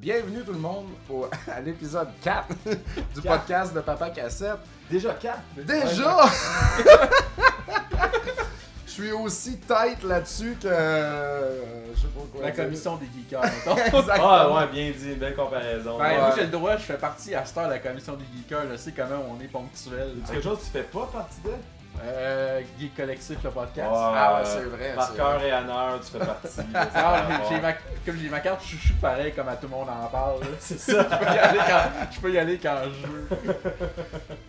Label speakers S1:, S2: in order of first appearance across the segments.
S1: Bienvenue tout le monde au- à l'épisode 4 du
S2: Quatre.
S1: podcast de Papa Cassette.
S2: Déjà 4?
S1: Déjà! Je suis aussi tête là-dessus que. euh, Je sais pas quoi.
S2: La
S1: dire.
S2: commission des geekers, mettons.
S1: Exactement.
S3: Ah ouais, bien dit, belle comparaison.
S2: Ben,
S3: Ouais.
S2: moi j'ai le droit, je fais partie à cette heure de la commission des geekers, je sais comment on est ponctuel.
S3: C'est quelque chose que tu fais pas partie de?
S2: Euh, geek collectif, le podcast.
S3: Ouais.
S1: Ah ouais, c'est vrai.
S3: Par
S1: c'est
S3: cœur
S1: vrai.
S3: et honneur, tu fais partie.
S2: Ah, j'ai- j'ai ma- comme j'ai ma carte chouchou pareil comme à tout le monde en parle. là.
S3: C'est
S2: Je
S3: ça.
S2: peux y aller quand- je peux y aller quand je veux.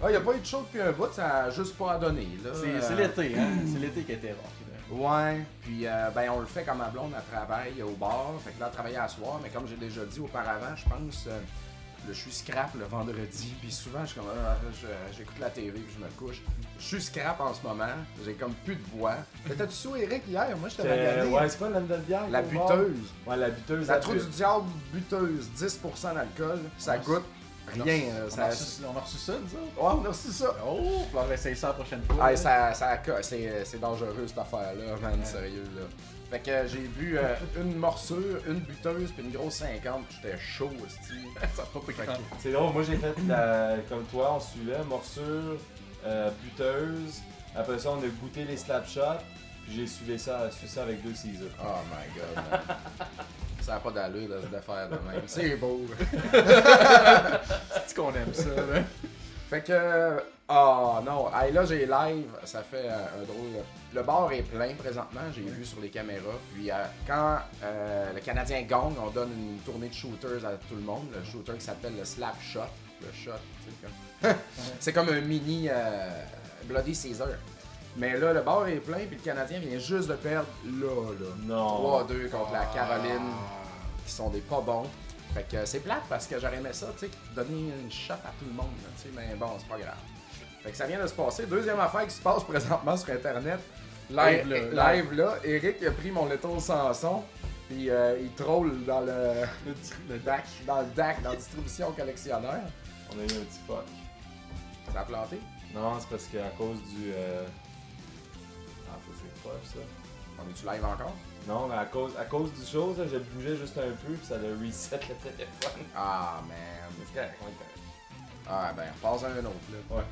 S1: Ah, y a pas eu de show depuis un bout, ça a juste pas donné. là.
S2: C'est c'est
S1: Euh,
S2: l'été, hein. C'est l'été qui était rock. là.
S1: Ouais, puis euh, ben on le fait quand ma blonde elle travaille au bar, fait que là elle travaille à soir, mais comme j'ai déjà dit auparavant, je pense euh, là, je suis scrap le vendredi, puis souvent je suis comme Ah, je- j'écoute la télé puis je me couche. Je suis scrap en ce moment, j'ai comme plus de voix. Mais T'as-tu su Eric hier, moi je t'avais
S3: Euh,
S1: gagné.
S3: ouais, c'est quoi le nom de la bière?
S1: La
S3: qu'on va boire?
S1: buteuse.
S3: Ouais, la buteuse.
S1: La
S3: à
S1: trou du diable buteuse, 10% d'alcool, ça
S2: On a
S1: goûte
S2: On a
S1: rien. là,
S2: reçu- On a
S1: ça...
S2: reçu- on a reçu ça, nous
S1: Ouais,
S2: autres.
S1: on a reçu ça.
S2: Oh, on va essayer ça la prochaine fois.
S1: Ah,
S2: là.
S1: ça, ça co- c'est euh, c'est dangereux cette affaire-là, man, sérieux là. Fait que euh, j'ai bu euh, une morsure, une buteuse puis une grosse 50, puis j'étais chaud aussi.
S2: Ça fera pas grand-
S3: C'est drôle, moi j'ai fait la- comme toi, on suivait morsure, euh, buteuse. Après ça, on a goûté les slapshots. Puis j'ai suivi ça, suivi ça avec deux scissors.
S1: Oh my god, man. Ça a pas d'allure là, cette affaire de même. C'est beau.
S2: C'est qu'on aime ça, là.
S1: Fait que oh non, hey, là j'ai live, ça fait euh, un drôle. Le bar est plein présentement, j'ai vu sur les caméras. Puis euh, quand euh, le Canadien gagne, on donne une tournée de shooters à tout le monde. Le shooter qui s'appelle le slap shot, le shot, tu sais, comme- C'est comme un mini euh, Bloody Caesar. Mais là, le bar est plein, puis le Canadien vient juste de perdre là, là.
S3: Non.
S1: 3-2 contre la Caroline,
S2: Ah,
S1: qui sont des pas bons. Fait que c'est plate parce que j'aurais aimé ça, tu sais, donner une shot à tout le monde, là, tu sais, mais bon, c'est pas grave. Fait que ça vient de se passer. Deuxième affaire qui se passe présentement sur Internet.
S2: Live,
S1: Eh, eh,
S2: là.
S1: live, là, Eric a pris mon Little Samson, puis euh, il troll dans le,
S2: Le, tri- le-
S1: DAC, dans le DAC, dans distribution collectionneur.
S3: On a eu un petit fuck.
S1: Ça a planté.
S3: Non, c'est parce qu'à cause du. euh, Ah, ça c'est proche ça.
S1: On est-tu live encore?
S3: Non, mais à cause, à cause du chose, là, je bougeais juste un peu, puis ça le reset le téléphone.
S1: Ah, man.
S3: C'est correct, on est correct.
S1: Ah, ben, passe à un autre, là.
S3: Ouais.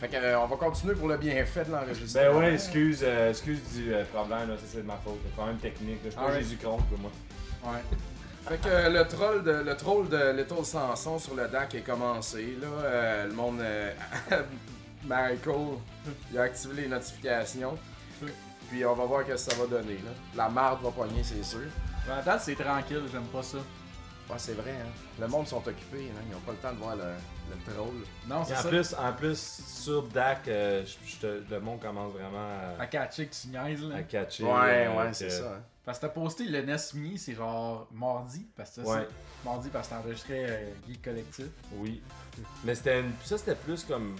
S1: Fait que, euh, on va continuer pour le bienfait de l'enregistrement.
S3: Ben ouais, excuse, euh, excuse du euh, problème, là, ça c'est de ma faute. Le problème technique, là. je suis
S2: Ah
S3: pas
S2: ouais.
S3: Jésus contre, moi.
S2: Ouais.
S1: Fait que euh, le troll de le troll de Little Samson sur le DAC est commencé. Là, Euh, le monde euh, Michael il a activé les notifications. Puis on va voir ce que ça va donner. Là. La marde va pogner, c'est sûr.
S2: En date, c'est tranquille, j'aime pas ça.
S1: Ouais, c'est vrai, hein. Le monde sont occupés, hein. ils n'ont pas le temps de voir le, le troll.
S2: Non,
S3: Et
S2: c'est
S3: en
S2: ça.
S3: plus, en plus, sur DAC, euh, je- je te- le monde commence vraiment
S2: À
S3: à,
S2: catcher hein. que tu niaises, là.
S3: à catcher.
S1: Ouais,
S3: euh,
S1: ouais,
S3: que-
S1: c'est ça. hein.
S2: Parce que t'as posté le Nesmi, c'est genre mardi. Parce que ça,
S3: Ouais,
S2: c'est mardi, parce que t'enregistrais euh, Geek Collectif.
S3: oui. Mais c'était une- ça, c'était plus comme.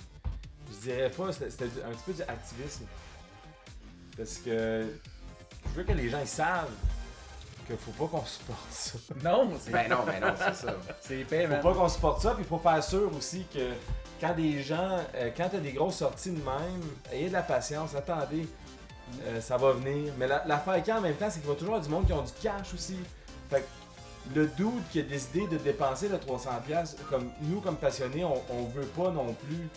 S3: Je dirais pas, c'était c'était du- un petit peu du activisme. Parce que. Je veux que les gens ils savent que faut pas qu'on supporte ça.
S2: Non, c'est
S1: Ben non, ben non, c'est ça.
S2: c'est épais,
S3: Faut
S2: man.
S3: pas qu'on supporte ça, puis faut faire sûr aussi que quand des gens, euh, quand t'as des grosses sorties de même, ayez de la patience, attendez, euh, ça va venir. Mais la- l'affaire la, en même temps, c'est qu'il va toujours y avoir du monde qui ont du cash aussi. Fait que le doute qui a décidé de dépenser le 300$, piastres, comme nous, comme passionnés, on, on veut pas non plus.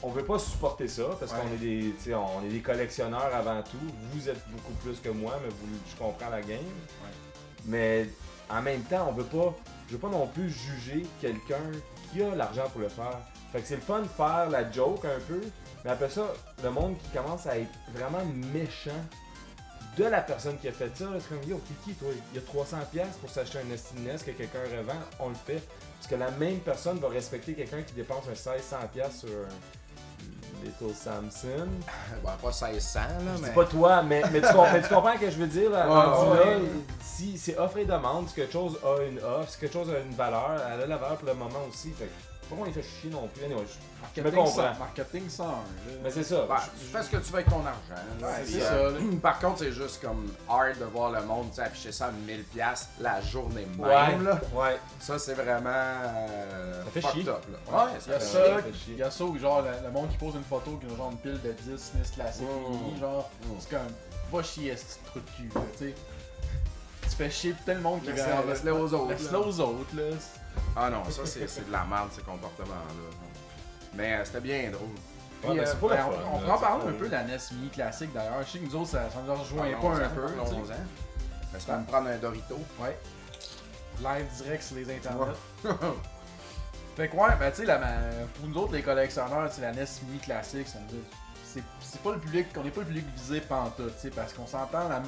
S3: On veut pas supporter ça parce qu'on
S2: Ouais.
S3: est des, tu sais, on est des collectionneurs avant tout. Vous êtes beaucoup plus que moi, mais vous, je comprends la game. Mais en même temps, on veut pas, je veux pas non plus juger quelqu'un qui a l'argent pour le faire. Fait que c'est le fun de faire la joke un peu, mais après ça, le monde qui commence à être vraiment méchant de la personne qui a fait ça, c'est comme yo, Kiki, toi, il y a 300 pièces pour s'acheter un estiness que quelqu'un revend, on le fait. Parce que la même personne va respecter quelqu'un qui dépense un 1600 pièces sur un Little Samson.
S2: Ah,
S1: Bon, Ben, pas 1600, là,
S3: Je
S1: mais.
S3: dis pas toi, mais, mais tu, comprends, mais tu comprends ce que je veux dire. Là,
S1: Ouais,
S3: rendu
S2: ouais.
S3: là, si c'est offre et demande, si quelque chose a une offre, si quelque chose a une valeur, elle a la valeur pour le moment aussi. Fait que Pas qu'on les fait chier non plus. Anyway, je-
S2: Marketing
S3: comprends.
S2: sans- Marketing sans. là.
S3: Mais c'est ça.
S1: Bah,
S3: Je-
S1: tu fais ce que tu veux avec ton argent. là.
S2: Ouais,
S1: Puis,
S2: c'est
S1: euh, Par contre, c'est juste comme hard de voir le monde tu sais, afficher ça à 1000$ la journée même.
S3: Ouais,
S1: Là.
S3: ouais.
S1: Ça, c'est vraiment. euh,
S3: Ça fait
S1: fucked
S3: chier.
S1: up, là. Ouais,
S2: Il y a
S1: ça fait
S3: ça.
S2: ça,
S3: fait chier.
S2: il y a ça où genre le, le monde qui pose une photo qui a genre une pile de 10 SNES classiques
S1: Mmh.
S2: finis, genre
S1: Mmh.
S2: c'est comme va chier ce petit trou de cul là, tu sais. Tu fais chier pis tellement monde qui
S1: Laisse-
S2: va
S1: laisse-le aux autres,
S2: Laisse-le
S1: là.
S2: aux autres là.
S1: Ah non, ça, c'est c'est de la merde, ces comportements-là. Mais euh, c'était bien drôle.
S3: Ouais,
S2: Puis,
S3: mais
S2: euh,
S3: c'est pas
S2: ben,
S3: la
S2: on, on
S3: fun,
S2: pourrait en
S3: là,
S2: parler
S3: c'est
S2: un
S3: pas-
S2: peu de la NES mini classique d'ailleurs. Je sais que nous autres ça, ça nous rejoint
S3: Ah,
S2: pas
S1: Parlons-en,
S2: un peu. tu sais.
S1: parlons-en. Mais c'est pas me prendre un Dorito.
S2: Ouais. Live direct sur les internets.
S1: Ouais.
S2: Fait que ouais, ben tu sais, la- ma- pour nous autres les collectionneurs, c'est la NES Mini classique, ça nous c'est c'est pas le public, on n'est pas le public visé pantoute, tu sais, parce qu'on s'entend, la,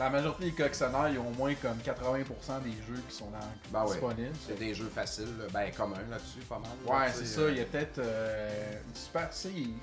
S2: la majorité des collectionneurs, ils ont au moins comme 80% des jeux qui sont dans,
S1: Ben ouais.
S2: disponibles.
S1: C'est des jeux faciles, là. ben communs là-dessus, pas mal. là,
S2: Ouais,
S1: tu
S2: c'est
S1: sais,
S2: ça,
S1: euh.
S2: il y a peut-être euh, une super, tu sais, il, il-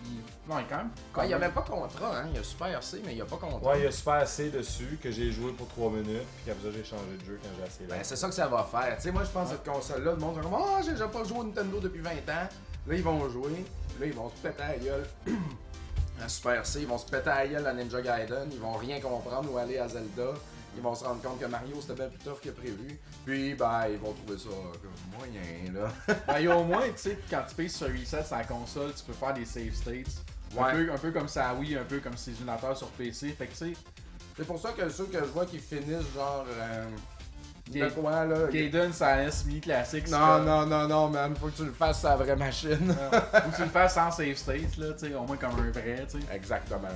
S2: non, il est quand même,
S1: Ouais, il n'y a même pas contrat, hein. Il y a Super C, mais il n'y a pas contrat.
S3: Ouais, il y a super assez dessus que j'ai joué pour 3 minutes, puis après ça, j'ai changé de jeu quand j'ai assez là.
S1: Ben, c'est ça que ça va faire. Tu sais, moi, je pense que cette console-là, le monde va comme Ah, j'ai déjà pas joué au Nintendo depuis 20 ans. Là, ils vont jouer. Là, ils vont se péter à la gueule. à Super C, ils vont se péter à la gueule à Ninja Gaiden. Ils vont rien comprendre ou aller à Zelda. Ils vont se rendre compte que Mario, c'était bien plus tough que prévu. Puis, ben, ils vont trouver ça comme moyen, là.
S2: Ben, il y a au moins, tu sais, quand tu payes sur reset sur la console, tu peux faire des save states.
S1: Ouais.
S2: Un, peu, un peu comme ça, oui, un peu comme ces émulateurs sur PC. Fait que, tu sais,
S1: c'est pour ça que ceux que je vois qui finissent, genre. euh, de
S2: Gay-
S1: quoi, là
S2: Gaiden, ça NES mini classique. E c'est
S1: Non,
S2: comme-
S1: non, non, non, man. Faut que tu le fasses à la vraie machine.
S2: Faut que tu le fasses sans save state, là, tu sais, au moins comme un vrai, tu sais.
S1: Exactement.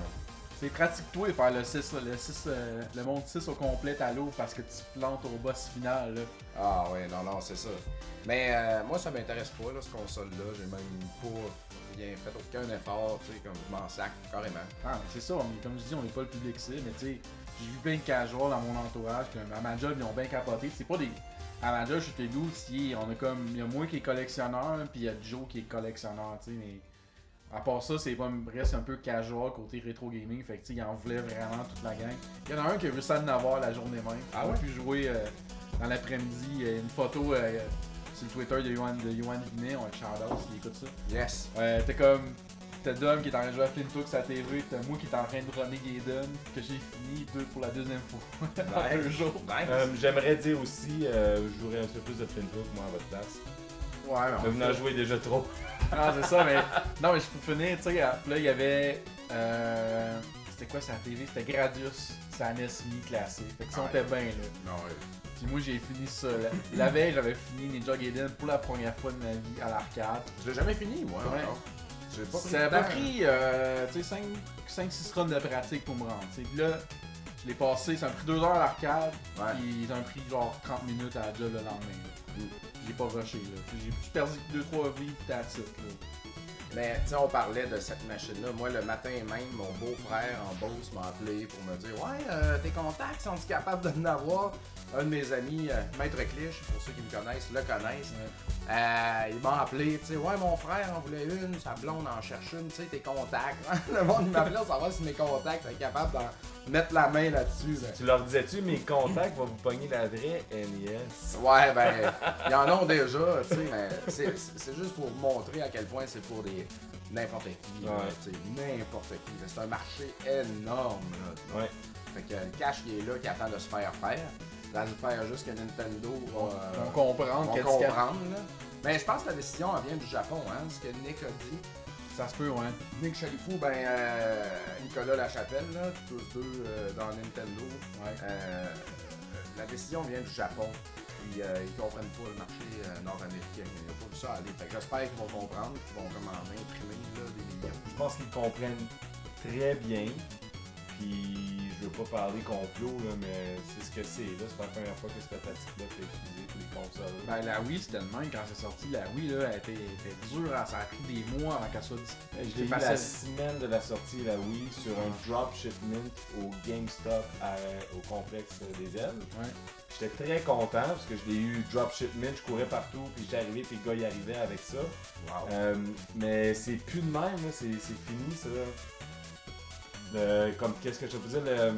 S2: C'est pratique, toi, de faire le 6, là, le 6, euh, le monde 6 au complet à l'eau parce que tu te plantes au boss final, là.
S1: Ah ouais, non, non, c'est ça. Mais euh, moi, ça m'intéresse pas, là, ce console-là. J'ai même pas rien fait aucun effort, tu sais, comme je m'en sac, carrément.
S2: Ah, mais c'est ça, on est- comme je dis, on n'est pas le public cible, mais tu sais, j'ai vu plein de casuals dans mon entourage, comme à ma job, ils ont bien capoté. C'est pas des. À ma job, je suis nous, si on a comme. Il y a moi qui est collectionneur, puis il y a Joe qui est collectionneur, tu sais, mais. À part ça, c'est pas reste un peu casual côté rétro gaming, fait que tu sais, il en voulait vraiment toute la gang. Il y en a un qui a vu ça de n'avoir la journée même.
S1: Ah
S2: on
S1: ouais?
S2: a pu jouer euh, dans l'après-midi, euh, une photo euh, sur le Twitter de Yohan de Yohan Vinet, on le shout-out s'il écoute ça.
S1: Yes.
S2: Ouais, t'es comme. T'as Dom qui est en train de jouer à Flintux à TV, t'as moi qui est en train de runner Gaiden, que j'ai fini deux pour la deuxième fois en deux jours.
S1: Nice.
S3: Euh, J'aimerais dire aussi, euh, je jouerais un petit peu plus de Flintlock, moi, à votre place.
S1: ouais,
S3: Mais
S1: on
S3: vous n'en jouez déjà trop.
S2: Ah, c'est ça, mais. Non, mais je peux finir, tu sais, là, il y avait. Euh... C'était quoi sa TV C'était Gradius, sa NES Mi classée. Fait que ça, on
S1: Ah,
S2: était bien, là.
S1: Non, ouais.
S2: Puis moi, j'ai fini ça. La, la veille, j'avais fini Ninja Gaiden pour la première fois de ma vie à l'arcade.
S1: Je l'ai jamais fini, moi,
S2: Ouais.
S1: encore. J'ai pas hein. pris
S2: Ça
S1: le
S2: m'a
S1: temps.
S2: pris euh, 5-6 runs de pratique pour me rendre. tu sais. Puis là, je l'ai passé, ça m'a pris 2 heures à l'arcade,
S1: Ouais.
S2: puis ça m'a pris genre 30 minutes à la job le lendemain. là.
S1: Mm.
S2: J'ai pas rushé. là. Puis J'ai perdu 2-3 vies, puis that's it. là.
S1: Mais tu sais, on parlait de cette machine-là. Moi, le matin même, mon beau-frère en Beauce m'a appelé pour me dire Ouais, euh, tes contacts, sont-ils capables de en avoir Un de mes amis, euh, Maître Clich, pour ceux qui me connaissent, le connaissent. Euh, il m'a appelé, tu sais, ouais, mon frère en voulait une, sa blonde en cherche une, tu sais, tes contacts. le monde il m'appelait pour savoir si mes contacts étaient capables d'en mettre la main là-dessus. Ben,
S3: Tu leur disais-tu, mes contacts vont vous pogner la vraie E NES?
S1: Ouais, ben, ils en ont déjà, tu sais, mais c'est- c'est c'est juste pour montrer à quel point c'est pour des n'importe qui, là,
S3: Ouais.
S1: tu sais, n'importe qui. là. C'est un marché énorme, là.
S3: Ouais.
S1: Fait que le cash, il est là, qui attend de se faire faire. L'affaire juste que Nintendo va, euh,
S2: On comprend
S1: va
S2: qu'est-ce qu'il y a-
S1: comprendre, là. Mais je pense que la décision, elle vient du Japon, hein, ce que Nick a dit.
S2: Ça se peut, ouais.
S1: Nick Chalifou, ben, euh, Nicolas Lachapelle, là, tous deux euh, dans Nintendo,
S2: Ouais.
S1: euh, la décision vient du Japon. Puis euh, ils comprennent pas le marché euh, nord-américain. Ils n'ont pas vu ça aller. Fait que j'espère qu'ils vont comprendre, qu'ils vont comme en imprimer là, des millions.
S3: Je pense qu'ils comprennent très bien. Puis je veux pas parler complot, là, mais c'est ce que c'est. Là, c'est pas la première fois que cette tactique-là fait utiliser pour les consoles.
S2: Ben, la Wii, c'était le même quand c'est sorti. La Wii, là, elle était, elle était dure, hein, ça a pris des mois avant qu'elle soit dis-
S3: je l'ai vu
S2: facile.
S3: Ben, la semaine de la sortie, la Wii, sur un drop shipment au GameStop à- euh, au complexe des ailes.
S2: Ouais.
S3: J'étais très content parce que je l'ai eu drop shipment, je courais partout, puis j'étais arrivé, puis le gars y arrivait avec ça.
S1: Wow.
S3: Euh, mais c'est plus de même, là, c'est, c'est fini ça. Le- comme qu'est-ce que je peux dire, le-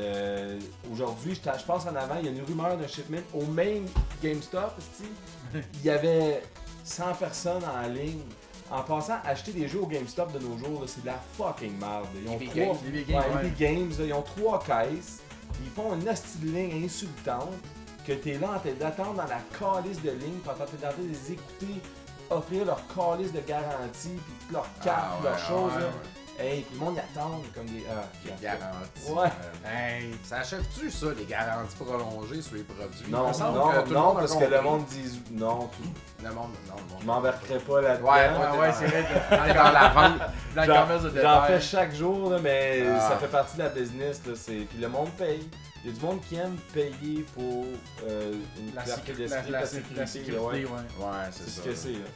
S3: le- aujourd'hui, je, t'a- je passe en avant, il y a une rumeur d'un shipment au même GameStop, esti. il y avait 100 personnes en ligne. En passant, acheter des jeux au GameStop de nos jours, là, c'est de la fucking merde. Ils ont
S1: EB
S3: trois-
S1: Games,
S2: EB
S3: Ouais,
S2: Games, ouais.
S3: EB Games, là, ils ont trois caisses. Ils font une hostie de ligne insultante que t'es là en train d'attendre dans la calice de ligne pendant t'es en train de les écouter offrir leur calice de garantie, puis leur carte,
S1: Ah ouais,
S3: leurs choses.
S1: ouais,
S3: là.
S1: ouais.
S3: Hey, puis le monde y attend comme des. Ah,
S1: Les
S3: regarde.
S1: garanties.
S3: Ouais.
S1: euh,
S2: Hey,
S1: Ça achève-tu ça, les garanties prolongées sur les produits? Il
S3: Non,
S1: me semble
S3: non,
S1: que tout le
S3: non,
S1: monde a
S3: parce que
S1: compris.
S3: le monde dit non, tout-
S1: Le monde, non, le monde.
S3: je m'embarquerai pas là-dedans.
S1: Ouais,
S2: ouais, ouais, c'est vrai.
S1: On est dans la vente.
S2: Dans le
S3: J'en-
S2: commerce de
S3: J'en
S2: détail.
S3: fais chaque jour, là, mais
S1: Ah.
S3: ça fait partie de la business. Là, c'est... Puis le monde paye. Il y a du monde qui aime payer pour euh, une
S2: la,
S3: liberté
S2: sécurité, la,
S3: d'esprit,
S2: la-
S3: la
S2: la
S3: sécurité.
S2: sécurité,
S3: là,
S2: ouais.
S3: ouais.
S1: Ouais, c'est
S3: C'est
S1: ça.
S3: ce que c'est. Là.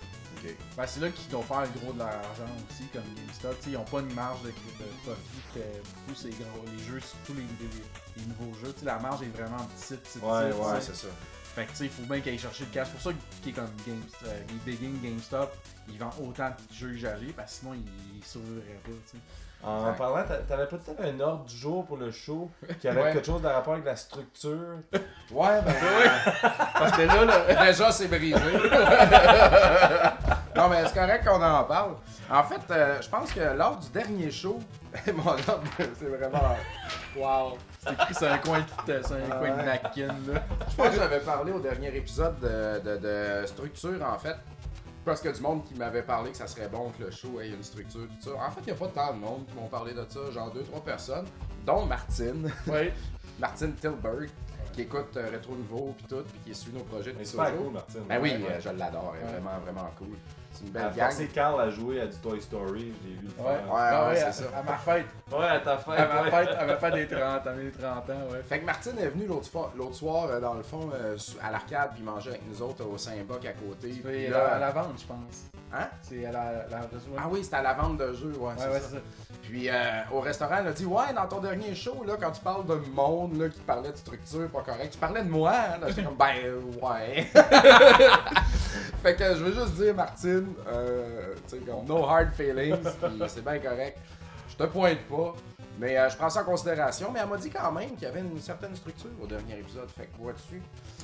S1: Ok.
S2: Ben, c'est là qu'ils vont faire le gros de leur argent aussi, comme GameStop. T'sais, ils n'ont pas une marge de, de profit que tous ces gros, les jeux, surtout les, les- les nouveaux jeux. T'sais, la marge est vraiment petite, petite,
S3: Ouais,
S2: petite,
S1: Ouais,
S2: t'sais.
S1: c'est ça.
S2: Fait que tu sais, il faut bien qu'ils aillent chercher le cash. C'est pour ça qu'ils comme Game, euh, EB Games, GameStop, ils vendent autant de jeux usagés parce que sinon ils, ils sauveraient pas. t'sais.
S3: En
S1: Ouais.
S3: parlant, t'a- t'avais peut-être un ordre du jour pour le show qui avait
S1: Ouais.
S3: quelque chose de rapport avec la structure.
S1: Ouais, ben oui.
S2: Parce que là, là
S1: Déjà, c'est brisé. non, mais c'est correct qu'on en parle. En fait, euh, je pense que lors du dernier show, Eh, mon homme, c'est vraiment. Wow.
S2: c'est écrit sur un coin de, c'est un
S1: Ah
S2: coin de
S3: ouais.
S2: napkin. Là.
S1: Je pense que j'avais parlé au dernier épisode de, de- de structure, en fait. Parce que du monde qui m'avait parlé que ça serait bon que le show ait une structure, tout ça. En fait, il n'y a pas tant de monde qui m'ont parlé de ça, genre deux, trois personnes, dont Martine.
S2: Ouais.
S1: Martine Tilburg, qui écoute euh, Rétro Nouveau puis tout, puis qui suit nos projets
S3: Mais
S1: depuis
S3: c'est super
S1: toujours.
S3: cool, Martine.
S1: Ben oui,
S3: Ouais, ouais.
S1: euh, je l'adore, elle est
S2: Ouais.
S1: vraiment, vraiment cool. C'est une
S3: Elle a
S1: belle gang.
S3: forcé Carl à jouer à du Toy Story, j'ai vu le
S2: Ouais,
S3: faire.
S1: ouais,
S2: Ah ouais,
S1: c'est
S2: à,
S1: ça.
S2: à ma fête.
S3: Ouais, à ta fête.
S2: À ma
S3: ouais.
S2: fête, à ma fête des 30, à mes 30 ans, ouais.
S1: Fait que Martine est venue l'autre fois- l'autre soir, euh, dans le fond, euh, sous- à l'arcade, puis manger avec nous autres euh, au Saint-Boc à côté. puis
S2: C'est
S1: là-
S2: à la vente, je pense.
S1: Hein?
S2: C'est à la, la, la-
S1: Ah oui, c'était à la vente de jeux, ouais,
S2: ouais,
S1: c'est
S2: ouais,
S1: ça.
S2: c'est ça.
S1: Puis euh, au restaurant, elle a dit Ouais, dans ton dernier show, là, quand tu parles de monde là, qui parlait de structure pas correcte, tu parlais de moi. hein? Là, j'étais comme Ben euh, ouais. fait que je veux juste dire, Martine, euh, tu sais, comme no hard feelings, puis c'est bien correct. Je te pointe pas, mais euh, je prends ça en considération. Mais elle m'a dit quand même qu'il y avait une certaine structure au dernier épisode. Fait que vois-tu,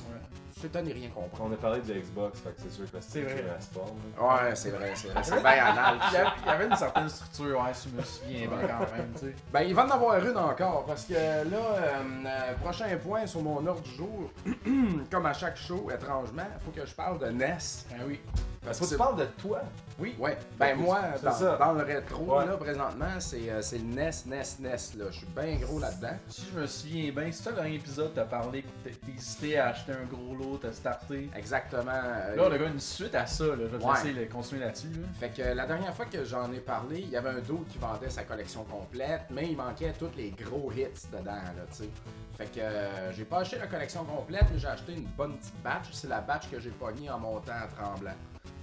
S2: Ouais.
S1: c'est à n'y rien comprendre.
S3: On a parlé de Xbox, fait que c'est sûr que la structure
S2: C'est vrai.
S3: elle se forme. là.
S1: Ouais, c'est vrai, c'est vrai. C'est bien anal.
S2: Il y avait- Ah, il y avait une certaine structure, ouais, si je me souviens bien quand même, tu sais.
S1: Ben, il va en avoir une encore, parce que là, euh, euh, prochain point sur mon ordre du jour, comme à chaque show, étrangement, faut que je parle de NES.
S2: Ah oui.
S1: Parce
S3: Faut que tu parles de toi.
S1: Oui, ouais. Ben, moi,
S3: C'est
S1: dans,
S3: ça.
S1: dans le rétro,
S3: Ouais.
S1: là, présentement, c'est euh, c'est le NES, NES, NES, là. Je suis bien gros là-dedans.
S2: Si je me souviens bien, c'est ça le dernier épisode, t'as parlé que t'as- t'hésitais à acheter un gros lot, t'as starté.
S1: Exactement. euh,
S2: Là, on a comme une suite à ça, là. Je vais te
S1: Ouais.
S2: laisser là, continuer là-dessus, là.
S1: Fait que la dernière fois que j'en ai parlé, il y avait un dos qui vendait sa collection complète, mais il manquait tous les gros hits dedans, là, tu sais. Fait que euh, j'ai pas acheté la collection complète, mais j'ai acheté une bonne petite batch. C'est la batch que j'ai pognée en montant à tremblant.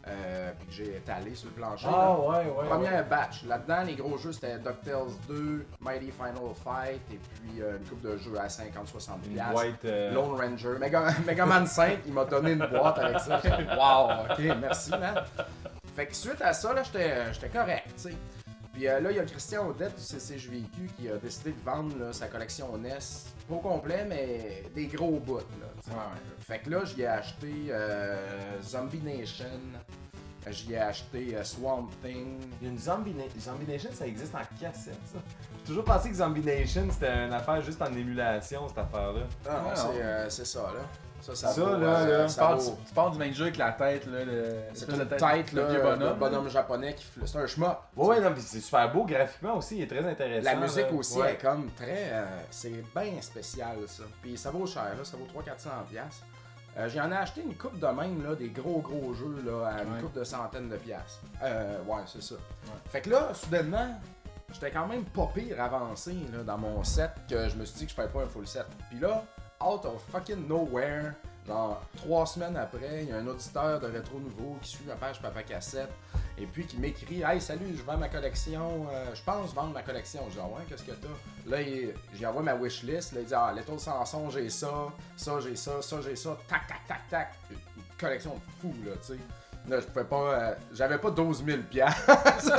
S1: Euh, puis que j'ai étalée sur le plancher. là.
S3: Ah, ouais, ouais.
S1: Première batch. Là-dedans, les gros jeux, c'était DuckTales 2, Mighty Final Fight, et puis euh, une coupe de jeux à 50-60$.
S3: Une
S1: piastres.
S3: boîte. euh,
S1: Lone Ranger. Mega, Man 5, il m'a donné une boîte avec ça. J'ai dit, Wow, ok, merci, man. Fait que suite à ça, là, j'étais j'étais correct, tu sais. Puis euh, là, il y a Christian Odette du CCJVQ qui a décidé de vendre là, sa collection NES, pas au complet, mais des gros bouts, là, tu sais.
S2: Ouais, ouais.
S1: Fait que là, j'y ai acheté euh, Zombie Nation, j'y ai acheté euh, Swamp Thing.
S3: Il y a une Zombie, Na- Zombie Nation, ça existe en cassette, ça. J'ai toujours pensé que Zombie Nation, c'était une affaire juste en émulation, cette affaire-là.
S1: Ah, non,
S2: Ah, non.
S1: c'est euh, c'est ça, là. Ça, ça,
S3: Ça,
S1: vaut,
S3: là,
S1: euh,
S3: là,
S2: Tu
S1: ça
S2: parles,
S1: vaut-
S2: du- tu parles du même jeu avec la tête, là. le-
S1: C'est
S2: l'espèce
S1: une
S2: de
S1: tête,
S2: le
S1: là,
S2: vieux bonhomme.
S1: de bonhomme japonais qui fl- C'est un schmuck.
S3: Ouais, ouais, non, pis c'est super beau graphiquement aussi, il est très intéressant.
S1: La musique
S3: là.
S1: aussi
S3: Ouais.
S1: est comme très. euh, c'est bien spécial ça. Puis ça vaut cher, là, ça vaut 300-400$. piastres. Euh, J'en ai acheté une coupe de même, là, des gros gros jeux, là, à une
S2: Ouais.
S1: coupe de centaines de piastres. Euh, ouais, c'est ça. Fait que là, soudainement, j'étais quand même pas pire avancé là, dans mon set que je me suis dit que je ferais pas un full set. Puis là, out of fucking nowhere, genre trois semaines après, il y a un auditeur de Rétro Nouveau qui suit ma page Papa Cassette et puis qui m'écrit Hey, salut, je vends ma collection, euh, je pense vendre ma collection. Je dis Ah ouais, qu'est-ce que t'as Là, il- j'y envoie ma wishlist. Là, il dit Ah, Little Samson, j'ai ça, ça, j'ai ça, ça, j'ai ça, tac, tac, tac, tac. Une collection de fou, là, tu sais. Là, je pouvais pas. euh, J'avais pas 12 000 piastres.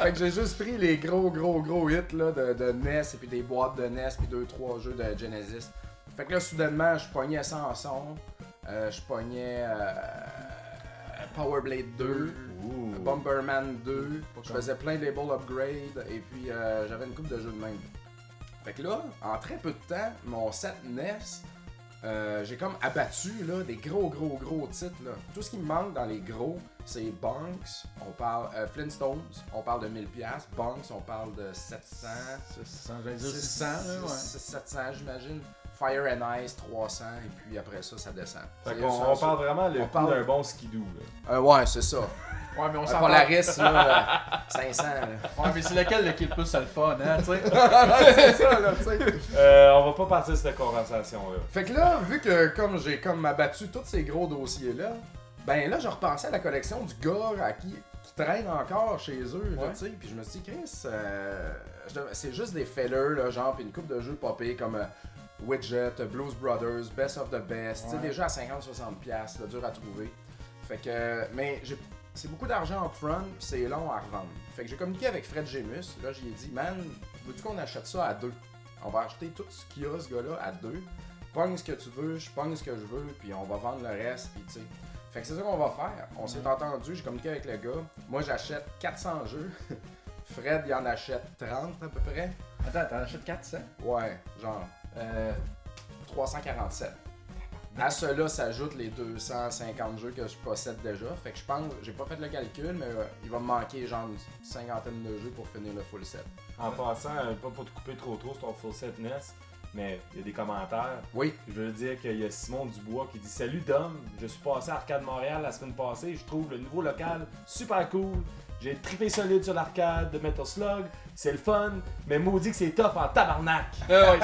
S1: Fait que j'ai juste pris les gros, gros, gros hits là, de, de NES et puis des boîtes de NES puis deux, trois jeux de Genesis. Fait que là, soudainement, je pognais Samson, euh, je pognais euh, Power Blade 2,
S3: Ouh.
S1: Bomberman 2.
S2: Pas
S1: Je
S2: comme-
S1: faisais plein de labels upgrade et puis euh, j'avais une coupe de jeux de même. Fait que là, en très peu de temps, mon set NES, euh, j'ai comme abattu là, des gros, gros, gros titres. Là. Tout ce qui me manque dans les gros, c'est Banks, on parle euh, Flintstones, on parle de 1000$, Banks, on parle de 700,
S2: 600, j'allais dire 600,
S1: 600,
S2: là, ouais.
S1: 700 j'imagine. Fire and Ice 300 et puis après ça, ça descend.
S3: Fait
S1: C'est
S3: qu'on
S1: ça,
S3: on
S1: ça.
S3: parle vraiment le
S1: on
S3: coup
S1: parle-
S3: d'un bon skidoo. là.
S1: Euh, ouais, c'est ça.
S2: Ouais, mais on
S1: Un
S2: s'en parle.
S1: Polaris, là, 500. là.
S2: Ouais, mais c'est lequel le qui est le plus le fun, hein, tu sais.
S1: c'est ça, là, tu sais.
S3: Euh, on va pas partir de cette conversation-là.
S1: Fait que là, vu que comme j'ai comme abattu tous ces gros dossiers-là, ben là, je repensais à la collection du gars à qui, qui traîne encore chez eux, là,
S2: Ouais.
S1: tu sais. Puis je me suis dit, Chris, euh, je dev- c'est juste des fellers, là, genre, puis une coupe de jeux popés comme euh, Widget, euh, Blues Brothers, Best of the Best, tu sais,
S2: Ouais.
S1: des jeux à 50-60$, piastres, là, dur à trouver. Fait que, euh, mais j'ai- c'est beaucoup d'argent en front, puis c'est long à revendre. Fait que j'ai communiqué avec Fred Gémus, là, j'ai dit, man, veux-tu qu'on achète ça à deux? On va acheter tout ce qu'il y a, ce gars-là, à deux pogne ce que tu veux, je pogne ce que je veux, puis on va vendre le reste, puis tu sais. Fait que c'est ça qu'on va faire. On s'est entendu, j'ai communiqué avec le gars. Moi, j'achète 400 jeux. Fred, il en achète 30 à peu près.
S2: Attends, t'en achètes 400?
S1: Ouais, genre
S2: Euh,
S1: 347. À cela s'ajoutent les 250 jeux que je possède déjà. Fait que je pense, j'ai pas fait le calcul, mais euh, il va me manquer genre une cinquantaine de jeux pour finir le full set.
S3: En passant, euh, pas pour te couper trop trop sur ton full set NES, mais il y a des commentaires.
S1: Oui,
S3: Je veux dire qu'il y a Simon Dubois qui dit Salut Dom, je suis passé à Arcade Montréal la semaine passée et je trouve le nouveau local super cool. J'ai trippé solide sur l'arcade de Metal Slug, c'est le fun, mais maudit que c'est tough en tabarnak.
S2: ah ouais,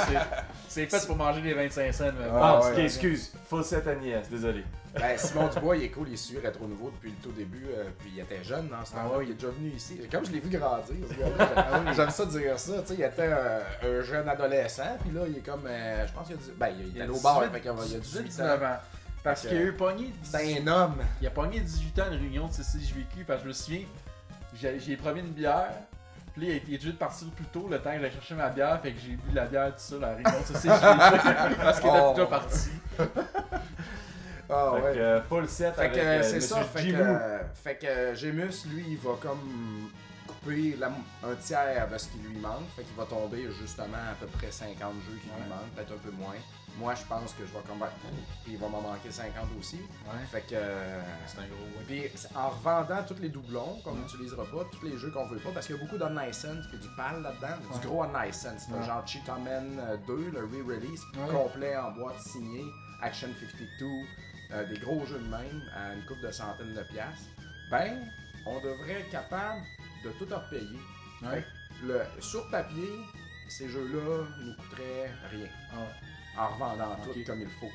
S2: c'est- c'est fait pour manger les 25 cents. mais-
S1: Ah,
S3: Ah,
S1: ouais,
S3: ok,
S1: ouais.
S3: excuse, full set NES, désolé.
S1: Ben, Simon Dubois, il est cool, il est sur Rétro Nouveau depuis le tout début, euh, puis il était jeune dans ce
S2: Ah
S1: temps-là,
S2: ouais.
S1: il est déjà venu ici. Comme je l'ai vu grandir, ce gars-là, j'aime- j'aime ça dire ça, tu sais, il était euh, un jeune adolescent, puis là, il est comme, euh, je pense qu'il a dit, ben, il, il est allé au bar, fait qu'il a- il a 18 ans.
S2: 19 ans. Parce
S1: Fait
S2: qu'il
S1: que- ben,
S2: a eu pogné
S1: C'est un homme!
S2: Il a pogné 18 ans à une réunion de CCJVQ parce que je me souviens, j'ai j'ai promis une bière. Puis là, il a été obligé de partir plus tôt le temps que j'allais chercher ma bière. Fait que j'ai bu la bière tout seul à la réunion de CCJVQ parce qu'il était
S1: Oh.
S2: déjà parti.
S1: Ah
S3: fait
S1: ouais.
S3: que euh, full set
S1: Fait
S3: avec
S1: que euh,
S3: euh,
S1: c'est
S3: Monsieur
S1: ça, fait que,
S3: Jimou.
S1: euh, fait que euh, Gémus, lui, il va comme couper la- un tiers de ce qui lui manque, fait qu'il va tomber justement à peu près 50 jeux qui
S2: Ouais.
S1: lui manquent, peut-être un peu moins. Moi, je pense que je vais combattre, puis il va m'en manquer 50 aussi. Fait que. euh,
S2: C'est un gros ouais.
S1: Puis en revendant tous les doublons qu'on n'utilisera pas, tous les jeux qu'on veut pas, parce qu'il y a beaucoup d'unlicensed puis du PAL là-dedans,
S2: Ouais.
S1: du gros unlicensed,
S2: Ouais.
S1: genre Cheetah Man euh, 2, le re-release,
S2: Ouais.
S1: complet en boîte signée, Action 52, euh, des gros jeux de même, à une coupe de centaines de piastres, ben, on devrait être capable de tout repayer.
S2: Ouais.
S1: Le, sur papier, ces jeux-là nous coûteraient rien
S2: Ah ouais.
S1: en revendant
S2: Ok.
S1: tout comme il faut.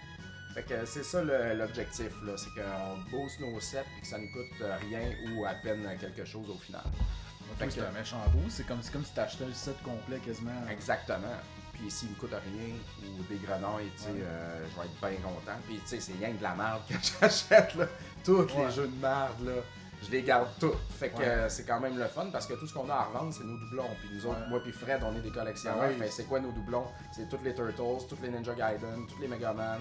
S1: Fait que c'est ça le- l'objectif, là, c'est qu'on booste nos sets et que ça nous coûte euh, rien ou à peine quelque chose au final.
S2: Fait
S1: Fait
S2: que c'est
S1: que-
S2: un méchant beau. C'est comme, c'est comme si t'achetais le set complet quasiment.
S1: Exactement. Puis s'il me coûte rien ou des grenouilles, tu sais,
S2: Ouais.
S1: euh, je vais être bien content. Puis tu sais, c'est rien que de la merde que j'achète, là. Tous
S2: Ouais.
S1: les jeux de merde, là. Je les garde tous. Fait que
S2: Ouais.
S1: euh, c'est quand même le fun parce que tout ce qu'on a à revendre, c'est nos doublons. Puis nous autres,
S2: Ouais.
S1: moi puis Fred, on est des collectionneurs.
S2: Ah oui.
S1: Fait c'est quoi nos doublons C'est toutes les Turtles, toutes les Ninja Gaiden, toutes les Mega Man,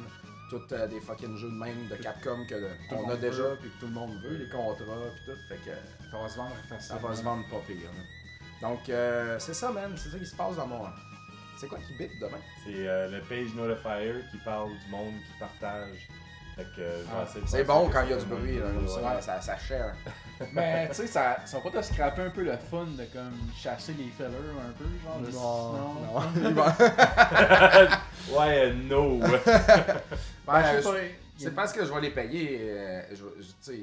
S1: toutes euh, des fucking jeux de même de Capcom que de-
S2: le
S1: on a
S2: monde
S1: déjà
S2: veut.
S1: puis que tout le monde veut, les contrats puis tout. Fait que euh,
S2: Ça va se vendre
S1: ça
S2: facilement.
S1: va se vendre pas pire. hein. Donc, euh, c'est ça, man. C'est ça qui se passe dans mon. C'est quoi qui bip demain?
S3: C'est euh, le page notifier qui parle du monde qui partage. Fait que euh, je vais
S2: Ah,
S3: essayer de
S1: C'est
S3: faire ça
S1: bon
S3: que
S1: quand
S3: ça
S1: il y a
S3: fait
S1: du bruit, là,
S3: moins de
S1: comme
S3: bruit,
S1: ça,
S3: ouais.
S1: ça, ça chère.
S2: Mais tu sais, ça, ça va pas te scraper un peu le fun de comme chasser les fellers un peu, genre. le-
S1: Ben,
S3: Ouais, euh, no.
S2: Ben, je
S1: Ben,
S2: sais pas. il y a-
S1: C'est parce que je vais les payer. euh, je- je- tu sais,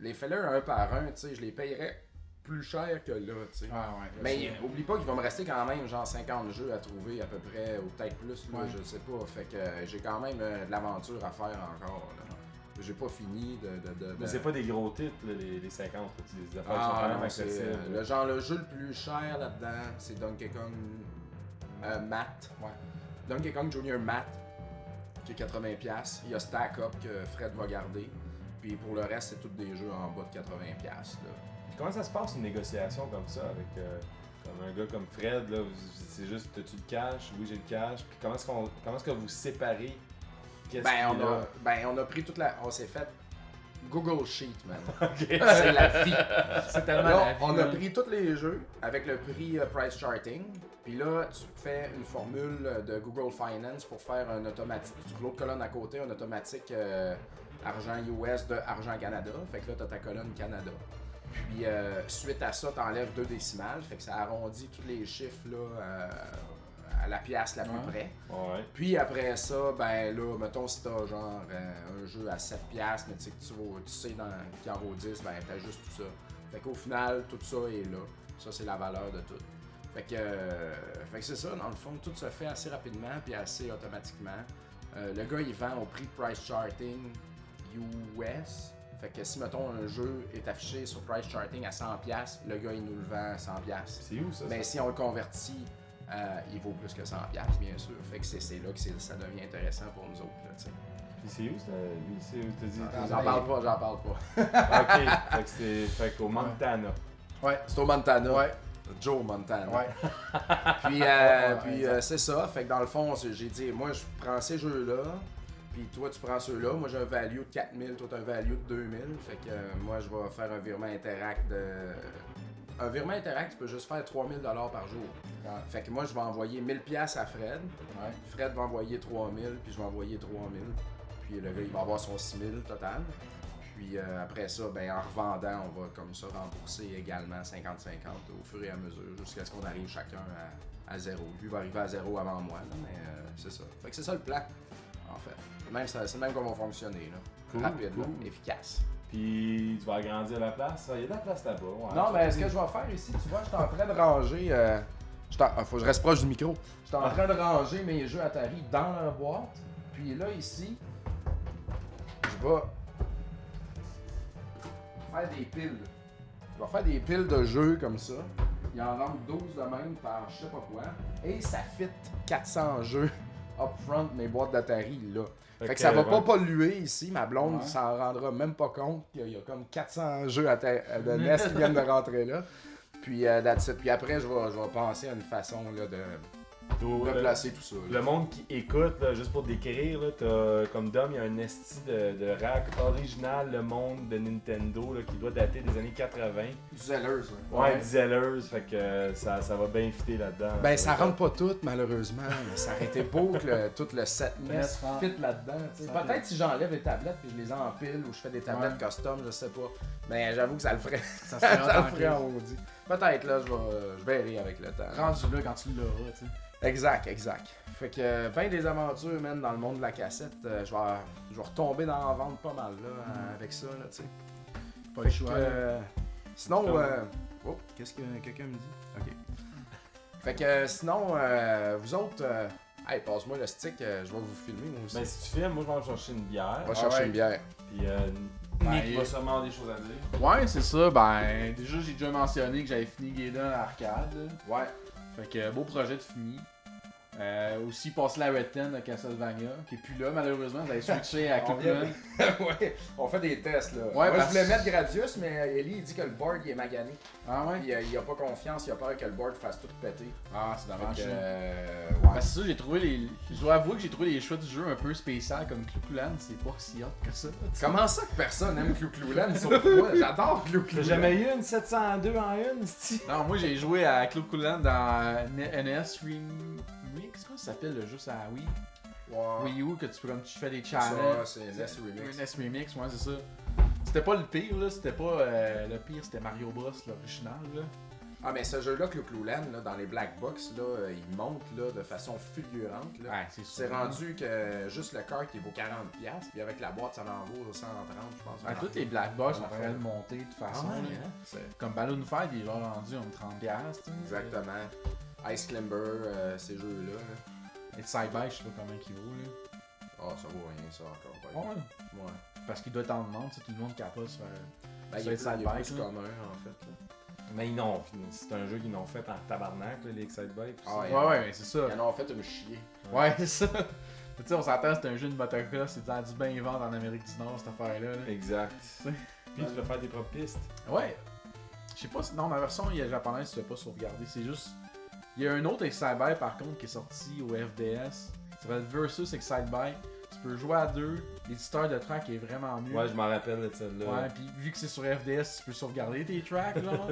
S1: les fellers un par un, tu sais, je les payerais plus cher que là, tu sais.
S2: Ah ouais.
S1: Mais
S2: c'est-
S1: euh, oublie pas qu'il va me rester quand même genre 50 jeux à trouver à peu près, ou peut-être plus, là,
S2: Ouais.
S1: je sais pas. Fait que euh, j'ai quand même euh, de l'aventure à faire encore. là. J'ai pas fini de. de, de- de-
S3: Mais c'est pas des gros titres, là, les, les 50. là, tu sais, des affaires qui sont
S1: Ah,
S3: quand même
S1: non, c'est,
S3: accessibles.
S1: euh, le genre le jeu le plus cher là-dedans, c'est Donkey Kong euh, Matt.
S2: Ouais.
S1: Donkey Kong Junior Matt, qui est 80$. piastres. Il y a Stack Up que Fred va garder. Puis pour le reste, c'est tous des jeux en bas de 80$. piastres, Là.
S3: Puis Comment ça se passe une négociation comme ça avec euh, comme un gars comme Fred là vous- C'est juste, t'as-tu le cash Oui, j'ai le cash. Puis comment est-ce qu'on, comment est-ce que vous séparez Qu'est-ce
S1: Ben,
S3: qu'il
S1: on
S3: a?
S1: a, ben, on a pris toute la. On s'est fait Google Sheet, man.
S3: Ok.
S1: C'est la vie.
S2: C'est tellement
S1: Là,
S2: la vie,
S1: on a
S2: là.
S1: pris tous les jeux avec le prix euh, price charting. Puis là, tu fais une formule euh, de Google Finance pour faire un automatique. L'autre colonne à côté, un automatique euh, argent US de argent Canada. Fait que là, tu as ta colonne Canada. Puis euh, suite à ça, tu enlèves deux décimales. Fait que ça arrondit tous les chiffres là, euh, à la pièce la plus
S2: Ouais.
S1: près.
S3: Ouais.
S1: Puis après ça, ben là, mettons si t'as genre euh, un jeu à 7$, mais tu sais que tu, vas- tu sais dans, qu'il en vaut 10, ben t'as juste tout ça. Fait qu'au final, tout ça est là. Ça, c'est la valeur de tout. Fait que, euh, fait que c'est ça, dans le fond, tout se fait assez rapidement puis assez automatiquement. Euh, le gars, il vend au prix price charting US. Fait que si, mettons, un jeu est affiché sur price charting à 100$, le gars, il nous le vend à 100$.
S3: C'est où ça?
S1: Mais Ben, si on le convertit, euh, il vaut plus que 100 bien sûr. Fait que c'est- c'est là que c'est- ça devient intéressant pour nous autres. là, tu sais.
S3: Puis c'est où ça? Lui, c'est où? T'as dit.
S2: Ah,
S1: j'en
S2: ben,
S1: parle pas, j'en parle pas. ben.
S3: ok. Fait que c'est. Fait qu'au Montana.
S2: Ouais.
S1: C'est au Montana.
S2: Ouais.
S1: Joe Montana.
S2: Ouais.
S1: Puis, euh,
S2: ouais, ouais,
S1: puis, euh, c'est ça. Fait que dans le fond, c'est- j'ai dit, moi, je prends ces jeux-là. Puis toi, tu prends ceux-là. Moi, j'ai un value de 4000. Toi, t'as un value de 2000. Fait que euh, moi, je vais faire un virement interact de. Un virement interact, tu peux juste faire 3000 par jour.
S2: Ouais.
S1: Fait que moi, je vais envoyer 1000 à Fred.
S2: Ouais.
S1: Fred va envoyer 3000, puis je vais envoyer 3000. Puis le gars, il va avoir son 6000 total. Puis euh, après ça, ben, en revendant, on va comme ça rembourser également 50-50 au fur et à mesure, jusqu'à ce qu'on arrive chacun à, à zéro. Lui va arriver à zéro avant moi, là, mais euh, c'est ça. Fait que c'est ça le plan, en fait. C'est même, ça- c'est le même qu'on va fonctionner. Là.
S3: Cool,
S1: Rapide, là,
S3: cool.
S1: efficace.
S3: Puis tu vas agrandir la place. Il y a de la place là-bas. ouais.
S1: Non, ben, mais ce que hein, je vais faire ici, tu vois, je suis en train de ranger. euh, je t'en- ah, faut que je reste proche du micro. Je suis en train de ranger mes jeux Atari dans leur boîte. Puis là, ici, je vais faire des piles. Je vais faire des piles de jeux comme ça. Il en rentre 12 de même par je sais pas quoi. Et ça fit 400 jeux upfront mes boîtes d'Atari là. Fait,
S3: Fait
S1: que ça
S3: que, euh,
S1: va
S3: ouais.
S1: pas polluer ici. Ma blonde
S2: Ouais.
S1: s'en rendra même pas compte qu'il y a comme 400 jeux à ta- de NES qui viennent de rentrer là. Puis, euh, that's it. Puis après, je vais, je vais penser à une façon là, de,
S3: Au-
S1: de
S3: le-
S1: placer tout ça. là.
S3: Le monde qui écoute, là, juste pour décrire, là, t'as- comme Dom, il y a un esti de, de rack original, le monde de Nintendo, là, qui doit dater des années 80.
S1: Du Zellers,
S3: Ouais, Zellers, fait que euh, ça, ça va bien fitter là-dedans.
S1: Ben, ça rentre pas tout, malheureusement. Mais ça aurait été beau que le- tout le set NES
S2: Ça prend-
S1: fit là-dedans. tu sais.
S2: ça
S1: Peut-être
S2: prend-
S1: si j'enlève les tablettes puis je les empile ou je fais des tablettes
S2: Ouais.
S1: custom, je sais pas. Mais j'avoue que ça le ferait. ça
S2: Ça serait
S1: le
S2: hot en
S1: ferait
S2: crise.
S1: arrondi. Peut-être, là, je vais, je vais rire avec le temps.
S2: Rendu là quand tu l'auras, tu sais.
S1: Exact, exact. Fait que ben des aventures, man, dans le monde de la cassette. Euh, je vais je vais retomber dans la vente pas mal là, euh, avec ça, là, tu sais.
S2: Pas
S1: Fait que,
S2: le choix. là.
S1: euh, sinon,
S3: Comme-
S1: euh, oh, qu'est-ce que quelqu'un me dit? Ok. Fait que euh, sinon, euh, vous autres, euh, hey, passe-moi le stick, euh, je vais vous filmer moi aussi.
S3: Ben, ah si tu filmes, moi, je vais me chercher une bière.
S1: on va chercher
S2: ouais.
S1: une bière.
S3: Puis euh,
S2: Ben,
S3: Nick va
S2: il-
S3: sûrement avoir des choses à dire.
S2: Ouais, c'est ça. Ben, déjà, j'ai déjà mentionné que j'avais fini Gaiden à l'arcade. là.
S1: Ouais.
S2: Fait que beau projet de fini. Euh, aussi passer la Red 10 de Castlevania, qui est plus là malheureusement, j'avais switché à
S1: On vient-
S2: Cookman.
S1: ouais. On fait des tests là.
S2: Ouais,
S1: moi,
S2: parce-
S1: je voulais mettre Gradius, mais euh, Ellie il dit que le board il est magané.
S2: Ah ouais?
S1: Il, euh, il a pas confiance, il a peur que le board fasse tout péter.
S2: Ah, c'est
S1: Fait
S2: dommage.
S1: que,
S2: ça.
S1: euh, ouais.
S2: Parce que ça, j'ai trouvé les. Je dois avouer que j'ai trouvé les choix du jeu un peu spécial comme Cluculan, c'est pas si hot que ça.
S1: Comment ça que personne aime Clou Cloulan sauf moi? J'adore Clou
S3: T'as
S1: Cloulan.
S3: jamais eu une 702 en une, cest
S2: Non, moi j'ai joué à Cluculan dans N- NES Remix, comment ça s'appelle le jeu ça oui
S1: Ouais.
S2: Wii U, que tu peux comme tu fais des
S1: Ça,
S2: challenges. Euh,
S1: c'est Ness Remix.
S2: NES Remix, ouais, c'est ça. C'était pas le pire, là. C'était pas. euh, le pire, c'était Mario Bros, l'original, là.
S1: Ah, mais ce jeu-là, Clou Cloulan, là, dans les Black Box, là, euh, il monte là, de façon fulgurante. Là.
S2: Ouais, c'est
S1: C'est
S2: sûr.
S1: rendu que juste le cart, il vaut 40$, puis avec la boîte, ça en vaut 130$, je pense. Ah,
S2: Ouais, toutes les black box sont en train de monter de toute façon. là.
S1: C'est-
S2: Comme Balloon Fight, il est genre rendu en 30$. piastres, tu sais.
S1: Exactement. Ice Climber, euh, ces jeux-là. là.
S2: Et side by je sais pas combien il vaut. Là.
S1: Ah, ça vaut rien, ça, encore. par exemple.
S2: Ouais.
S1: Ouais.
S2: Parce qu'il doit être en demande, tu sais, tout le monde capote sur euh, un-
S1: Ben, il y
S2: Ça,
S1: a
S2: c'est
S1: plein- il y a
S2: Bike,
S1: plus
S2: là.
S1: commun, en fait. là.
S3: Mais non, c'est un jeu qu'ils n'ont fait en tabarnak, là, les Excite Bikes.
S1: Ah,
S2: Ouais, ouais, mais c'est ça.
S1: Ils en ont fait une chier.
S2: Ouais, c'est ça. Tu sais, on s'entend, c'est un jeu de motocross, c'est dans du bain vendre en Amérique du Nord, cette affaire-là. là.
S3: Exact.
S2: Ouais.
S3: Puis tu peux faire tes propres pistes.
S2: Ouais. Je sais pas si. Non, la version il y a japonaise, tu peux pas sauvegarder. C'est juste. Il y a un autre Excitebike par contre qui est sorti au FDS. Ça s'appelle Versus Excitebike. Tu tu peux jouer à deux. L'éditeur de track est vraiment mieux.
S3: Ouais, je m'en rappelle de celle-là.
S2: Ouais, puis vu que c'est sur FDS, tu peux sauvegarder tes tracks, genre.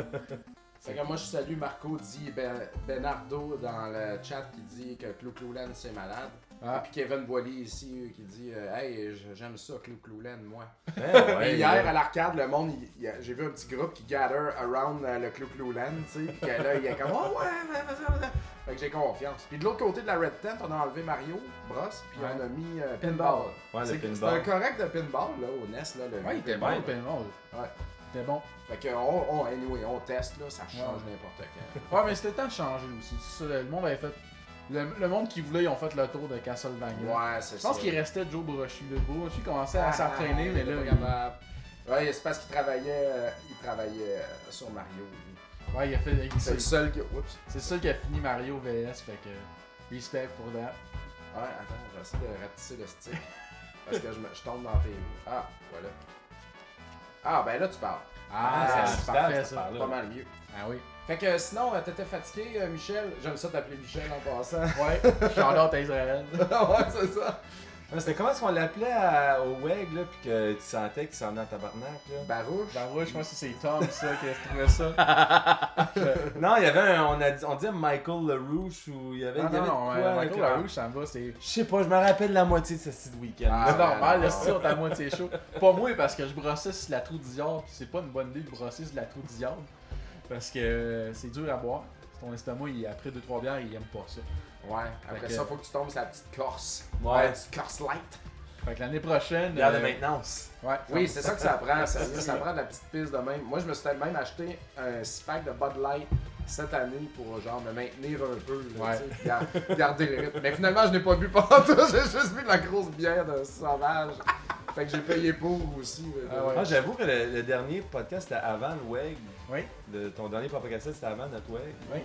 S1: Fait que moi, je salue Marco dit Ben- Benardo dans le chat qui dit que Clou Cloulen c'est malade.
S2: Ah.
S1: Puis Kevin Boilly ici euh, qui dit euh, Hey, j- j'aime ça, Clou Cloulen, moi.
S3: Hein,
S1: Mais
S3: ouais,
S1: hier
S3: là.
S1: à l'arcade, le monde, il- il- j'ai vu un petit groupe qui gather around euh, le Clou Cloulen, tu sais. Puis que là, il est comme Oh ouais, ouais, ouais, ouais. Fait que j'ai confiance. Puis de l'autre côté de la Red Tent, on a enlevé Mario Bros, puis
S2: Ouais.
S1: on a mis euh,
S2: Pinball.
S1: Pinball.
S3: Ouais, le
S1: C'est-
S3: pinball.
S1: C'est un correct de Pinball, là, au NES, là. Le
S2: Ouais, il était
S3: bon,
S2: bon,
S3: le
S2: le pinball.
S1: Ouais.
S2: C'était bon.
S1: Fait que, on, on- anyway, on teste, là, ça change
S2: Ouais.
S1: n'importe quand.
S2: Ouais, mais c'était le temps de changer aussi. C'est ça, le monde avait fait. Le, le monde qui voulait, ils ont fait le tour de Castlevania.
S1: Ouais, c'est
S2: Je
S1: ça.
S2: pense qu'il restait Joe Brochu debout. Brochu commençait à s'entraîner,
S1: Ah,
S2: mais
S1: il
S2: là.
S1: était pas capable. Ouais, c'est parce qu'il travaillait, euh, il travaillait euh, sur Mario. lui.
S2: il- Ouais, il a fait.
S1: C'est le
S2: C'est
S1: seul qui. Oups.
S2: c'est ça qui a fini Mario VS, fait que. Respect pour that.
S1: Ouais, attends, je vais essayer de ratisser le stick. parce que je, me- je tombe dans tes roues. Ah, voilà. Ah, ben là, tu parles.
S2: Ah,
S3: Ah,
S2: ça,
S3: c'est
S2: c'est parfait
S3: stable,
S2: ça.
S3: cette
S1: Pas mal mieux.
S2: Ah oui.
S1: Fait que sinon, euh, t'étais fatigué, euh, Michel. J'aime ça t'appeler Michel en passant.
S2: Ouais, je suis en à Israël.
S1: ouais, c'est ça.
S3: Ouais, Ah, C'était comment est-ce qu'on l'appelait à- au WEG, là, pis que tu sentais qu'il s'en venait en tabarnak, là?
S1: Barouche.
S2: Ben ouais, je pense que c'est Tom, ça, qui a trouvé ça.
S3: Non, il y avait un. On, a dit, on disait Michael LaRouche ou il y avait.
S2: Non,
S3: il y
S2: Ah, non,
S3: avait
S2: non,
S3: de quoi,
S2: euh, Michael
S3: là, que-
S2: LaRouche, ça me va, c'est.
S3: Je sais pas, je me rappelle la moitié de ce site week-end.
S1: Ah,
S2: C'est
S1: ouais,
S2: normal,
S1: non.
S2: le style, t'as à moitié chaud. Pas moi, parce que je brossais sur la trou d'iode, puis c'est pas une bonne idée de brosser sur la trou d'iode. Parce que euh, c'est dur à boire. Ton estomac, il- après 2-3 bières, il aime pas ça.
S1: Ouais, après
S2: que-
S1: ça, faut que tu tombes sur la petite corse.
S3: Ouais.
S1: La petite corse light.
S2: Fait que l'année prochaine.
S3: Regarde
S2: euh,
S3: de maintenance.
S2: Ouais.
S1: Oui, c'est ça que ça prend, sérieux, ça prend de la petite piste de même. Moi, je me suis même acheté un six-pack de Bud Light cette année pour genre me maintenir un peu, là,
S2: Ouais.
S1: tu sais, gar- garder le rythme. Mais finalement, je n'ai pas bu pendant tout, j'ai juste bu de la grosse bière de sauvage. Fait que j'ai payé pour aussi. là.
S2: Ah ouais.
S3: Ah, J'avoue que le, le dernier podcast, c'était avant le WEG.
S2: Oui.
S3: De, ton dernier podcast, c'était avant notre WEG.
S2: Oui.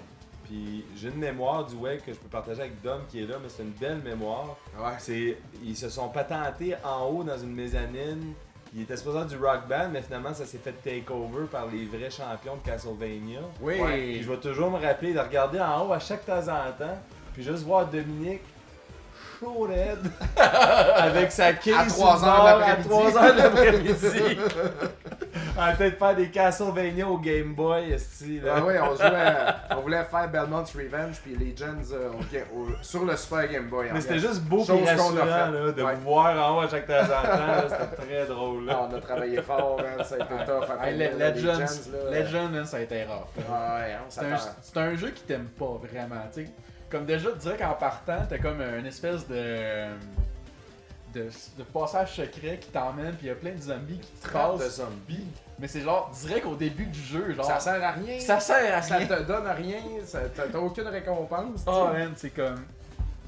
S3: Puis j'ai une mémoire du WEG que je peux partager avec Dom qui est là, mais c'est une belle mémoire.
S1: Ouais.
S3: Ah, C'est, ils se sont patentés en haut dans une mezzanine. Ils étaient supposés du rock band, mais finalement, ça s'est fait take over par les vrais champions de Castlevania.
S2: Oui.
S1: Ouais,
S3: Puis je vais toujours me rappeler de regarder en haut à chaque temps en temps, puis juste voir Dominique chaud raide, avec sa quille
S1: À
S3: sur
S1: trois
S3: le
S1: heures
S3: bord,
S1: l'après-midi.
S3: à 3h de l'après-midi. en train de faire des Castlevania au Game Boy, esti, là.
S1: Ah ouais, on jouait, à- on voulait faire Belmont's Revenge puis Legends euh, au ga- au- sur le Super Game Boy. en
S3: Mais c'était
S1: fait.
S3: juste beau
S1: Chose
S3: et
S1: qu'on a
S3: rassurant
S1: fait.
S3: là, de
S1: Ouais.
S3: vous voir en haut à chaque temps en temps, là, c'était très drôle.
S1: Ah,
S3: Là.
S1: on a travaillé fort, hein, ça a été tough. à
S2: Hey,
S1: finir,
S2: le-
S1: là,
S2: Legends,
S1: là.
S2: Legends, hein, ça a été rare.
S1: Ah ouais, on
S2: C'est un,
S1: s'attend.
S2: c'est un jeu qui t'aime pas vraiment, tu sais. Comme déjà, je dirais qu'en partant, t'as comme euh, une espèce de, euh, de, de passage secret qui t'emmène, puis il y a plein de zombies qui te
S1: Trappe de
S2: passent.
S1: zombies.
S2: Mais c'est genre, direct au début du jeu, genre.
S1: Ça sert à rien.
S2: ça sert à
S1: Ça
S2: rien.
S1: te donne rien, ça- t'as t'as aucune récompense. tu sais.
S2: Oh man, c'est comme.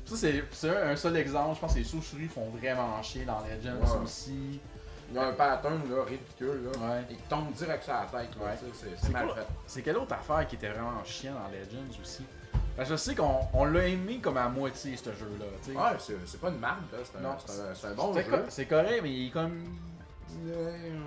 S2: Ça, c'est c'est un, un seul exemple. Je pense que les chauves-souris font vraiment chier dans Legends
S1: Ouais.
S2: aussi.
S1: Il y a un pattern là, ridicule. Là.
S2: Ouais.
S1: Il tombe direct sur la tête. là,
S2: Ouais.
S1: tu sais, c'est- C'est mal
S2: quoi-
S1: fait.
S2: C'est quelle autre affaire qui était vraiment chiant dans Legends aussi? Parce que je sais qu'on on l'a aimé comme à moitié, ce jeu-là, tu sais.
S1: Ouais, c'est- c'est pas une marque, là. C'est
S2: Non,
S1: un, c'est un- c'est un bon
S2: C'était
S1: jeu.
S2: co- C'est correct, mais il est comme.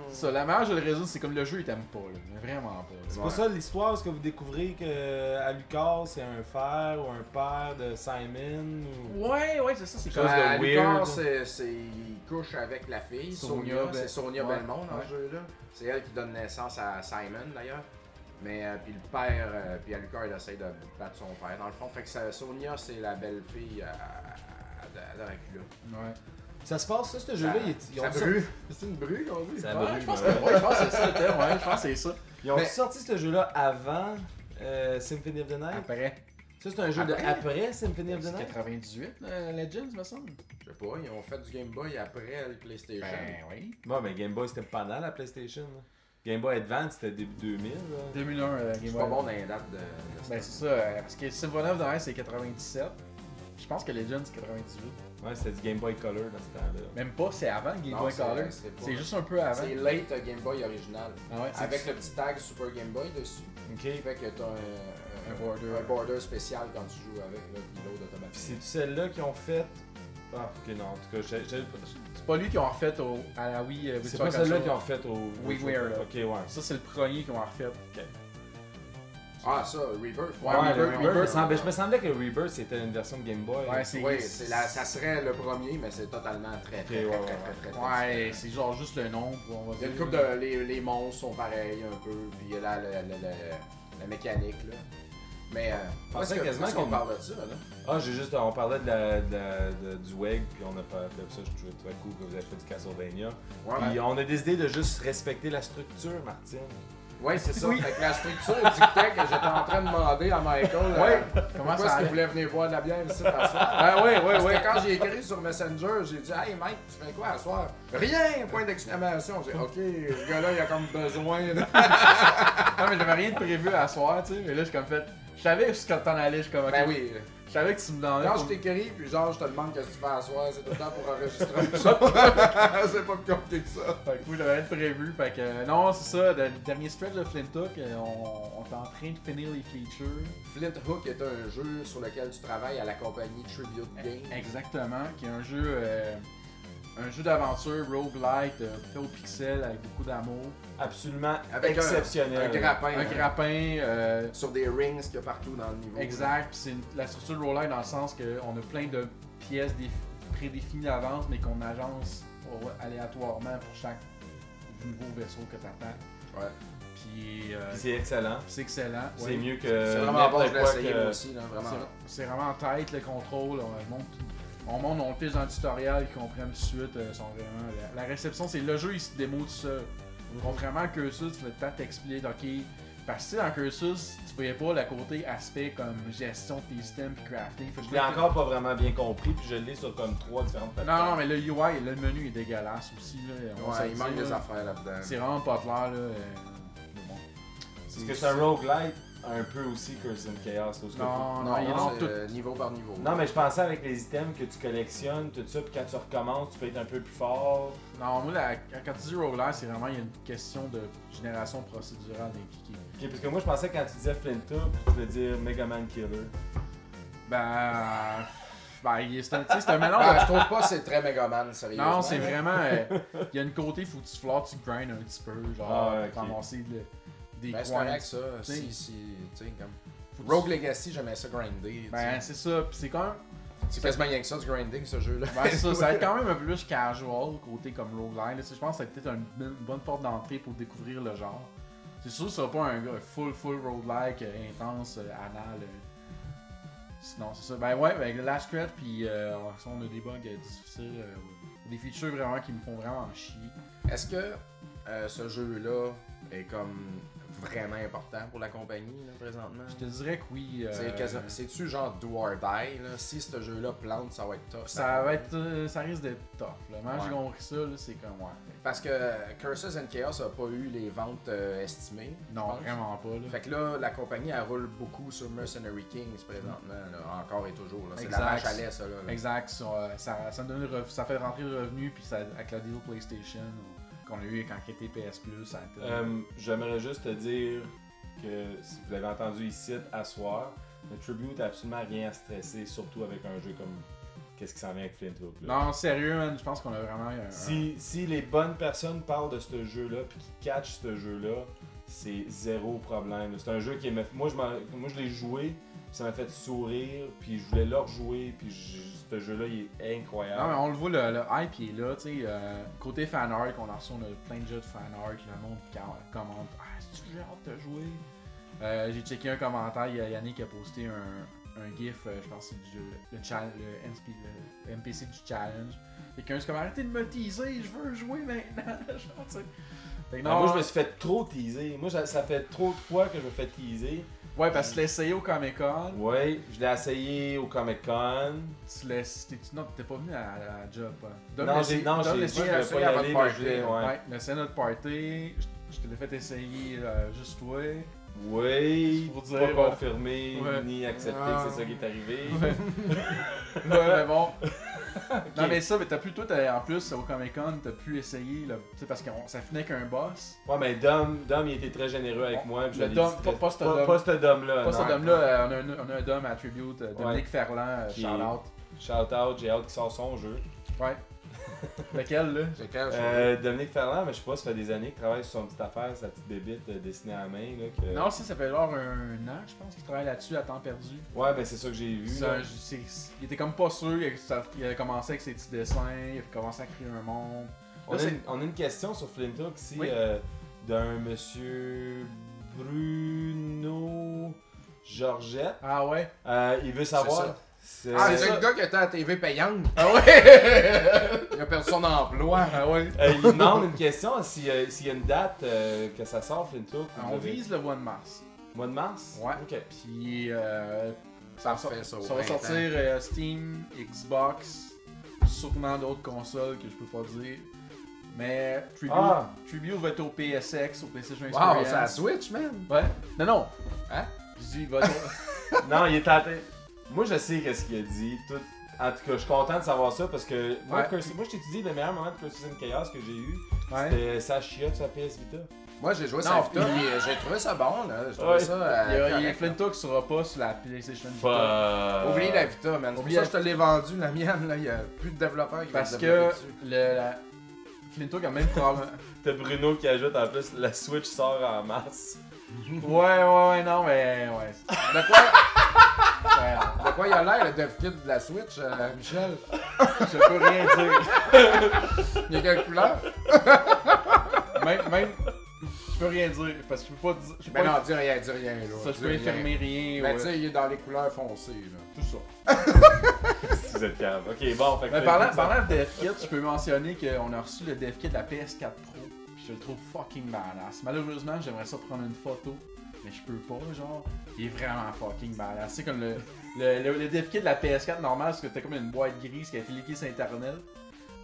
S2: Ça, la marge de le résoudre, c'est comme le jeu, il t'aime pas, là. Mais Vraiment pas. là.
S3: C'est pour ça l'histoire, est-ce que vous découvrez que euh, Alucard c'est un frère ou un père de Simon ou...
S2: Ouais, ouais, c'est ça, c'est
S3: Chose
S2: comme.
S3: de
S1: Ouais, Alucard,
S3: weird.
S1: Euh, c'est- c'est- il couche avec la fille,
S2: Sonia
S1: Sonia,
S2: Bel-
S1: c'est Sonia
S2: ouais,
S1: Belmont dans
S2: ouais.
S1: ce jeu-là. C'est elle qui donne naissance à Simon d'ailleurs. Mais euh, puis le père, euh, puis Alucard, il essaie de battre son père dans le fond. Fait que ça- Sonia, c'est la belle-fille à, à, à Dracula.
S2: Ouais.
S3: Ça se passe ça, ce jeu-là, ils, ils ont
S1: Ça
S3: sorti-
S1: brûle. C'est une brûle, on dit.
S3: Ça
S2: Ouais,
S3: brûle,
S2: je pense que
S3: ouais.
S2: ouais, je pense que c'est ça le terme, ouais, je pense que c'est ça.
S3: Ils ont
S1: Mais-
S3: sorti ce jeu-là avant euh, Symphony of the Night.
S2: Après.
S3: Ça, c'est un jeu
S1: Après?
S3: de après Symphony of the
S2: C'est
S3: Night.
S2: 98, euh, Legends, me semble.
S1: Je sais pas, ils ont fait du Game Boy après le PlayStation.
S2: Ben oui.
S3: Bon, mais Game Boy, c'était pendant la PlayStation. là. Game Boy Advance, c'était début 2000. là.
S2: 2001, euh,
S1: Je suis
S2: Game Boy.
S1: pas bon dans les dates de. de-
S2: Ben, c'est ça, euh, parce que Symphony of the Night, c'est 97. Je pense que Legends, c'est 98.
S3: Ouais, c'était du Game Boy Color dans ce temps-là.
S2: Même pas, c'est avant le Game
S1: Non,
S2: Boy
S1: c'est-
S2: Color.
S1: c'est pas-
S2: C'est juste un peu avant.
S1: C'est late euh, Game Boy original.
S2: Ah ouais,
S1: Avec le petit tag Super Game Boy dessus. Qui
S3: Ok.
S1: fait que t'as un, euh,
S2: Un border.
S1: un border spécial quand tu joues avec le pilote
S3: Puis
S1: automatique.
S3: c'est celle-là qu'ils ont fait. Ah, ok, non, en tout cas, j'ai- j'ai-
S2: C'est pas lui qui ont refait au, à la Wii. euh,
S3: c'est
S2: Virtual
S3: pas celle-là
S2: Console.
S3: qu'ils ont fait au.
S2: WiiWare, là.
S3: Ok, ouais.
S2: Ça, c'est le premier qu'ils ont refait.
S1: Ah, ça, Rebirth.
S2: Ouais,
S3: le
S2: Rebirth,
S3: Rebirth,
S2: Rebirth.
S3: il semblait- je me semblais que Rebirth c'était une version de Game Boy.
S2: Ouais, c'est.
S1: Oui, c'est la- ça serait le premier, mais c'est totalement très, très,
S3: Ok,
S1: très,
S3: ouais,
S1: très, très,
S3: ouais, ouais.
S1: très, très,
S2: Ouais, c'est genre juste le nom. On va
S1: Il y a
S2: dire.
S1: une couple de. Les, les monstres sont pareils un peu, puis il y a la, la, la, la, la mécanique, là. Mais. Euh, parce
S3: pensais
S1: que
S3: quasiment
S1: quasiment qu'on
S3: qu'on-
S1: parle de ça, là.
S3: Ah, j'ai juste. On parlait de la- de la- de- du WEG, puis on a pas fait ça. Je trouvais très cool que vous avez fait du Castlevania.
S1: Ouais,
S3: Puis on a décidé de juste respecter la structure, Martine.
S1: ouais c'est ça. Fait que la structure dictait que j'étais en train de demander à Michael. euh,
S2: Ouais,
S1: Comment
S2: comment
S1: Pourquoi est-ce
S2: ça
S1: qu'il
S2: allait?
S1: voulait venir boire de la bière ici à soir? Ah ouais, ouais, ouais. Quand j'ai écrit sur Messenger, j'ai dit Hey Mike, tu fais quoi à soir? Rien! Point d'exclamation. J'ai dit, OK, ce gars-là, il a comme besoin. de-
S2: Non, mais j'avais rien de prévu à soir, tu sais. Mais là, j'ai comme fait. Je savais ce que t'en allais, je suis comme. ok,
S1: Ben oui.
S2: Je savais que tu me demandais.
S1: Quand
S2: pour-
S1: je t'écris, puis genre, je te demande qu'est-ce que tu fais à soir, c'est tout le temps pour enregistrer un show. c'est pas plus compliqué que ça.
S2: Fait que oui, j'avais rien de prévu. Fait que euh, non, c'est ça. Le dernier stretch de Flintock, euh, on, on est en train de finir les features.
S1: Flint Hook est un jeu sur lequel tu travailles à la compagnie Tribute Games.
S2: Exactement, qui est un jeu, euh, un jeu d'aventure roguelite euh, fait au pixel avec beaucoup d'amour.
S3: Absolument
S1: Avec un- Un
S3: exceptionnel.
S1: grappin.
S2: Un
S1: hein.
S2: grappin, euh,
S1: Sur des rings qu'il y a partout dans le niveau.
S2: exact, puis c'est une- la structure roguelite dans le sens qu'on a plein de pièces déf- prédéfinies d'avance, mais qu'on agence au- aléatoirement pour chaque nouveau vaisseau que tu attaques.
S1: Ouais.
S2: Puis euh,
S3: Puis C'est excellent.
S2: c'est excellent.
S3: C'est
S2: ouais.
S3: mieux que.
S1: C'est vraiment bon, je l'ai
S3: n'importe quoi
S1: essayé
S3: que-
S1: moi aussi, là, vraiment.
S2: C'est- C'est vraiment en tête le contrôle. On monte, on, monte, on le pisse dans le tutoriel, ils comprennent tout de suite. euh, sont vraiment, la, la réception, c'est le jeu, il se démo tout seul.
S3: Mhm.
S2: Contrairement à Cursus, tu vas tant t'expliquer, ok. Parce que tu sais, dans Cursus, tu voyais pas le côté aspect comme gestion de tes items puis crafting. Fait que
S3: Je l'ai
S2: là,
S3: encore pas vraiment bien compris, puis je l'ai sur comme trois différentes
S2: Non, non,
S3: plateformes.
S2: mais le UI, le menu est dégueulasse aussi. Là, on se le
S1: Ouais, il
S2: dit,
S1: manque
S2: là.
S1: des affaires là-dedans.
S2: C'est vraiment pas clair. Là, euh, mais bon.
S3: Parce que c'est un roguelite, un peu aussi Curse and Chaos. au scope.
S2: Non, non,
S1: Non,
S2: il est
S1: non,
S2: dans
S1: c'est,
S2: tout.
S1: euh, niveau par niveau.
S3: Non, mais je pensais avec les items que tu collectionnes, tout ça, puis quand tu recommences, tu peux être un peu plus fort.
S2: Non, moi, la, quand tu dis roguelite, c'est vraiment il y a une question de génération procédurale impliquée.
S3: Ok, parce que moi, je pensais quand tu disais Flinta, tu voulais dire Mega Man Killer.
S2: Ben. Ben, il- c'est un, tu sais, c'est un mélange.
S1: Ah,
S2: de-
S1: je trouve pas que c'est très Megaman, sérieux.
S2: Non, c'est
S1: Ben,
S2: vraiment. euh, Il y a une côté, faut que tu flottes, tu grindes un petit peu, genre,
S3: Ah,
S2: pour
S3: ok.
S2: t'amasser de- des
S1: Ben, c'est
S2: coins.
S1: correct, ça. Si,
S2: T'sais.
S1: si, tu sais, comme.
S2: Faut que tu-
S1: Rogue Legacy, j'aimais ça grinder.
S2: Ben,
S1: Ben,
S2: c'est ça, pis c'est quand même.
S1: c'est quasiment rien que ça, du grinding, ce jeu-là.
S2: Ben, c'est ça, ça va être quand même un peu plus casual, côté comme roguelite. là. Je pense que c'est peut-être une, bonne- une bonne porte d'entrée pour découvrir le genre. C'est sûr que ça sera pas un gars full, full roguelike, euh, intense, euh, anal. euh. Sinon, c'est ça. Ben ouais, ben, Last Threat, puis euh, ça, on a des bugs euh, difficiles, euh, des features vraiment qui me font vraiment chier.
S1: Est-ce que euh, ce jeu-là est comme vraiment important pour la compagnie, là, présentement?
S2: Je te dirais que oui. euh,
S1: C'est quasi- C'est-tu genre do or die, là? Si ce jeu-là plante, ça va être tough.
S2: Ça va être. euh, ça risque d'être tough. Là. Moi, j'ai
S1: Ouais.
S2: compris ça, là, c'est comme ouais.
S1: Parce que euh, Curses and Chaos a pas eu les ventes euh, estimées. je
S2: Non,
S1: pense.
S2: vraiment pas. Là.
S1: Fait que là, la compagnie, elle roule beaucoup sur Mercenary Kings présentement, là, encore et toujours. là. C'est la
S2: Exact.
S1: vache à lait, ça. Là, là.
S2: Exact, ça, euh, ça, ça me donne le revenu- ça fait rentrer le revenu, puis ça, avec la deal PlayStation ou- qu'on a eu quand était PS Plus, ça a été-
S3: Euh, J'aimerais juste te dire que si vous l'avez entendu ici à soir, le Tribute a absolument rien à stresser, surtout avec un jeu comme qu'est-ce qui s'en vient avec Flint Hook. là.
S2: Non, sérieux, man, je pense qu'on a vraiment. un-
S3: Si, si les bonnes personnes parlent de ce jeu-là puis qui catchent ce jeu-là, c'est zéro problème. C'est un jeu qui m'a moi je m'en- moi je l'ai joué, ça m'a fait sourire, puis je voulais le rejouer, puis je- ce jeu-là il est incroyable.
S2: Non, mais on le voit, le, le hype il est là, tu sais. euh, côté fan art, on a reçu, on a plein de jeux de fan art, le monde qui en- commente Ah, est-ce que j'ai hâte de jouer Euh, J'ai checké un commentaire, il y a Yannick qui a posté un, un gif, euh, je pense que c'est du le, challenge, le, NSP le NPC du challenge. Quelqu'un, c'est comme arrêtez de me teaser, je veux jouer maintenant, genre, tu sais. Fait que
S3: Ah, moi je me suis fait trop teaser. Moi ça, ça fait trop de fois que je me fais teaser.
S2: Ouais, parce que tu l'as essayé au Comic Con,
S3: Ouais, je l'ai essayé au Comic Con.
S2: tu l'as. t'es- tu- Non, t'es pas venu à la job. hein. Dom
S3: Non,
S2: l'a
S3: j'ai
S2: essayé-
S3: non,
S2: Dom
S3: j'ai
S2: l'a
S3: je
S2: essayé
S1: j'ai
S3: voulais
S1: essayé
S3: pas y
S1: avant de
S3: aller, mais je voulais-
S1: partir.
S3: ouais.
S2: Ouais, le Senate Party, je, je te l'ai fait essayer euh, juste toi.
S3: Oui,
S2: Pour
S3: pas
S2: dire, ouais.
S3: confirmé
S2: Ouais.
S3: ni accepté que c'est ça qui est arrivé.
S2: Ouais, mais bon. Non, mais ça, mais t'as pu, toi, t'as- en plus, au Comic Con, t'as pu essayer, là, tu sais, parce que ça finit qu'un boss.
S3: Ouais, mais Dom, Dom, il était très généreux avec moi. puis je
S2: Le
S3: l'ai
S2: Dom-
S3: dit,
S2: pas- pas ce Dom.
S3: Pas ce Dom-là.
S2: Pas ce
S3: non.
S2: dôme-là, euh, on, a un- on a un dôme à tribute, euh, Dominique Ferland, euh,
S3: Qui-
S2: shout out.
S3: Shout out, j'ai hâte qu'il sorte son jeu.
S2: Ouais. Lequel, là
S1: C'est clair, je-
S3: Euh, Dominique Ferland, mais je sais pas, ça fait des années qu'il travaille sur son petite affaire, sa petite bébite euh, dessinée à la main. Là, que-
S2: Non, si, ça fait genre un an, je pense, qu'il travaille là-dessus à temps perdu.
S3: Ouais, ben c'est ça que j'ai vu.
S2: C'est un-
S3: là.
S2: c'est- il était comme pas sûr, il, ça- il avait commencé avec ses petits dessins, il a commencé à créer un monde.
S3: On,
S2: Là,
S3: a
S2: c'est-
S3: une, on a une question sur Flintock ici
S2: Oui.
S3: euh, d'un monsieur Bruno Georgette.
S2: Ah ouais?
S3: Euh, il veut savoir.
S1: ça.
S3: c'est- euh,
S1: Ah,
S2: c'est
S1: c'est
S2: ça.
S1: le gars qui était à la TV payante.
S2: Ah ouais?
S1: Il a perdu son emploi.
S2: ah ouais?
S3: Euh, il demande une question si, euh, s'il y a une date euh, que ça sort Flintock.
S2: Ah, On vise le mois de mars.
S3: Mois de mars
S2: Ouais.
S3: Ok.
S2: Puis euh,
S1: Ça fait ça. au
S2: ça va
S1: printemps.
S2: sortir euh, Steam, Xbox, sûrement d'autres consoles que je peux pas dire. Mais Tribute,
S3: Ah.
S2: Tribute va être au PSX, au PlayStation Experience.
S1: Wow, c'est la Switch, man.
S2: Ouais? Non, non!
S1: Hein?
S2: Je dis, il va être-
S3: Non, il est tenté. Moi, je sais qu'est-ce qu'il a dit. Tout... En tout cas, je suis content de savoir ça parce que moi,
S2: Ouais.
S3: Curse- moi, je t'ai dit le meilleur moment de Curses and Chaos que j'ai eu,
S2: Ouais.
S3: c'était sa chiotte sur la PS Vita.
S1: Moi, j'ai joué ça,
S2: Non,
S1: puis euh, j'ai trouvé ça bon, là. J'ai trouvé
S3: Ouais.
S1: ça.
S2: Il y
S1: euh,
S2: a, il y a
S1: correct.
S2: Flintock qui sera pas sur la PlayStation Vita.
S1: Oublie la Vita, man. C'est pour
S2: Oublie
S1: ça que
S2: la-
S1: je te l'ai vendue, la mienne, là. Il y a plus de développeurs qui
S2: Parce
S1: veulent
S2: que
S1: développer dessus.
S2: le, la... Flintock a même probablement.
S3: T'as Bruno qui ajoute en plus la Switch sort en mars.
S2: ouais, ouais, ouais, non, mais ouais. c'est-
S1: De quoi,
S2: ouais,
S1: de quoi il a l'air, le dev kit de la Switch,
S2: Ah,
S1: euh, Michel
S2: Je peux rien dire.
S1: Il y a quelle couleur
S2: Même, même, je peux rien dire parce que je peux pas dire. Je peux
S1: Ben
S2: pas
S1: non, dis rien, dis rien, là.
S2: ça, je
S1: Dis
S2: peux
S1: rien.
S2: infirmer rien.
S1: Ben,
S2: ouais,
S1: tu sais, il est dans les couleurs foncées, là.
S2: tout ça.
S3: si vous êtes calme. Ok, bon, fait que.
S2: Mais Ben, parlant, parlant de Dev Kit, je peux mentionner qu'on a reçu le Dev Kit de la PS4 Pro. puis Je le trouve fucking badass. Malheureusement, j'aimerais ça prendre une photo, mais je peux pas, genre. Il est vraiment fucking badass. C'est comme le, le, le, le Dev Kit de la PS4 normal, c'est que t'as comme une boîte grise qui a été liquée sur Internet.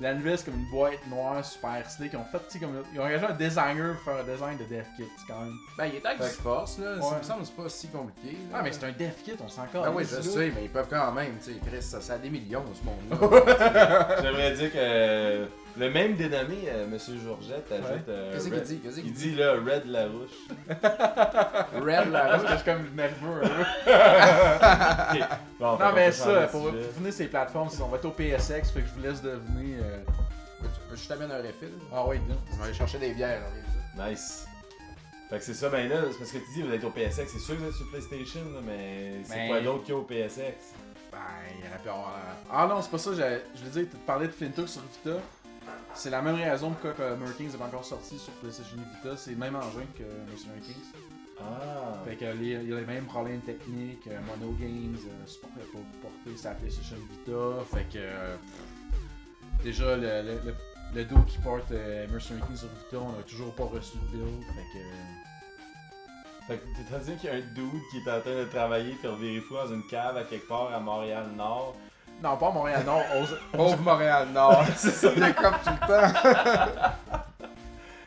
S2: La nouvelle, c'est comme une boîte noire super slick. Ils ont fait, tu sais, comme. Ils ont engagé un designer pour faire un design de Dev Kit, c'est quand même.
S1: Ben, il est avec
S3: Fait que-
S1: Force, là. Ça
S2: Ouais.
S1: me semble que c'est pas si compliqué. là.
S2: Ah, mais c'est un Dev Kit, on s'en calme.
S1: Ah oui, je
S2: c'est là.
S1: sais, mais ils peuvent quand même, tu sais, Chris, ça, ça a des millions, ce monde-là.
S3: J'aimerais dire que euh, le même dénommé, euh, Monsieur Georgette, ajoute. euh,
S1: Qu'est-ce qu'il
S3: Red-
S1: dit? Qu'est-ce
S3: Il
S1: qu'il dit?
S3: dit là, Red Larouche.
S1: Red
S2: Ah,
S1: la
S2: parce que je suis comme nerveux un peu.
S3: Ok. Bon, fait
S2: Non,
S3: qu'on
S2: mais
S3: peut changer
S2: ça,
S3: de
S2: pour
S3: sujet.
S2: devenir ces plateformes, si on va être au PSX, fait que je vous laisse devenir. euh,
S1: Je t'amène un refill.
S2: Ah oui, non.
S1: On va aller chercher des bières, hein, on dit ça.
S3: Nice. Fait que c'est ça, ben là, c'est parce que tu dis, vous êtes au PSX, c'est sûr que vous êtes sur PlayStation, là, mais c'est
S2: Ben-
S3: quoi d'autre qu'il y a au PSX?
S1: Ben, il aurait pu avoir.
S2: Ah non, c'est pas ça, j'allais- je voulais dire, tu parlais de Flintook sur Vita. C'est la même raison pourquoi que Merkings est pas encore sorti sur PlayStation Vita, c'est le même engin que Monsieur Merkings.
S3: Ah!
S2: Fait que les- il y a les mêmes problèmes techniques, euh, Mono Games, euh, support euh, pas porté sur la PlayStation Vita, fait que. euh, pff, déjà, le, le, le, le dos qui porte euh, Mercenary Kings sur Vita, on a toujours pas reçu de build, fait que. euh,
S3: Fait que t'es en train de dire qu'il y a un dude qui est en train de travailler faire vérifier dans une cave à quelque part à Montréal-Nord.
S2: Non, pas à Montréal, non. aux-
S1: Pauvre Montréal-Nord, c'est ça, il est comme tout le temps.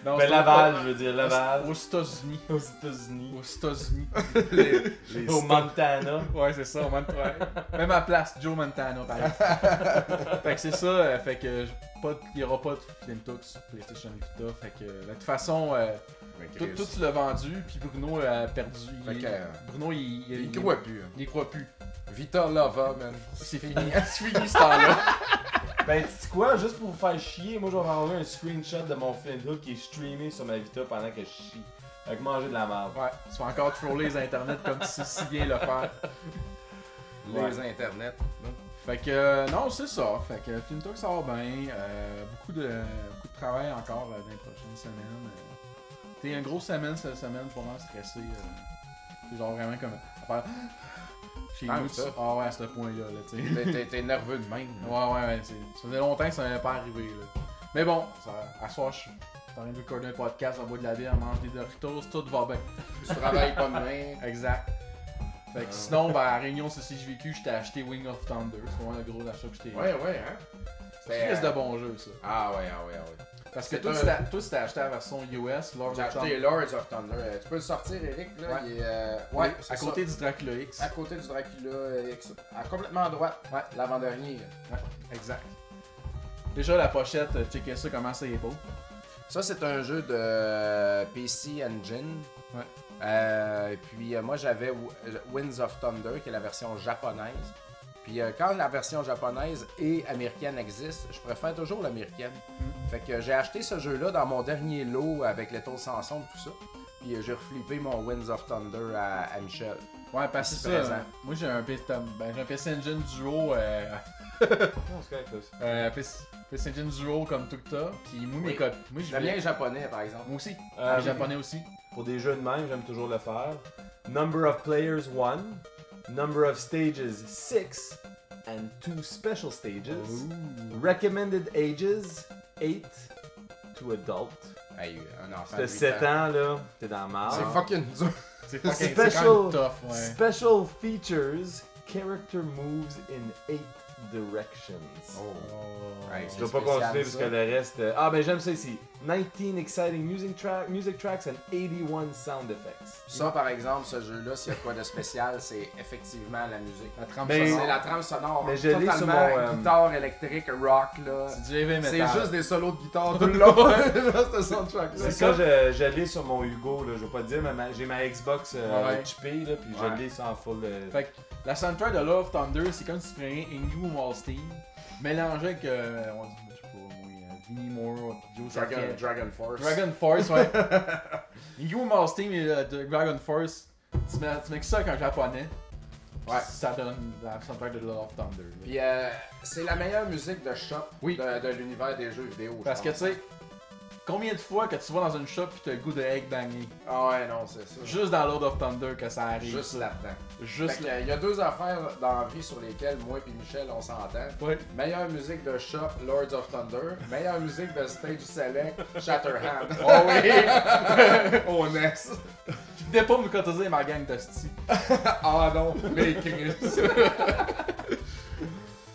S2: non,
S3: Ben
S2: c'est
S3: Laval,
S2: pas-
S3: je veux dire, Laval.
S2: Aux États-Unis.
S3: Aux États-Unis.
S2: Aux États-Unis.
S1: Les
S3: Au Montana.
S2: ouais, c'est ça, au Montana. Même à place, Joe Montana, par exemple. fait que c'est ça, euh, fait que j- pas de- il n'y aura pas de Flame Talk sur PlayStation Vita. Fait que euh, de toute façon, euh, tout, tout tu l'as vendu, puis Bruno a perdu. Il-
S1: Fait que, euh,
S2: Bruno, il,
S1: Il y croit plus. hein.
S2: il y croit plus.
S1: Vita Lava, man.
S2: C'est fini. c'est fini ce temps-là.
S3: Ben, tu sais quoi, juste pour vous faire chier, moi je vais vous envoyer un screenshot de mon Flinthook qui est streamé sur ma Vita pendant que je chie. Fait que manger de la merde.
S2: Ouais, tu vas encore troller les internets comme tu sais si bien le faire.
S1: Les internets.
S2: Fait que euh, non, c'est ça. Fait que Film Talk ça va bien. Euh, beaucoup, de, beaucoup de travail encore euh, dans les prochaines semaines. Euh, T'es une grosse semaine cette semaine, pour moi stressé. euh, C'est genre vraiment comme à faire chez
S1: Ah,
S2: nous.
S1: ça.
S2: tu- Ah ouais, à ce point-là, là, tu sais.
S1: T'es- T'es t'es nerveux de même.
S2: Ouais, ouais, ouais. c'est- Ça faisait longtemps que ça n'avait pas arrivé, là. Mais bon, ça, à soir, je suis en train de recorder un podcast, on boit de la bière, on mange des Doritos, tout va bien.
S1: Tu travailles pas demain.
S2: Exact. Fait
S1: Ah.
S2: que sinon, ben, à la Réunion CCJVQ, j'étais acheté Wing of Thunder. C'est vraiment le gros achat que j'étais.
S1: Ouais, ouais, hein.
S2: C'est
S1: C'était,
S2: un
S1: euh,
S2: de bon jeu, ça.
S1: Ah ouais, ah ouais, ah ouais.
S2: Parce que
S1: c'est
S2: toi,
S1: un-
S2: tu t'as- toi, tu t'as acheté la version US, Lord of
S1: J'ai acheté
S2: Thunder.
S1: Lords of Thunder. Euh, Tu peux le sortir, Eric, là.
S2: Ouais.
S1: il est, euh,
S2: Ouais,
S1: c'est
S2: à
S1: ça.
S2: côté du Dracula X.
S1: À côté du Dracula, euh, ex- à complètement à droite,
S2: Ouais.
S1: l'avant-dernier.
S2: Exact. Déjà, la pochette, euh, checkez ça, comment ça est beau.
S1: Ça, c'est un jeu de euh, PC Engine.
S2: Ouais.
S1: Euh, et puis, euh, moi, j'avais W- Winds of Thunder, qui est la version japonaise. Puis euh, quand la version japonaise et américaine existe, je préfère toujours l'américaine. Fait que j'ai acheté ce jeu-là dans mon dernier lot avec les taux sans son et tout ça. Puis euh, j'ai reflippé mon Winds of Thunder à, à Michel.
S2: Ouais, parce que
S1: C'est
S2: ça,
S1: présent.
S2: euh, moi j'ai un, PC ben, j'ai un PC Engine Duo, euh,
S3: Non, c'est correct, ça.
S2: euh, PC, PC Engine Duo comme tout ça, puis moi mes
S1: Oui.
S2: copies, moi j'ai
S1: J'aime bien les japonais, par exemple.
S2: moi aussi,
S3: Euh,
S2: les japonais aussi.
S3: Pour des jeux de même, j'aime toujours le faire. Number of players 1, number of stages 6, and 2 special stages. Recommended ages 8 to adult.
S1: Hey, un enfant.
S3: T'as
S1: de
S3: 7
S1: huit
S3: ans là, t'es dans la
S1: C'est
S3: merde.
S1: fucking dur.
S2: C'est fucking- c'est quand même
S3: Special-
S2: tough, ouais.
S3: Special features, character moves in 8 directions.
S2: Oh.
S1: Ouais,
S3: Je vais
S1: c'est
S3: pas
S1: spécial,
S3: continuer parce
S1: ça.
S3: que le reste. euh, Ah, ben j'aime ça ici. 19 exciting music, track, music tracks and 81 sound effects.
S1: Ça, par exemple, ce jeu-là, s'il y a quoi de spécial, c'est effectivement la musique.
S2: Ben, La trame
S3: Mais-
S2: sonore,
S1: C'est la trame sonore.
S3: Mais je l'ai
S1: totalement
S3: sur mon, euh,
S1: guitare électrique, rock, là.
S2: c'est du heavy
S1: C'est
S2: metal.
S1: juste des solos de guitare tout le long. Là, ce soundtrack-là.
S3: C'est ça, je, je l'ai sur mon Hugo, là, je vais pas te dire, mais ma- j'ai ma Xbox euh,
S2: Ouais.
S3: chippée, là, puis
S1: Ouais.
S3: je l'ai sans full. euh,
S2: Fait que la soundtrack de Love Thunder, c'est comme si tu prenais Ingu Malstein, mélangé avec, euh, on dit, je sais pas, moi, euh, Vinnie Moore, puis Joe
S1: Dragon,
S2: Sakian.
S1: Dragon Force.
S2: Dragon Force, ouais. Ingu Malstein et euh, de- Dragon Force, tu mets, tu mets que ça avec un japonais,
S1: Ouais.
S2: ça donne la soundtrack de Love Thunder. là.
S1: Puis euh, c'est la meilleure musique de shop
S2: Oui.
S1: de, de l'univers des jeux vidéo. je
S2: Parce que tu
S1: pense.
S2: sais, combien de fois que tu vas dans une shop pis t'as le goût de egg banger?
S1: Ah ouais, non, c'est ça.
S2: Juste dans Lord of Thunder que ça arrive.
S1: Juste là-dedans. Fait
S2: Juste là.
S1: que, euh, Il y a deux affaires dans la vie sur lesquelles moi et Michel on s'entend.
S2: Ouais.
S1: Meilleure musique de shop, Lords of Thunder. Meilleure musique de stage select, Shatterhand.
S2: Oh oui!
S1: oh, next.
S2: Tu venais pas me cotiser ma gang de sti.
S1: Ah non.
S2: Mais Chris. fait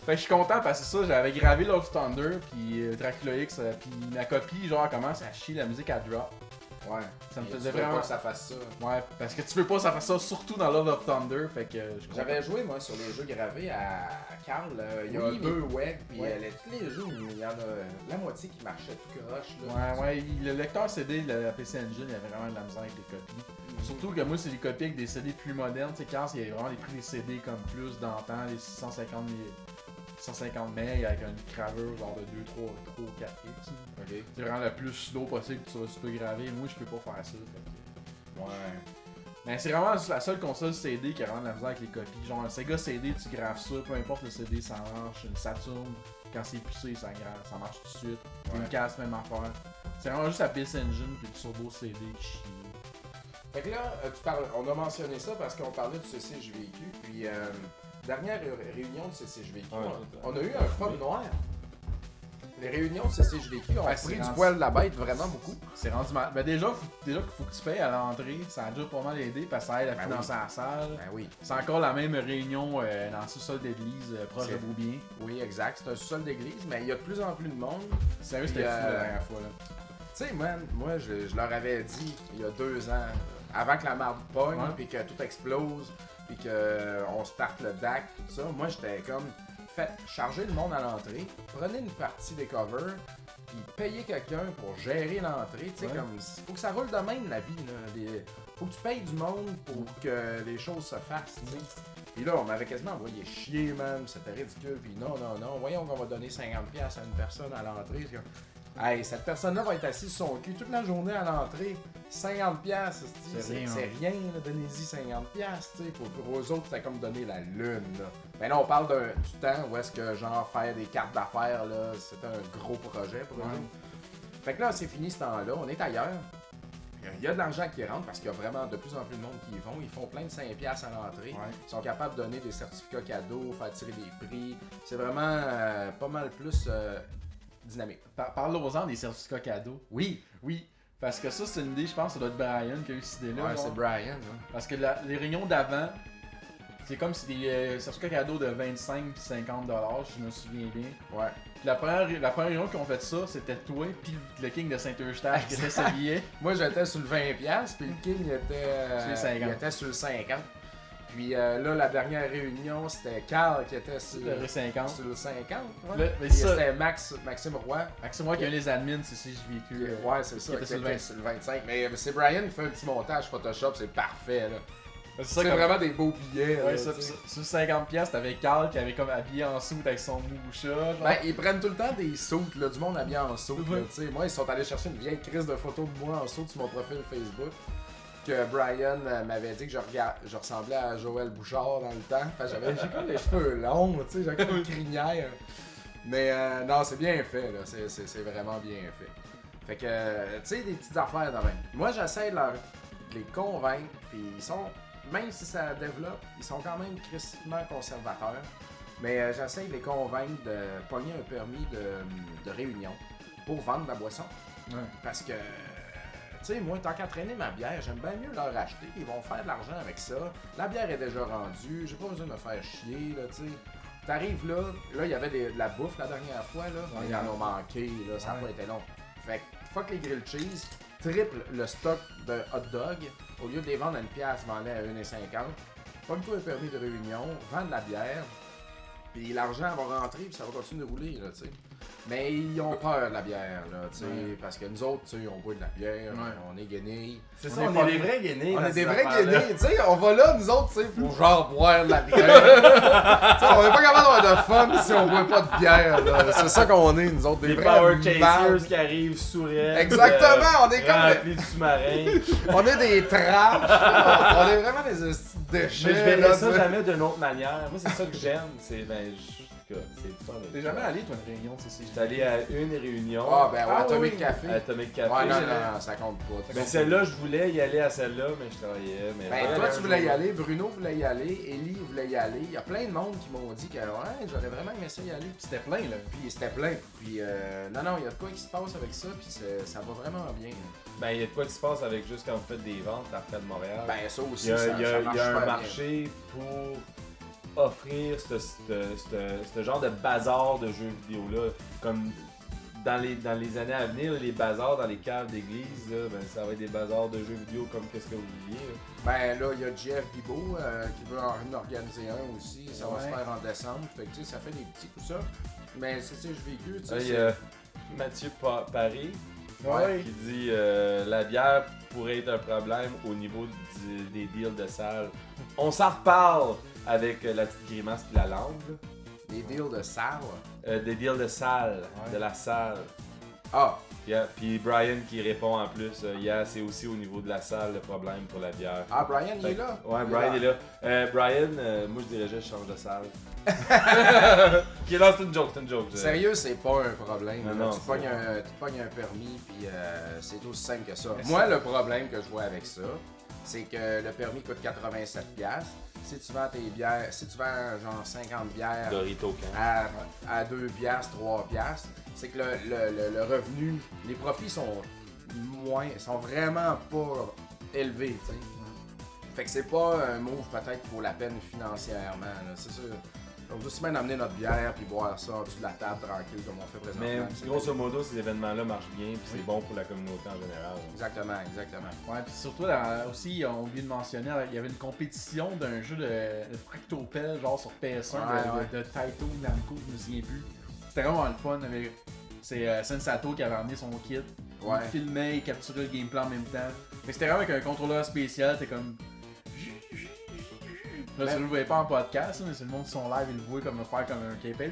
S2: que je suis content parce que ça, j'avais gravé Love Thunder, puis euh, Dracula X, euh, puis ma copie, genre, commence à chier la musique à drop.
S1: Ouais.
S2: Ça me
S1: Et
S2: faisait
S1: tu veux
S2: vraiment.
S1: pas que ça fasse ça.
S2: Ouais, parce que tu veux pas ça faire ça, surtout dans Love of Thunder, fait que euh, je suis content.
S1: J'avais joué moi sur les jeux gravés à à Carl, euh, il y a
S2: Oui, mais-
S1: deux web, puis
S2: Ouais.
S1: euh, les- tous les jeux, il y en a la moitié qui marchait tout croche. Là.
S2: Ouais, ouais, il- le lecteur CD, le- la PC Engine, il avait vraiment de la misère avec les copies. Surtout que moi, c'est des copies avec des CD plus modernes. Tu sais, quand il y avait vraiment des prix des CD comme plus d'antan, les 650 000 150 mails avec une graveur genre de 2, 3, 3, 4 X.
S1: Ok.
S2: C'est vraiment le plus slow possible que tu, tu peux graver. Moi, je peux pas faire ça. fait que-
S1: Ouais.
S2: Mais c'est vraiment la seule console CD qui a vraiment de la misère avec les copies. Genre, un Sega CD, tu graves ça, peu importe le CD, ça marche. Une Saturn, quand c'est poussé, ça, grave, ça marche tout de suite. Une
S1: Ouais.
S2: casse, même affaire. C'est vraiment juste la PC Engine puis le Turbo CD qui chie.
S1: Fait que là, euh, tu parles, on a mentionné ça parce qu'on parlait du CCJVQ, puis euh, dernière ré- réunion du CCJVQ,
S3: Ouais,
S1: on, on a eu un fun noir. Les réunions du CCJVQ ont
S2: Ouais, c'est
S1: pris du
S2: rendu-
S1: poil de la bête vraiment beaucoup.
S2: C'est rendu mal. Ben déjà, faut, déjà qu'il faut que tu payes à l'entrée, ça a déjà pas mal aidé parce que ça aide à
S1: Ben
S2: financer la salle.
S1: Ben oui.
S2: C'est encore la même réunion euh, dans le sous-sol d'église euh, proche
S1: C'est-
S2: de Beaubien.
S1: Oui, exact. C'est un sol d'église, mais il y a de plus en plus de monde.
S2: Sérieux,
S1: Puis,
S2: c'était fou
S1: euh,
S2: la dernière fois là.
S1: Tu sais, man, moi, je, je leur avais dit il y a deux ans, avant que la marde pogne,
S2: Ouais.
S1: puis que tout explose, puis qu'on se parte le DAC, tout ça, moi, j'étais comme, faites charger le monde à l'entrée, prenez une partie des covers, puis payez quelqu'un pour gérer l'entrée. Tu sais,
S2: Ouais.
S1: comme, faut que ça roule de même, la vie. Là. Les- faut que tu payes du monde pour que les choses se fassent, tu sais. Puis là, on m'avait quasiment envoyé chier, même, c'était ridicule. Puis non, non, non, voyons qu'on va donner 50$ à une personne à l'entrée. C'est comme, Hey, cette personne-là va être assise sur son cul toute la journée à l'entrée. 50$, c'est-
S2: C'est
S1: c'est
S2: rien,
S1: c'est
S2: hein.
S1: rien, là, donnez-y 50$, tu sais. Pour, pour eux autres, c'était comme donner la lune, là. Mais là, on parle d'un- du temps où est-ce que, genre, faire des cartes d'affaires, là, c'était un gros projet pour eux
S2: Ouais.
S1: autres. Fait que là, c'est fini ce temps-là, on est ailleurs. Il y a- Euh, Il y a de l'argent qui rentre parce qu'il y a vraiment de plus en plus de monde qui y vont. Ils font plein de 5$ piastres à l'entrée.
S2: Ouais.
S1: Ils sont capables de donner des certificats cadeaux, faire tirer des prix. C'est vraiment euh, pas mal plus euh, dynamique.
S2: Par- Parlons-en des certificats cadeaux.
S1: Oui,
S2: Oui, parce que ça, c'est une idée, je pense, ça doit être Brian qui a eu cette idée-là.
S1: ouais,
S2: genre.
S1: c'est Brian. hein.
S2: Parce que la- les réunions d'avant, c'est comme si des euh, certificats cadeaux de 25 puis 50 dollars, je me souviens bien.
S1: Ouais.
S2: Puis la première, ré- la première réunion qu'on fait ça, c'était toi puis le king de Saint-Eustache qui était
S1: Exact.
S2: s'habillait.
S1: Moi, j'étais sur le 20$, piastres, puis le King il était, euh,
S2: Sur le 50.
S1: il était sur le 50. Puis euh, là, la dernière réunion, c'était Carl qui était sur,
S2: Le 50.
S1: sur le 50. ouais.
S2: Là, mais
S1: Puis
S2: ça-
S1: c'était Max, Maxime Roy.
S2: C'est moi qui ai les admins, c'est si j'ai
S1: Puis,
S2: vécu.
S1: euh,
S2: euh,
S1: ouais, c'est ça.
S2: qui était
S1: qui
S2: sur le
S1: était
S2: 20.
S1: sur le 25. Mais, mais c'est Brian qui fait un petit montage Photoshop, c'est parfait. Là.
S2: C'est ça
S1: C'est
S2: comme-
S1: vraiment des beaux billets. là,
S2: Ouais, ça,
S1: tu sais.
S2: sur sur 50 pièces, t'avais Carl qui avait comme habillé en soute avec son moucha. genre.
S1: Ben, ils prennent tout le temps des sautes, là, du monde habillé en saut.
S2: Ouais.
S1: Moi, ils sont allés chercher une vieille crise de photos de moi en saut sur mon profil Facebook. Que Brian euh, m'avait dit que je, rega- je ressemblais à Joël Bouchard dans le temps. Fait que j'avais j'ai comme les cheveux longs, tu sais, j'avais comme une crinière. Mais euh, non, c'est bien fait, là. C'est, c'est- c'est vraiment bien fait. Fait que, euh, tu sais, des petites affaires de même. Moi, j'essaie de, leur- de les convaincre, puis ils sont, même si ça développe, ils sont quand même crissement conservateurs. Mais euh, j'essaie de les convaincre de pogner un permis de, de réunion pour vendre la boisson.
S2: Ouais.
S1: Parce que, euh, tu sais, moi, tant qu'à traîner ma bière, j'aime bien mieux leur acheter. Ils vont faire de l'argent avec ça. La bière est déjà rendue. J'ai pas besoin de me faire chier, là, tu sais. T'arrives là, là, il y avait des- de la bouffe la dernière fois, là.
S2: Ouais.
S1: Ils en ont manqué, là. Ça n'a
S2: Ouais.
S1: pas été long. Fait que, fuck les grilled cheese, triple le stock de hot dog. Au lieu de les vendre à une pièce, vends-les à 1,50. Pogne-toi un permis de réunion, vends de la bière, puis l'argent va rentrer, puis ça va continuer de rouler, là, tu sais. Mais ils ont peur de la bière, là, tu sais,
S2: Ouais.
S1: parce que nous autres, tu sais, on boit de la bière,
S2: Ouais.
S1: on est guenilles.
S3: C'est
S2: On
S3: ça,
S2: est
S3: on
S2: pas-
S3: est des vrais guenilles.
S1: On
S3: dans
S1: est des
S3: ces
S1: vrais
S3: affaires-là.
S1: guenilles, tu sais, on va là, nous autres, tu sais, pour genre boire de la bière. tu sais, on est pas capable d'avoir de fun si on boit pas de bière, là. C'est ça qu'on est, nous autres, des,
S3: Des
S1: vrais
S3: power
S1: mardes.
S3: chasers qui arrivent souriants.
S1: Exactement, on est comme des-
S3: remplis de sous-marins.
S1: On est des trash, là. on est vraiment des hosties de déchets,
S3: Mais je verrais
S1: là,
S3: ça
S1: tu sais.
S3: jamais d'une autre manière. Moi, c'est ça que j'aime. C'est ben, je- en tout cas, c'est fun.
S2: T'es jamais allé, toi, à une réunion, ça c'est.
S3: J'étais allé à une réunion.
S1: Ah, ben, au Atomic
S3: oui, oui.
S1: Café.
S3: À Atomic Café.
S1: Ouais, non,
S3: j'allais-
S1: non, non, ça compte pas.
S3: Ben, celle-là, je voulais y aller à celle-là, mais je travaillais. Mais
S1: Ben,
S3: Ouais,
S1: toi,
S3: un
S1: tu voulais y
S3: jour.
S1: aller, Bruno voulait y aller, Ellie voulait y aller. Il y a plein de monde qui m'ont dit que ouais, j'aurais vraiment aimé ça y aller.
S2: C'était plein, là.
S1: Puis c'était plein. Puis euh, non, non, il y a de quoi qui se passe avec ça, puis c'est- ça va vraiment bien.
S3: Ben, il y a de quoi qui se passe avec juste quand vous faites des ventes à Arcade Montréal.
S1: Ben, ça
S3: il
S1: aussi,
S3: y a,
S1: ça,
S3: il y a-
S1: ça
S3: il y a
S1: marche
S3: un
S1: super
S3: marché pour offrir ce, ce- ce- ce genre de bazar de jeux vidéo-là. Comme dans les, dans les années à venir, les bazars dans les caves d'église, là, ben, ça va être des bazars de jeux vidéo comme qu'est-ce que vous vouliez. là.
S1: bien. Ben là, il y a Jeff Bibot euh, qui veut en organiser un aussi. Ça va
S2: Ouais.
S1: se faire en décembre. Fait que, tu sais, ça fait des petits, tout ça. Mais c'est ça que j'ai vécu, tu sais.
S3: Là, il y
S1: c'est-
S3: a euh, Mathieu Pa- Paris
S1: Ouais.
S3: qui dit euh, la bière pourrait être un problème au niveau du- des deals de salle. On s'en reparle avec euh, la petite grimace et la langue. là.
S1: Des deals de sarre.
S3: Euh, des deals de salle,
S2: Ouais.
S3: de la salle.
S1: Ah,
S3: Yeah, Puis Brian qui répond en plus, euh, yeah, c'est aussi au niveau de la salle le problème pour la bière.
S1: ah, Brian, il
S3: Fait
S1: est
S3: que-
S1: là.
S3: Ouais,
S1: Il
S3: Brian est là. Euh, Brian, euh, moi je dirigeais, je change de salle. qui est là, c'est une joke, c'est une joke. je-
S1: Euh, Sérieux, c'est pas un problème.
S3: Non,
S1: là.
S3: non,
S1: tu,
S3: c'est
S1: pognes
S3: vrai.
S1: un, tu pognes un permis, puis euh, c'est aussi simple que ça.
S2: Mais
S1: Moi,
S2: ça-
S1: le problème que je vois avec ça, c'est que le permis coûte 87$. Si tu vends tes bières, si tu vends genre 50 bières
S3: Dorito Can.
S1: à, à 2 piastres, 3 piastres, c'est que le, le- le- le revenu, les profits sont moins, sont vraiment pas élevés, tu sais.
S3: Mm-hmm.
S1: Fait que c'est pas un move peut-être qui vaut la peine financièrement, là, c'est sûr. On peut aussi bien amener notre bière puis boire ça en dessous de la table tranquille comme on fait présentement.
S3: Mais
S1: C'est-
S3: grosso modo, ces événements-là marchent bien, puis c'est bon pour la communauté en général.
S1: Exactement, exactement.
S2: Ouais, puis surtout, là, aussi, on a oublié de mentionner, il y avait une compétition d'un jeu de, de Fractopel, genre sur PS1, de,
S1: Ouais,
S2: de- de Taito Namco, je me souviens plus. C'était vraiment le fun. avec- C'est euh, Sensato qui avait amené son kit.
S1: Ouais.
S2: Il filmait, il capturait le gameplay en même temps. Mais c'était vraiment avec un contrôleur spécial, t'es comme. Là,
S1: Ben,
S2: si vous le voyez pas en podcast, mais c'est le monde qui sont live, ils le voient comme faire comme un KPL.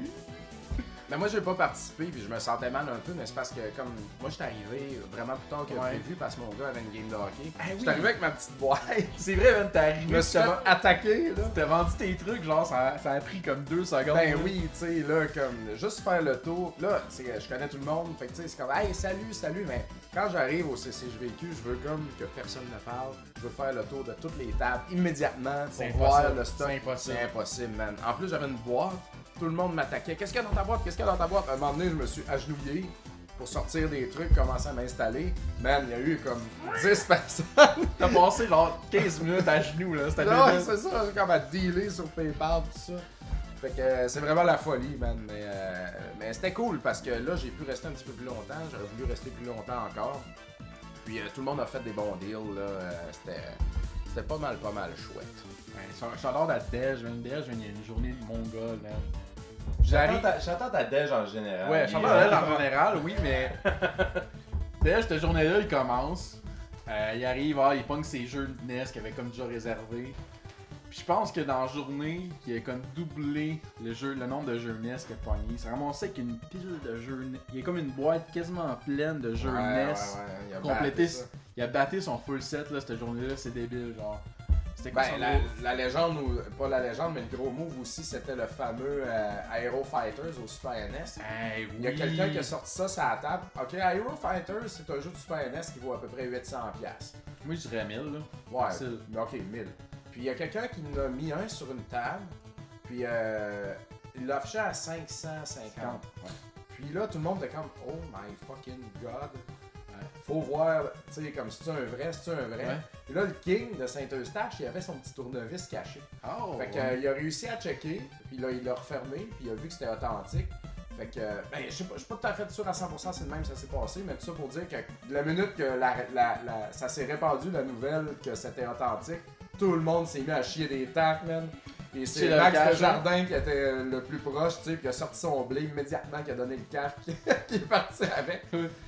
S1: Mais moi, j'ai pas participé, puis je me sentais mal un peu, mais c'est parce que, comme, moi, j'étais arrivé vraiment plus tard que
S2: Ouais.
S1: prévu parce que mon gars avait une game de hockey.
S2: Ah oui.
S1: J'étais arrivé avec ma petite boîte,
S2: C'est vrai, même, t'es
S1: je
S2: arrivé,
S1: me
S2: tu
S1: suis
S2: t'as-
S1: fait attaquer, là.
S2: t'as vendu tes trucs, genre, ça, ça a pris comme deux secondes.
S1: Ben oui, tu sais, là, comme, juste faire le tour. Là, tu sais, je connais tout le monde, fait que, tu sais, c'est comme, hey, salut, salut, mais quand j'arrive au CCJVQ, je veux comme que personne ne parle. Je veux faire le tour de toutes les tables immédiatement pour
S2: C'est
S1: voir
S2: impossible,
S1: le stock.
S2: c'est impossible.
S1: C'est impossible, man. En plus, j'avais une boîte, tout le monde m'attaquait. Qu'est-ce qu'il y a dans ta boîte? Qu'est-ce qu'il y a dans ta boîte? À un moment donné, je me suis agenouillé pour sortir des trucs, commencer à m'installer. Man, il y a eu comme 10 personnes.
S2: T'as passé genre 15 minutes à genoux là, c'était
S1: Non,
S2: débile.
S1: c'est ça, j'ai comme à dealer sur PayPal, tout ça. Fait que euh, c'est vraiment la folie, man. Mais, euh, mais c'était cool parce que là, j'ai pu rester un petit peu plus longtemps. J'aurais voulu rester plus longtemps encore. Puis euh, tout le monde a fait des bons deals, là. Euh, c'était, c'était pas mal, pas mal chouette.
S2: Ouais, J'adore la Dej, une Dej, il y a une journée de Mongol là.
S3: J'attends
S2: J'arrive.
S3: ta- J'attends ta déj en
S2: Ah,
S3: général.
S2: Ouais,
S3: Il-
S2: j'adore la Dej en général, oui, mais. Dej, cette journée-là, il commence. Euh, il arrive, ah, il pogne ses jeux de NES qu'il avait comme déjà réservé. Puis je pense que dans la journée, il a comme doublé le, jeu, le nombre de jeux NES qu'il a pogné. Il s'est ramassé avec une pile de jeux NES. Il y a comme une boîte quasiment pleine de jeux NES.
S1: il a
S2: complété
S1: batté
S2: ce-
S1: ça.
S2: Il a batté son full set là, cette journée-là, c'est débile, genre. C'était quoi
S1: Ben,
S2: son
S1: la,
S2: nom?
S1: la légende, ou pas la légende, mais le gros move aussi, c'était le fameux euh, Aero Fighters au Super E NS.
S2: Hey,
S1: Il y a
S2: oui.
S1: quelqu'un qui a sorti ça sur la table. Ok, Aero Fighters, c'est un jeu de Super NS qui vaut à peu près 800$. piastres.
S2: Moi, je dirais 1000, là.
S1: Ouais,
S2: Facile.
S1: mais ok, 1000. Puis il y a quelqu'un qui en a mis un sur une table, puis euh, il l'a affiché à 550.
S2: Ouais.
S1: Puis là, tout le monde était comme, oh my fucking god. Euh, Faut voir, tu sais, comme si c'est un vrai, si c'est un vrai.
S2: Ouais.
S1: Puis là, le king de Saint-Eustache, il avait son petit tournevis caché.
S2: Oh,
S1: Fait que,
S2: ouais.
S1: euh, il a réussi à checker, puis là, il l'a refermé, puis il a vu que c'était authentique. Fait que, euh, ben, je sais pas- je suis pas, tout à fait sûr à 100% c'est le même que ça s'est passé, mais tout ça pour dire que la minute que la, la- la- ça s'est répandu, la nouvelle que c'était authentique, tout le monde s'est mis à chier des tacs, man. Et c'est
S2: Chez le
S1: Max
S2: cash, hein.
S1: Desjardins qui était euh, le plus proche, tu sais, puis qui a sorti son blé immédiatement, qui a donné le cash, puis qui est parti avec.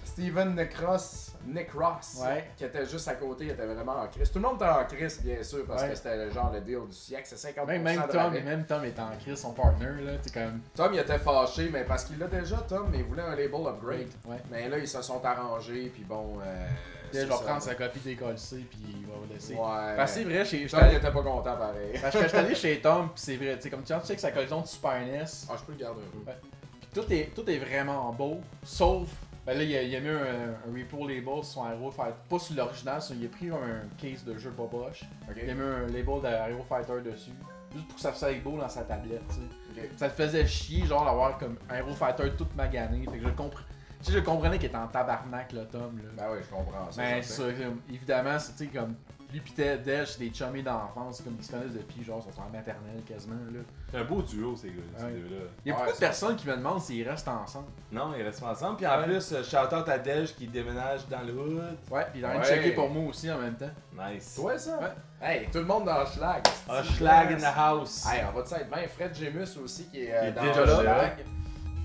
S1: Steven Necros, Necros
S2: Ouais.
S1: qui était juste à côté, il était vraiment en crise. Tout le monde était en crise, bien sûr, parce
S2: Ouais.
S1: que c'était le genre le deal du siècle, c'est 50
S2: Même, même
S1: de
S2: Tom,
S1: rabais.
S2: même Tom est en crise, son partner, là. T'es comme.
S1: Tom, il était fâché, mais parce qu'il l'a déjà, Tom, mais il voulait un label upgrade.
S2: Ouais.
S1: Mais là, ils se sont arrangés, puis bon. Euh,
S2: Là, je
S1: c'est
S2: vais
S1: ça.
S2: prendre sa copie des colcés, puis il va vous laisser.
S1: Ouais.
S2: Parce que c'est
S1: mais
S2: vrai, chez.
S1: Tom, il
S2: j'étais-
S1: était pas content pareil.
S2: Parce que j'étais allé chez Tom, puis c'est vrai, tu sais, comme tu sais que sa collection de Super NES,
S1: Ah, je peux le garder un peu.
S2: Puis tout est, tout est vraiment beau, sauf. Ben là, il a, il a mis un, un repo label sur son Aero Fighter. Pas sur l'original, sur- il a pris un case de jeu Boboche.
S1: Ok.
S2: Il a mis un label d'Aero Fighter dessus. Juste pour que ça fasse beau dans sa tablette, tu sais.
S1: Ok.
S2: Ça te faisait chier, genre, d'avoir comme un Aero Fighter toute magané. Fait que je comprenais. Tu sais, je comprenais qu'il était en tabarnak, le Tom, là.
S1: Ben oui, je comprends ça.
S2: Mais
S1: ça,
S2: ça, comme, évidemment, c'est tu sais, comme. Lui pis Ted, Dej, c'est des chummés d'enfance, comme ils se connaissent depuis, genre, ils sont en maternelle quasiment, là.
S3: C'est un beau duo, ces gars- ces
S2: Ouais.
S3: deux-là.
S2: Il y a
S1: Ouais,
S2: beaucoup de
S1: c'est-
S2: personnes qui me demandent s'ils restent ensemble.
S3: Non, ils restent ensemble. Puis en
S2: Ouais.
S3: plus, euh, shout-out à Dej qui déménage dans le hood.
S2: Ouais, pis il a rien de
S1: Ouais.
S2: checker pour moi aussi en même temps.
S3: Nice.
S1: Toi, ça?
S2: Ouais.
S1: Hey, tout le monde dans Schlag.
S3: Un Ah, schlag in the house.
S1: Hey, on va te être bien. Fred Gemus aussi, qui est, euh,
S3: Qui est
S1: dans
S3: déjà là.
S1: Schlag.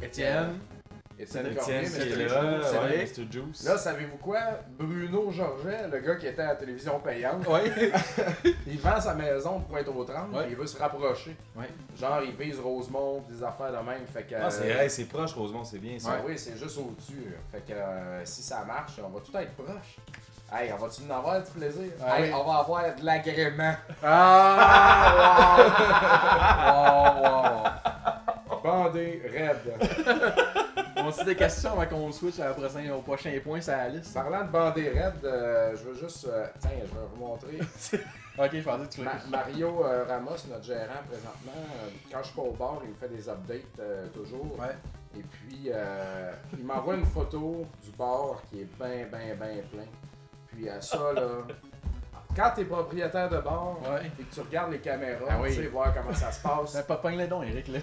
S2: Étienne,
S1: Étienne Cormier, Mr.
S3: Étienne qui est
S1: Jules, c'est
S3: là,
S1: vrai.
S3: ouais, Mr. Juice.
S1: Là, savez-vous quoi? Bruno Georget, le gars qui était à la télévision payante,
S3: ouais.
S1: il vend sa maison de pointe aux trembles
S2: Ouais.
S1: et il veut se rapprocher.
S2: Ouais.
S1: Genre, il vise Rosemont, des affaires de même. Fait que,
S3: Ah, c'est
S1: euh,
S3: hey, c'est proche, Rosemont, c'est bien ça.
S1: ben Oui, c'est juste au-dessus. là. Fait que euh, si ça marche, on va tout être proche. Hey, on va-tu en avoir du plaisir?
S2: Ah
S1: hey,
S2: oui.
S1: on va avoir de l'agrément.
S2: Ah!
S1: Bandé, raide.
S2: wow, wow. On se dit des questions avant qu'on switch à la prochaine- au prochain point sur la liste.
S1: Parlant de bandé raide, euh, je veux juste. euh, tiens, je vais vous montrer.
S2: Ok, je pensais que tu voulais.
S1: Ma- Mario euh, Ramos, notre gérant présentement, euh, quand je suis pas au bar, il me fait des updates euh, toujours.
S2: Ouais.
S1: Et puis, euh, il m'envoie une photo du bar qui est ben, ben, ben plein. Puis à ça, là, quand t'es propriétaire de bar
S2: Ouais.
S1: et que tu regardes les caméras,
S2: Ah oui.
S1: tu sais, voir comment ça se passe.
S2: Ça pas pogné les dons, Eric, là.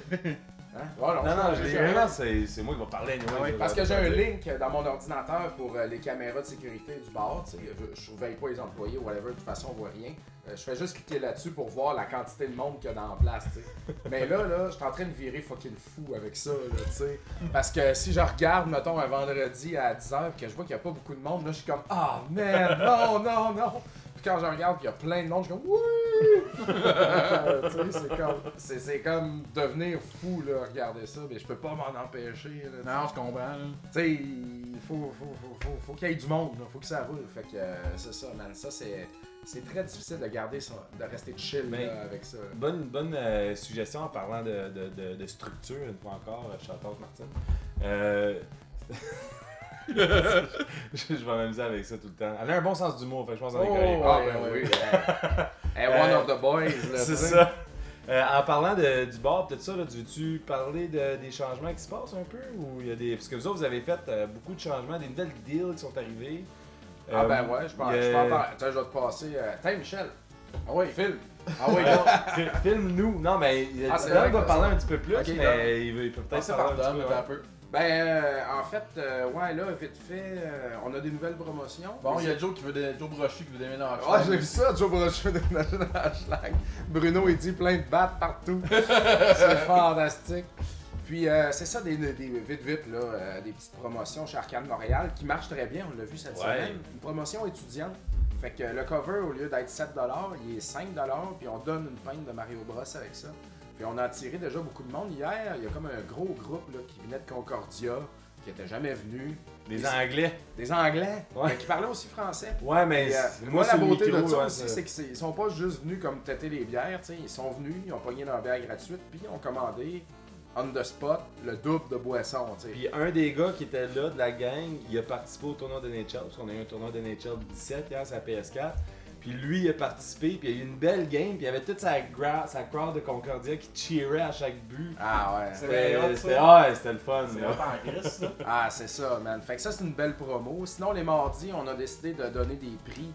S1: Hein? Voilà, on
S3: Non, non,
S1: change
S3: je
S1: les
S3: l'ai-
S1: caméras.
S3: non, c'est c'est moi qui vais parler. anyway,
S2: ouais,
S3: je-
S1: Parce que j'ai un
S3: je-
S1: link dans mon ordinateur pour euh, les caméras de sécurité du bar. tu sais. Je, je surveille pas les employés ou whatever, de toute façon on voit rien. Euh, je fais juste cliquer là-dessus pour voir la quantité de monde qu'il y a dans la place. tu sais. Mais là, là, je suis en train de virer fucking fou avec ça. là, tu sais. Parce que si je regarde, mettons, un vendredi à 10h que je vois qu'il n'y a pas beaucoup de monde, là, je suis comme Ah man, non, non, non! Puis quand je regarde qu'il y a plein de monde, je suis comme Oui! Euh, tu sais, c'est comme, c'est- c'est comme devenir fou, là, regarder ça, mais je peux pas m'en empêcher. là, tu sais.
S2: Non, je comprends, là.
S1: Tu sais, il faut, faut, faut, faut, faut qu'il y ait du monde, là. faut que ça roule. Fait que euh, c'est ça, man. Ça, c'est, c'est très difficile de garder ça, de rester chill
S3: Mais-
S1: là, avec ça.
S3: Bonne, bonne euh, suggestion en parlant de, de- de- de structure, une fois encore, euh, shout-out Martine. Euh, je, je vais m'amuser avec ça tout le temps. Elle a un bon sens d'humour, fait que je pense qu'on est
S2: Oh,
S3: correct.
S1: Ah,
S2: ouais,
S1: ben
S2: ouais.
S1: oui. eh. Eh, one
S3: Euh,
S1: of the boys, là.
S3: C'est
S1: tu sais.
S3: ça. Euh, en parlant de- du bar, peut-être ça, là, tu veux-tu parler de- des changements qui se passent un peu ou il y a des... Parce que vous autres, vous avez fait euh, beaucoup de changements, des nouvelles deals qui sont arrivées.
S1: Ah,
S3: Euh,
S1: ben ouais, je pense.
S3: il y a-
S1: Je pense par- Attends, je vais te passer. euh, Tiens, Michel.
S2: Ah oui.
S1: Phil.
S2: Ah oui, là.
S3: Fi- Filme-nous. Non, mais il
S1: Ah, c'est
S3: Dom
S1: vrai
S3: va
S1: que
S3: parler
S1: ça.
S3: un petit peu plus,
S1: Ok, Ah, Dom.
S3: mais il, veut, il peut peut-être
S2: Passez
S3: parler
S2: par
S3: un
S2: Dom,
S3: petit peu.
S2: là, un peu.
S1: Ben, euh, en fait, euh, ouais, là, vite fait, euh, on a des nouvelles promotions.
S2: Bon,
S1: Mais
S2: il y a Joe qui veut dé- Joe Brochu qui veut déménager.
S1: Ah, j'ai vu ça, Joe Brochu de National Hashtag. Bruno, il dit plein de battes partout. c'est fantastique. Puis, euh, c'est ça, des, des- vite, vite, là, euh, des petites promotions chez Arcade Montréal qui marchent très bien, on l'a vu cette
S3: Ouais.
S1: semaine. Une promotion étudiante. Fait que le cover, au lieu d'être 7$, il est 5$, puis on donne une pinte de Mario Bros avec ça. Puis on a attiré déjà beaucoup de monde hier. Il y a comme un gros groupe là, qui venait de Concordia, qui n'était jamais venu.
S3: Les Anglais.
S1: Des Anglais,
S3: Ouais.
S1: mais qui parlaient aussi français.
S3: Ouais, mais
S1: Puis, euh,
S3: c'est-
S1: moi, la
S3: c'est le
S1: beauté
S3: micro,
S1: de ça
S3: ouais,
S1: aussi, c'est qu'ils sont pas juste venus comme têter les bières, tu sais, ils sont venus, ils ont pogné leur bière gratuite, puis ils ont commandé on the spot le double de boisson. tu sais.
S3: Puis un des gars qui était là de la gang, il a participé au tournoi de NHL, parce qu'on a eu un tournoi de NHL 17 hier sur la PS4. Puis lui, il a participé, puis il y a eu une belle game, puis il y avait toute sa, gra- sa crowd de Concordia qui cheerait à chaque but.
S1: Ah ouais.
S4: C'est
S3: C'était
S4: bien hot, ça.
S3: c'était- ah, c'était le fun.
S4: C'est
S3: là.
S4: hot en Grèce, là.
S1: Ah, c'est ça, man. Fait que ça, c'est une belle promo. Sinon, les mardis, on a décidé de donner des prix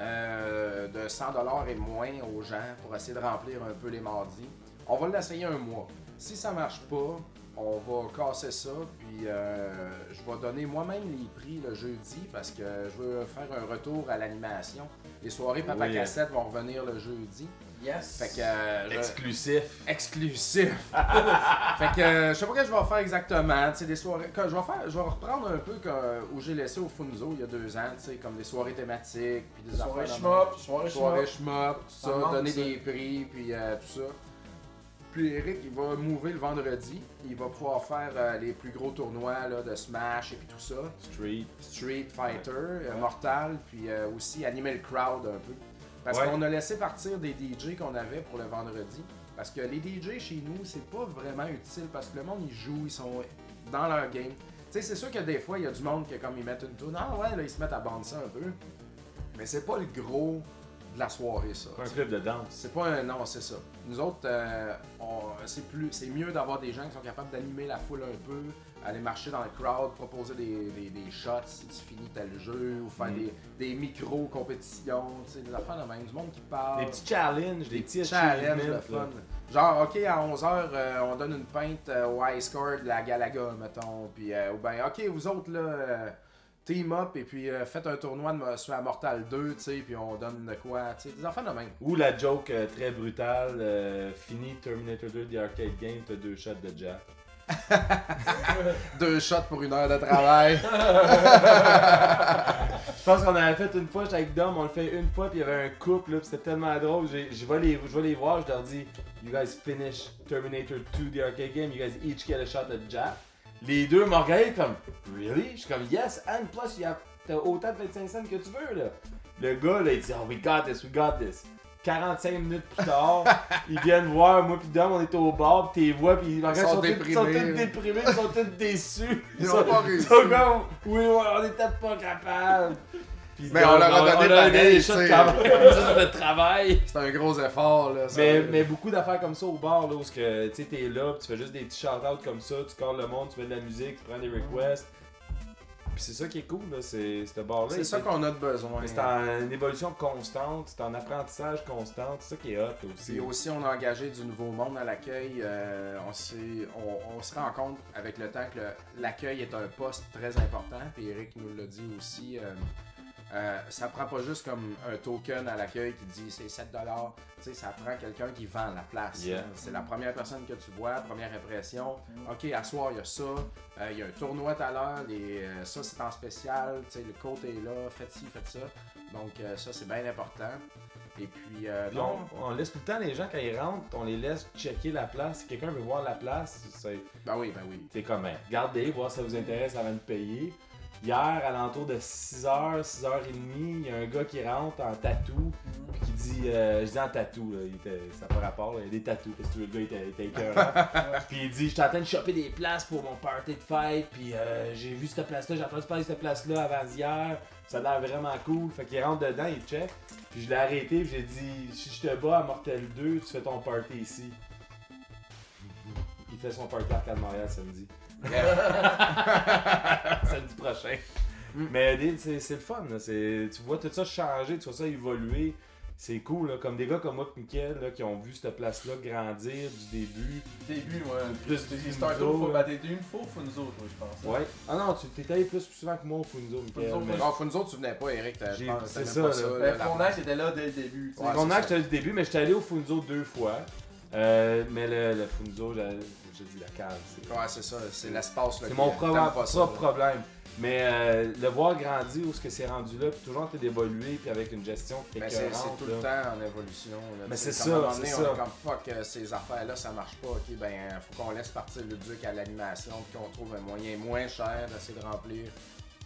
S1: euh, de 100$ et moins aux gens pour essayer de remplir un peu les mardis. On va l'essayer un mois. Si ça marche pas, on va casser ça, puis euh, je vais donner moi-même les prix le jeudi parce que je veux faire un retour à l'animation. Les soirées Papa
S3: Oui.
S1: Cassette vont revenir le jeudi.
S4: Yes.
S1: Fait que euh, je-
S3: Exclusif.
S1: exclusif. fait que euh, je sais pas ce que je vais faire exactement, tu sais des soirées que je vais faire, je vais reprendre un peu que- où j'ai laissé au Funzo il y a deux ans, tu sais comme des soirées thématiques puis des
S4: Soirée
S1: affaires de
S4: schmop, soirée
S1: même. soirées
S4: schmop.
S1: schmop, tout
S4: Ça
S1: ça,
S4: manque,
S1: donner
S4: ça.
S1: des prix puis euh, tout ça. Puis Eric, il va mouver le vendredi, il va pouvoir faire euh, les plus gros tournois là, de Smash et puis tout ça.
S3: Street.
S1: Street Fighter, euh, Mortal, puis euh, aussi animer le crowd un peu. Parce
S3: Ouais.
S1: qu'on a laissé partir des DJ qu'on avait pour le vendredi. Parce que les DJ chez nous, c'est pas vraiment utile parce que le monde, ils jouent, ils sont dans leur game. Tu sais, c'est sûr que des fois, il y a du monde qui, comme ils mettent une tune, ah ouais, là, ils se mettent à bander ça un peu. Mais c'est pas le gros de la soirée, ça.
S3: Un club de danse.
S1: C'est pas un. Non, c'est ça. Nous autres, euh, on- c'est plus, c'est mieux d'avoir des gens qui sont capables d'animer la foule un peu, aller marcher dans le crowd, proposer des, des- des shots si tu finis tel jeu, ou faire
S3: Mm.
S1: des, des micro-compétitions, tu sais, des affaires de même, du monde qui parle.
S3: Des petits challenges, des, petits
S1: challenges
S3: achievements,
S1: de
S3: là.
S1: fun. Genre, ok, à 11h, on donne une pinte euh, au high score de la Galaga, mettons. Puis, euh, ou ben, ok, vous autres, là, euh, team up, et puis euh, faites un tournoi de, sur la Mortal 2, tu sais, puis on donne de quoi, tu sais, des affaires de même.
S3: Ou la joke euh, très brutale, euh, fini Terminator 2 The Arcade Game, t'as deux shots de Jack.
S1: Deux shots pour une heure de travail.
S3: Je pense qu'on avait fait une fois j'étais avec Dom, on le fait une fois, puis il y avait un couple, là, puis c'était tellement drôle. J'ai- Je vais, les, je vais les voir, je leur dis You guys finish Terminator 2 The Arcade Game, you guys each get a shot at Jack. Les deux m'ont regardé comme Really? Je suis comme Yes, and plus, you have- t'as autant de 25 cents que tu veux, là. Le gars, là, il dit Oh, we got this, we got this. 45 minutes plus tard, ils viennent voir, moi puis Dom, on était au bar, pis t'es vois, pis ils me regardent,
S1: sont
S3: tous-
S1: déprimés.
S3: sont tous déprimés, ils sont tous déçus.
S1: Ils ont pas réussi.
S3: sont comme, oui, ouais, on est peut-être pas capable. Puis
S1: Mais on leur a donné
S3: leur a
S1: pareil,
S3: des choses
S1: tu sais.
S3: de travail.
S1: C'est un gros effort, là. ça.
S3: Mais, mais beaucoup d'affaires comme ça au bar, là, où ce que, tu sais, t'es là, puis tu fais juste des petits shout-outs comme ça, tu cordes le monde, tu mets de la musique, tu prends
S1: Mhm.
S3: des requests. Puis c'est ça qui est cool, là, c'est ce bar-là.
S1: c'est ça
S3: Il-
S1: qu'on a de besoin.
S3: mais c'est en une évolution constante, c'est en apprentissage constant, c'est ça qui est hot aussi.
S1: Puis aussi, on a engagé du nouveau monde à l'accueil. Euh, on, s'est- on, on se rend compte avec le temps que le- l'accueil est un poste très important. Puis Eric nous l'a dit aussi. euh, euh, ça prend pas juste comme un token à l'accueil qui dit c'est 7 dollars. Tu sais, ça prend quelqu'un qui vend la place.
S3: Yeah.
S1: C'est la première personne que tu vois, première impression. OK, à soir, il y a ça. Euh, Il y a un tournoi tout à l'heure. les- euh, ça, c'est en spécial. Tu sais, le compte est là. Faites ci, faites ça. Donc, euh, ça, c'est bien important. Et puis, euh,
S3: Puis
S1: non,
S3: on, on laisse tout le temps les gens quand ils rentrent, on les laisse checker la place. Si quelqu'un veut voir la place, c'est
S1: Ben oui, ben oui.
S3: t'es comme Ben, regardez, voir si ça vous intéresse avant de payer. Hier, à l'entour de 6h, 6h30, il y a un gars qui rentre en tatou, puis qui dit, euh, je dis en tatou, là, il était, ça n'a pas rapport, là, il y a des tatous, parce que tu veux, le gars il était, il était écœurant. puis il dit, je suis en train de choper des places pour mon party de fête, puis euh, j'ai vu cette place-là, j'ai entendu parler de cette place-là avant hier, ça a l'air vraiment cool. Fait qu'il rentre dedans, il check, puis je l'ai arrêté, puis j'ai dit, si je te bats à Mortel 2, tu fais ton party ici. Il fait son party à Arcade Montréal samedi. samedi prochain.
S1: Mm.
S3: Mais Dale, c'est c'est le fun. là. C'est- Tu vois tout ça changer, tu vois ça évoluer. C'est cool. là. Comme des gars comme moi et Mickaël là, qui ont vu cette place-là grandir du début.
S4: Début, ouais.
S3: Plus
S4: T'es
S3: Funzo,
S4: starter faut
S3: ouais.
S4: bah,
S2: Ben,
S4: t'es une fois Funzo, toi, je pense. hein.
S3: Ouais. Ah non, tu t'es allé plus souvent que moi au Funzo, Mickaël.
S4: Funzo,
S3: mais-
S4: Funzo.
S1: Non, Oh, faut nous autres, tu venais pas, Eric. t'as-
S3: J'ai-
S1: je pense que
S3: c'est
S1: t'as
S3: ça,
S1: même pas
S3: là.
S4: Ben,
S1: la-
S4: Fournac était là dès le début. tu sais.
S1: Ouais,
S3: Ton
S1: c'est
S3: acte,
S1: ça.
S3: j'étais du début, mais j'étais allé au Funzo deux fois. Euh, mais le, le Funzo, j'ai j'ai dit la cave. c'est-
S1: Ouais, c'est ça. C'est l'espace. là, qui-
S3: C'est mon
S1: t'aimes
S3: propre,
S1: pas ça,
S3: propre
S1: là.
S3: problème. Mais euh, le voir grandir où ce que c'est rendu là, puis toujours en train d'évoluer, puis avec une gestion
S1: Mais
S3: écœurante.
S1: Ben, c'est c'est tout le
S3: là.
S1: temps en évolution. là.
S3: Mais
S1: Tu
S3: c'est
S1: sais,
S3: ça,
S1: comme à un moment
S3: c'est
S1: donné, on
S3: ça.
S1: est comme fuck, euh, ces affaires-là, ça marche pas. Ok, ben, faut qu'on laisse partir le duc à l'animation, puis qu'on trouve un moyen moins cher d'essayer de remplir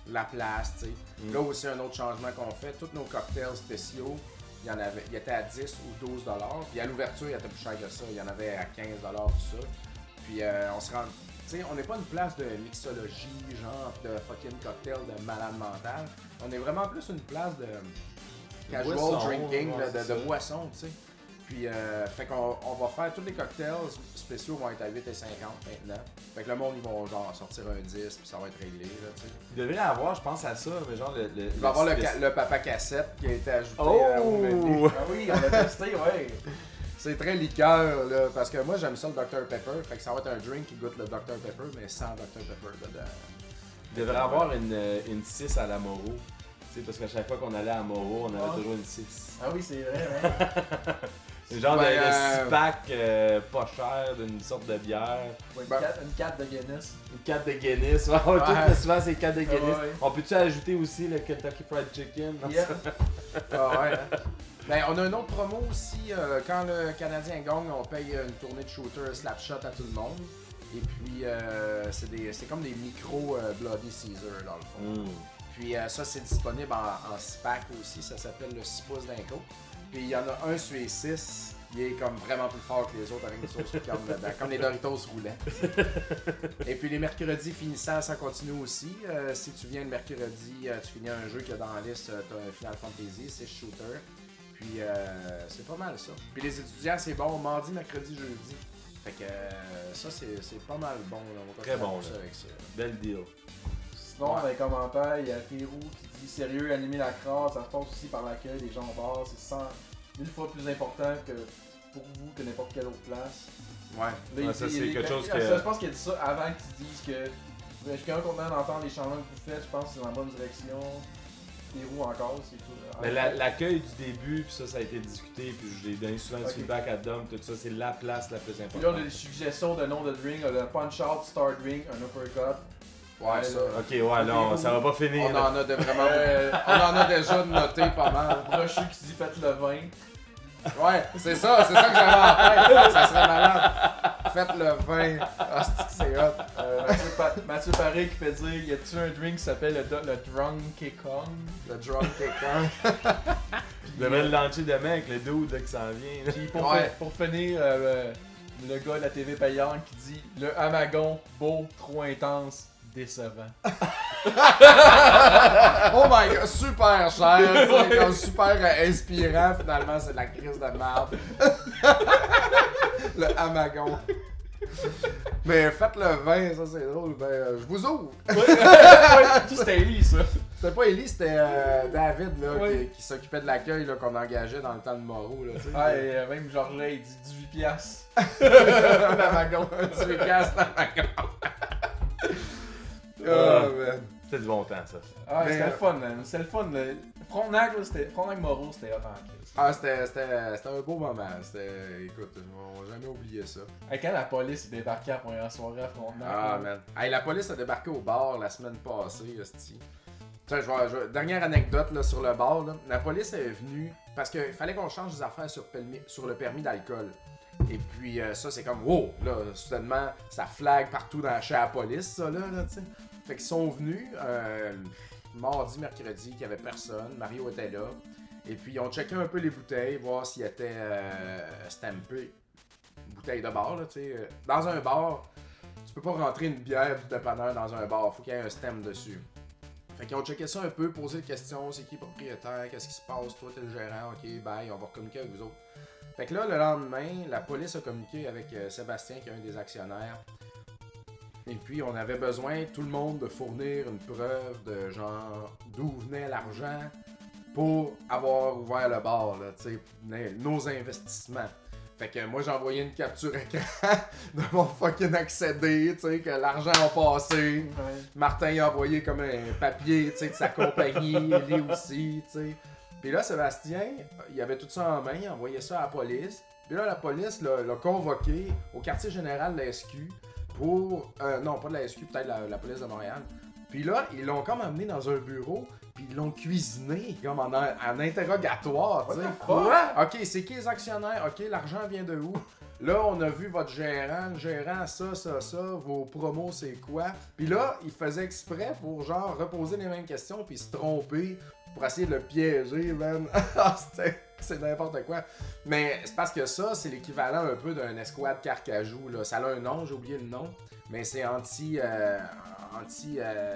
S1: la place, tu sais.
S3: Mm.
S1: Là aussi, un autre changement qu'on fait, tous nos cocktails spéciaux, il y en avait, ils étaient à 10 ou 12 dollars. Puis à l'ouverture, il était plus cher que ça. Il y en avait à 15 dollars, tout ça. Puis euh, on se rend. Tu sais, on n'est pas une place de mixologie, genre de fucking cocktail de malade mental. On est vraiment plus une place de casual
S3: boisson,
S1: drinking,
S3: ouais,
S1: de, de,
S3: c'est ça.
S1: boisson, tu sais. Puis, euh, fait qu'on on va faire tous les cocktails spéciaux vont être à 8 et 50 maintenant. Fait que le monde, ils vont genre sortir un 10 puis ça va être réglé, là, tu sais.
S3: Il devrait avoir, je pense à ça, mais genre le. le
S1: Il va y avoir le,
S3: le-
S1: ca- le papa cassette qui a été ajouté
S3: Oh!
S1: euh, au menu.
S2: Ah oui, on l'a testé, ouais.
S1: C'est très liqueur, là, parce que moi j'aime ça le Dr Pepper, fait que ça va être un drink qui goûte le Dr Pepper, mais sans Dr Pepper dedans.
S3: Il devrait avoir une, euh, une 6 à la Moro. Tu sais, parce qu'à chaque fois qu'on allait à Moro, on avait
S2: Ah.
S3: toujours une 6.
S2: Ah oui, c'est vrai, hein.
S3: C'est genre
S1: Ben,
S3: de,
S1: euh,
S3: 6 pack euh, pas cher d'une sorte de bière.
S2: Ouais, une,
S1: Bah.
S2: carte, une carte de Guinness.
S3: Une 4 de Guinness. Ouais, ouais, tout
S1: Ouais.
S3: le souvent c'est 4 de Guinness.
S2: Ah, Ouais, ouais.
S3: On peut-tu ajouter aussi le Kentucky Fried Chicken? Non,
S2: Yeah.
S1: Ah ouais. hein? ben, on a un autre promo aussi, euh, quand le Canadien gagne, on paye une tournée de shooter slapshot à tout le monde. Et puis euh, c'est des- c'est comme des micro euh, Bloody Caesar dans le fond.
S3: Mm.
S1: Puis euh, ça, c'est disponible en, en 6 pack aussi. Ça s'appelle le 6 pouces d'inco. Puis il y en a un sur les 6. Il est comme vraiment plus fort que les autres avec une sauce piquante dedans, comme les Doritos roulants. Et puis les mercredis finissants, ça continue aussi. Euh, si tu viens le mercredi, euh, tu finis un jeu qui est dans la liste, euh, t'as un Final Fantasy, c'est Shooter. Puis euh, c'est pas mal ça. Puis les étudiants, c'est bon, mardi, mercredi, jeudi. Fait que euh, ça, c'est c'est pas mal bon. Là. On va
S3: Très
S1: continuer
S3: bon,
S1: ça
S3: là.
S1: avec ça.
S3: Bel deal.
S2: Sinon,
S1: Ouais.
S2: dans les commentaires, il y a Pérou qui dit sérieux, animer la crasse, ça se passe aussi par l'accueil des gens au bar, c'est 100 mille fois plus important que pour vous que n'importe quelle autre place.
S1: Ouais.
S2: Là, il
S3: Ah, ça,
S2: dit-
S3: c'est
S2: il-
S3: quelque
S2: ben,
S3: chose
S2: ah,
S3: que-
S2: ça, je pense qu'il a dit ça avant que tu dises que. Ben, Je suis quand même content d'entendre les changements que vous faites, je pense que c'est dans la bonne direction. Pérou encore, c'est tout. Ah.
S3: Mais la- l'accueil du début, puis ça, ça a été discuté, puis j'ai donné souvent
S2: Ok.
S3: du feedback à Dom, tout ça, c'est la place la plus
S2: Puis là,
S3: importante.
S2: on a des suggestions de nom de drink, le Punch Out, Star Drink, un Uppercut.
S1: Ouais, ça. euh,
S3: Ok, ouais, non, ça va pas finir.
S1: On
S3: là.
S1: en a de vraiment.
S2: Euh.
S3: Euh,
S1: on en a déjà noté pas mal.
S2: Brochu qui dit faites le vin.
S1: Ouais, c'est ça, c'est ça que j'avais en tête. Ça serait malade. Faites le vin. Ah, c'est que c'est hot.
S2: Euh, Mathieu, Pa- Mathieu Paré qui fait dire y a-tu un drink qui s'appelle le, do- le Drunk Kong
S1: Le drunk quelqu'un.
S3: Je devrais le lancer demain avec le dude là, qui s'en vient. là.
S2: Puis pour,
S1: Ouais.
S2: fin- pour finir, euh, euh, le gars de la TV payante qui dit le Amagon beau, trop intense, décevant.
S1: Oh my god, super cher. tu sais, comme super euh, inspirant. Finalement, c'est de la crise de merde. le hamagon. Mais faites le vin, ça c'est drôle. Ben, euh, je vous ouvre.
S2: C'était lui ça.
S1: C'était pas Ellie, c'était euh, David là,
S2: Ouais.
S1: qui, qui s'occupait de l'accueil là, qu'on engageait dans le temps de Moreau. Là, tu sais.
S2: Ah, et, euh, même genre là, il dit 18 piastres.
S1: L'amagon. tu me casses l'amagon. oh, man.
S3: C'était du bon temps, ça.
S2: Ah,
S1: Mais,
S2: c'était le
S1: euh,
S2: fun, man. C'était le fun. Le... Frontenac, là, c'était... Frontenac Moreau, c'était hot en crise.
S1: Ah, c'était, c'était, c'était un beau moment. C'était, écoute, on va jamais oublier ça.
S2: Hey, quand la police est débarquée à la première soirée à Frontenac,
S1: Ah,
S2: là,
S1: man. Hey, la police a débarqué au bar la semaine passée, hostie. Tiens, je vais- je vais- Dernière anecdote là, sur le bar. là. La police est venue parce qu'il fallait qu'on change des affaires sur, pelmi- sur le permis d'alcool. Et puis euh, ça, c'est comme wow, là, soudainement, ça flag partout dans chez la police, ça, là, là, tu sais. Fait qu'ils sont venus euh, mardi, mercredi, qu'il y avait personne. Mario était là. Et puis ils ont checké un peu les bouteilles, voir s'il était euh, stampé. Bouteille de bar, là, tu sais. euh, Dans un bar, tu peux pas rentrer une bière du dépanneur dans un bar, faut qu'il y ait un stem dessus. Fait qu'ils ont checké ça un peu, posé des questions, c'est qui le propriétaire, qu'est-ce qui se passe, toi t'es le gérant, ok, bye, on va communiquer avec vous autres. Fait que là, le lendemain, la police a communiqué avec euh, Sébastien, qui est un des actionnaires. Et puis, on avait besoin, tout le monde, de fournir une preuve de genre d'où venait l'argent pour avoir ouvert le bar, là, tu sais, nos- nos investissements. Fait que moi, j'ai envoyé une capture écran de mon fucking accédé, tu sais, que l'argent a passé.
S2: ouais.
S1: Martin a envoyé comme un papier tu sais, de sa compagnie, lui aussi, tu sais. Puis là, Sébastien, euh, il avait tout ça en main, il envoyait ça à la police. Puis là, la police l'a l'a convoqué au quartier général de la SQ pour. euh, non, pas de la SQ, peut-être la, la police de Montréal. Puis là, ils l'ont comme amené dans un bureau, puis ils l'ont cuisiné, comme en, en interrogatoire, tu sais. Quoi? OK, c'est qui les actionnaires? OK, l'argent vient de où? Là, on a vu votre gérant, le gérant, ça, ça, ça, vos promos, c'est quoi? Puis là, il faisait exprès pour, genre, reposer les mêmes questions, puis se tromper, pour essayer de le piéger, man. Ah, c'était- c'est n'importe quoi. Mais c'est parce que ça, c'est l'équivalent un peu d'un escouade carcajou, là. Ça a un nom, j'ai oublié le nom, mais c'est anti... euh, anti... euh,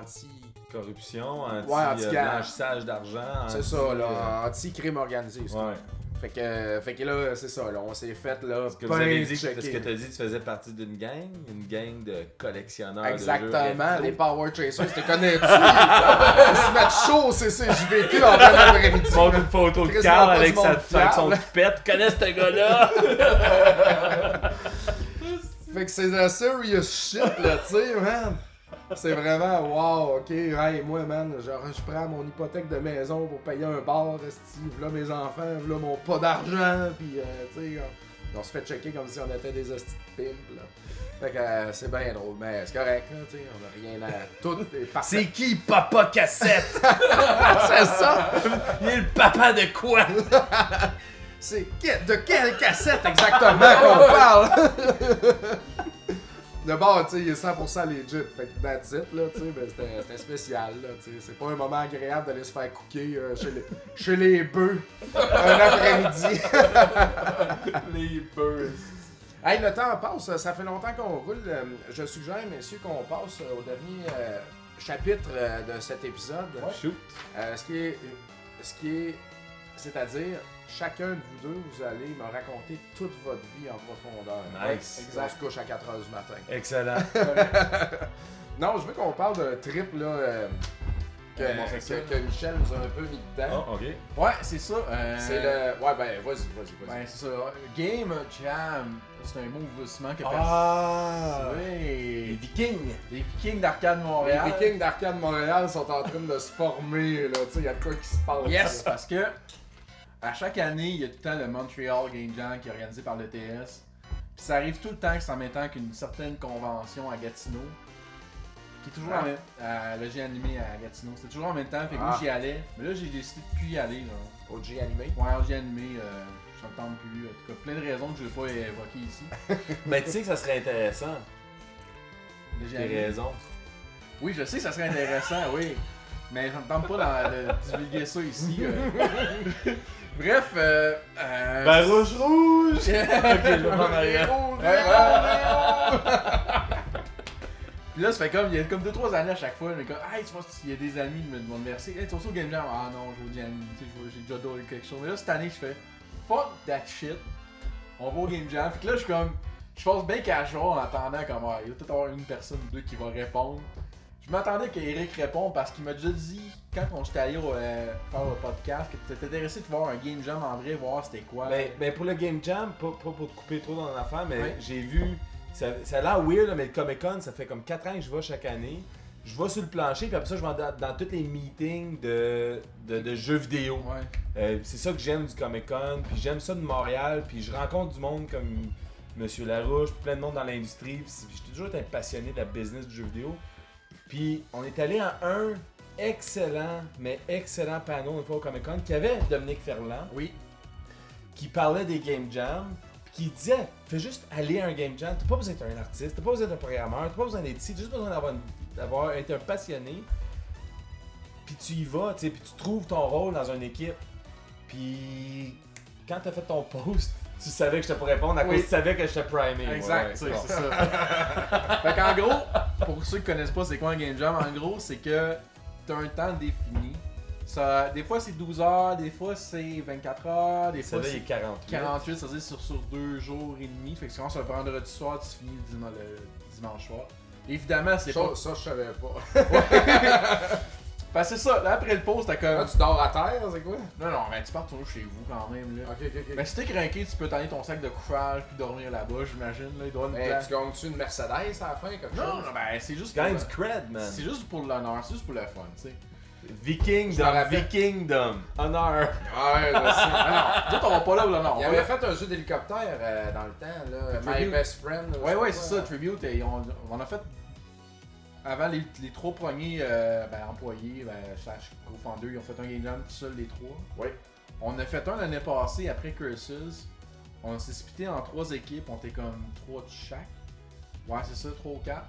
S1: anti...
S3: Corruption, anti,
S1: Ouais, anti-
S3: euh, blanchissage d'argent.
S1: C'est
S3: anti- euh,
S1: ça, là, anti-crime organisé. c'est
S3: Ouais.
S1: Fait que, euh, fait que là, c'est ça, là, on s'est fait, là,
S3: Parce que vous avez dit,
S1: checker.
S3: parce que t'as dit que tu faisais partie d'une gang, une gang de collectionneurs
S1: Exactement,
S3: de jeux
S1: les
S3: rétro.
S1: Power Chasers, te connais-tu? Ils se mettent chaud, c'est ça, j'ai vécu en plein après-midi.
S3: Montre une photo de
S1: Chris,
S3: Carl
S1: non, pas
S3: avec,
S1: du monde
S3: sa, avec son
S1: fiable.
S3: toupette. Connais ce gars-là!
S1: Fait que c'est de la serious shit, là, tu sais, man. C'est vraiment, wow, ok, hey, moi, man, genre, je prends mon hypothèque de maison pour payer un bar, Steve, là, mes enfants, là, mon pas d'argent, puis, euh, tu sais, on, on se fait checker comme si on était des hosties de pimp, là. Fait que euh, c'est bien drôle, mais c'est correct, là, tu sais, on a rien à. Tout est parfait.
S3: qui, Papa Cassette?
S1: C'est ça!
S3: Il est le papa de quoi?
S1: C'est que- de quelle cassette exactement qu'on parle? D'abord, tu sais, il est 100% legit, fait que that's it, là, tu sais, ben, c'était- c'était spécial, là, tu sais, c'est pas un moment agréable d'aller se faire cooker euh, chez, les, chez les bœufs un après-midi.
S4: Les birds.
S1: hey, le temps passe, ça fait longtemps qu'on roule, euh, je suggère, messieurs, qu'on passe euh, au dernier euh, chapitre euh, de cet épisode.
S3: Shoot.
S1: Euh, ce qui est. Ce qui est. C'est-à-dire, chacun de vous deux, vous allez me raconter toute votre vie en profondeur.
S3: Nice.
S1: Exact. On se couche à 4h du matin.
S3: Excellent.
S1: Non, je veux qu'on parle d'un trip là. euh, que,
S4: Homosexuel.
S1: que- que Michel nous a un peu mis dedans.
S3: Oh, ok.
S2: Ouais, c'est ça. euh,
S1: C'est le. Ouais, ben, vas-y, vas-y, vas-y.
S2: Ben, c'est ça.
S4: Game Jam.
S2: C'est un mouvement que
S3: Ah!
S2: Oui.
S4: Vikings.
S2: Les Vikings d'Arcade
S1: les
S2: Montréal.
S1: Vikings d'Arcade Montréal sont en train de se former, là. Tu sais, il y a de quoi qui se passe.
S2: Yes, parce que à chaque année, il y a tout le temps le Montreal Game Jam qui est organisé par l'ETS. Puis ça arrive tout le temps que c'est en même temps qu'une certaine convention à Gatineau. Qui est toujours en même à- le G animé à Gatineau. C'est toujours en même temps. Fait que moi
S1: Ah.
S2: j'y allais. Mais là j'ai décidé de plus y aller. Là.
S1: Au G animé.
S2: Ouais, en G animé, euh, j'en parle plus. En tout cas, plein de raisons que je ne vais pas évoquer ici.
S3: Mais Ben, tu sais que ça serait intéressant.
S2: Le G
S3: J'ai
S2: animé.
S3: raison.
S2: Oui, je sais que ça serait intéressant, oui. Mais ça me tente pas d'en- de divulguer ça ici. euh. Bref, euh, euh,
S3: rouge rouge! ok, je vais prendre arrière.
S2: Ouais, ouais. Puis là, ça fait comme, il y a comme 2-3 années à chaque fois, mais comme, hey, tu vois, il y a des amis qui me demandent de verser, hey, tu vas au Game Jam, ah non, je vais au Game Jam, tu sais, je vais- j'ai déjà donné quelque chose. Mais là, cette année, je fais, fuck that shit, on va au Game Jam. Fait que là, je suis comme, je pense bien qu'à jour, en attendant, comme, Ah, il va peut-être avoir une personne ou deux qui va répondre. Je m'attendais qu'Eric réponde parce qu'il m'a déjà dit, quand on s'était allé au, euh, faire le podcast, que tu étais intéressé de voir un Game Jam en vrai, voir c'était quoi.
S3: Ben, ben, pour le Game Jam, pas, pas pour te couper trop dans l'affaire, mais
S2: Ouais.
S3: j'ai vu. Ça, ça a l'air weird, là, mais le Comic Con, ça fait comme 4 ans que je vais chaque année. Je vais sur le plancher, puis après ça, je vais dans, dans tous les meetings de, de, de jeux vidéo.
S2: ouais.
S3: Euh, c'est ça que j'aime du Comic Con, puis j'aime ça de Montréal, puis je rencontre du monde comme Monsieur Larouche, plein de monde dans l'industrie, puis c'est- puis j'ai toujours été passionné de la business du jeu vidéo. Puis on est allé à un excellent, mais excellent panneau une fois au Comic Con qui avait Dominique Ferland,
S2: Oui.
S3: qui parlait des Game Jam, puis qui disait fais juste aller à un Game Jam, t'as pas besoin d'être un artiste, t'as pas besoin d'être un programmeur, t'as pas besoin d'être ici, t'as juste besoin d'avoir, une- d'avoir été un passionné, puis tu y vas, tu sais, puis tu trouves ton rôle dans une équipe. Puis quand t'as fait ton post, tu savais que je te pourrais répondre à
S2: Oui.
S3: cause tu savais que j'étais primé.
S2: Exact, tu sais, c'est ça. fait qu'en gros, pour ceux qui connaissent pas c'est quoi un game jam, en gros, c'est que t'as un temps défini. Ça, des fois c'est 12 heures, des fois c'est 24 heures, des fois
S3: Celui-là, il est
S2: c'est
S3: 48.
S2: 48, ça veut dire sur, sur deux jours et demi. Fait que tu commences le vendredi soir, tu finis le, diman- le dimanche soir. Évidemment, c'est pas.
S1: Ça, ça, je savais pas.
S2: Parce que c'est ça, là après le post, t'as
S1: Là,
S2: comme.
S1: tu dors à terre, c'est quoi?
S2: Non, non, mais tu pars toujours chez vous quand même, là.
S1: Ok, ok, ok.
S2: Mais si t'es craqué, tu peux t'aller ton sac de couchage puis dormir là-bas, j'imagine, là. Il doit y avoir une
S1: Hey,
S2: place.
S1: Ben, Eh, tu gagnes-tu une Mercedes à la fin, comme
S2: Non, non, ben c'est juste
S3: Tu gagnes
S2: pour-
S3: du cred, man.
S2: C'est juste pour l'honneur, c'est juste pour le fun, tu sais.
S1: Je m'en
S3: Vikingdom,
S1: rappelle.
S3: Vikingdom. Honneur.
S1: Ouais, je sais.
S2: Ah non, nous autres, on va pas là pour l'honneur. on
S1: Il
S2: va
S1: avait
S2: là-
S1: fait un jeu d'hélicoptère euh, dans le temps, là. My
S2: Tribute.
S1: Best Friend. ou je
S2: Ouais,
S1: sais
S2: ouais,
S1: pas euh,
S2: c'est
S1: quoi,
S2: ça, Tribute. et on, on en a fait avant les, les trois premiers euh, ben, employés, ben, slash co-founders, ils ont fait un game jam tout seul, les trois.
S1: Oui.
S2: On a fait un l'année passée après Curses. On s'est splitté en trois équipes, on était comme trois de chaque. Ouais, c'est ça, trois ou quatre.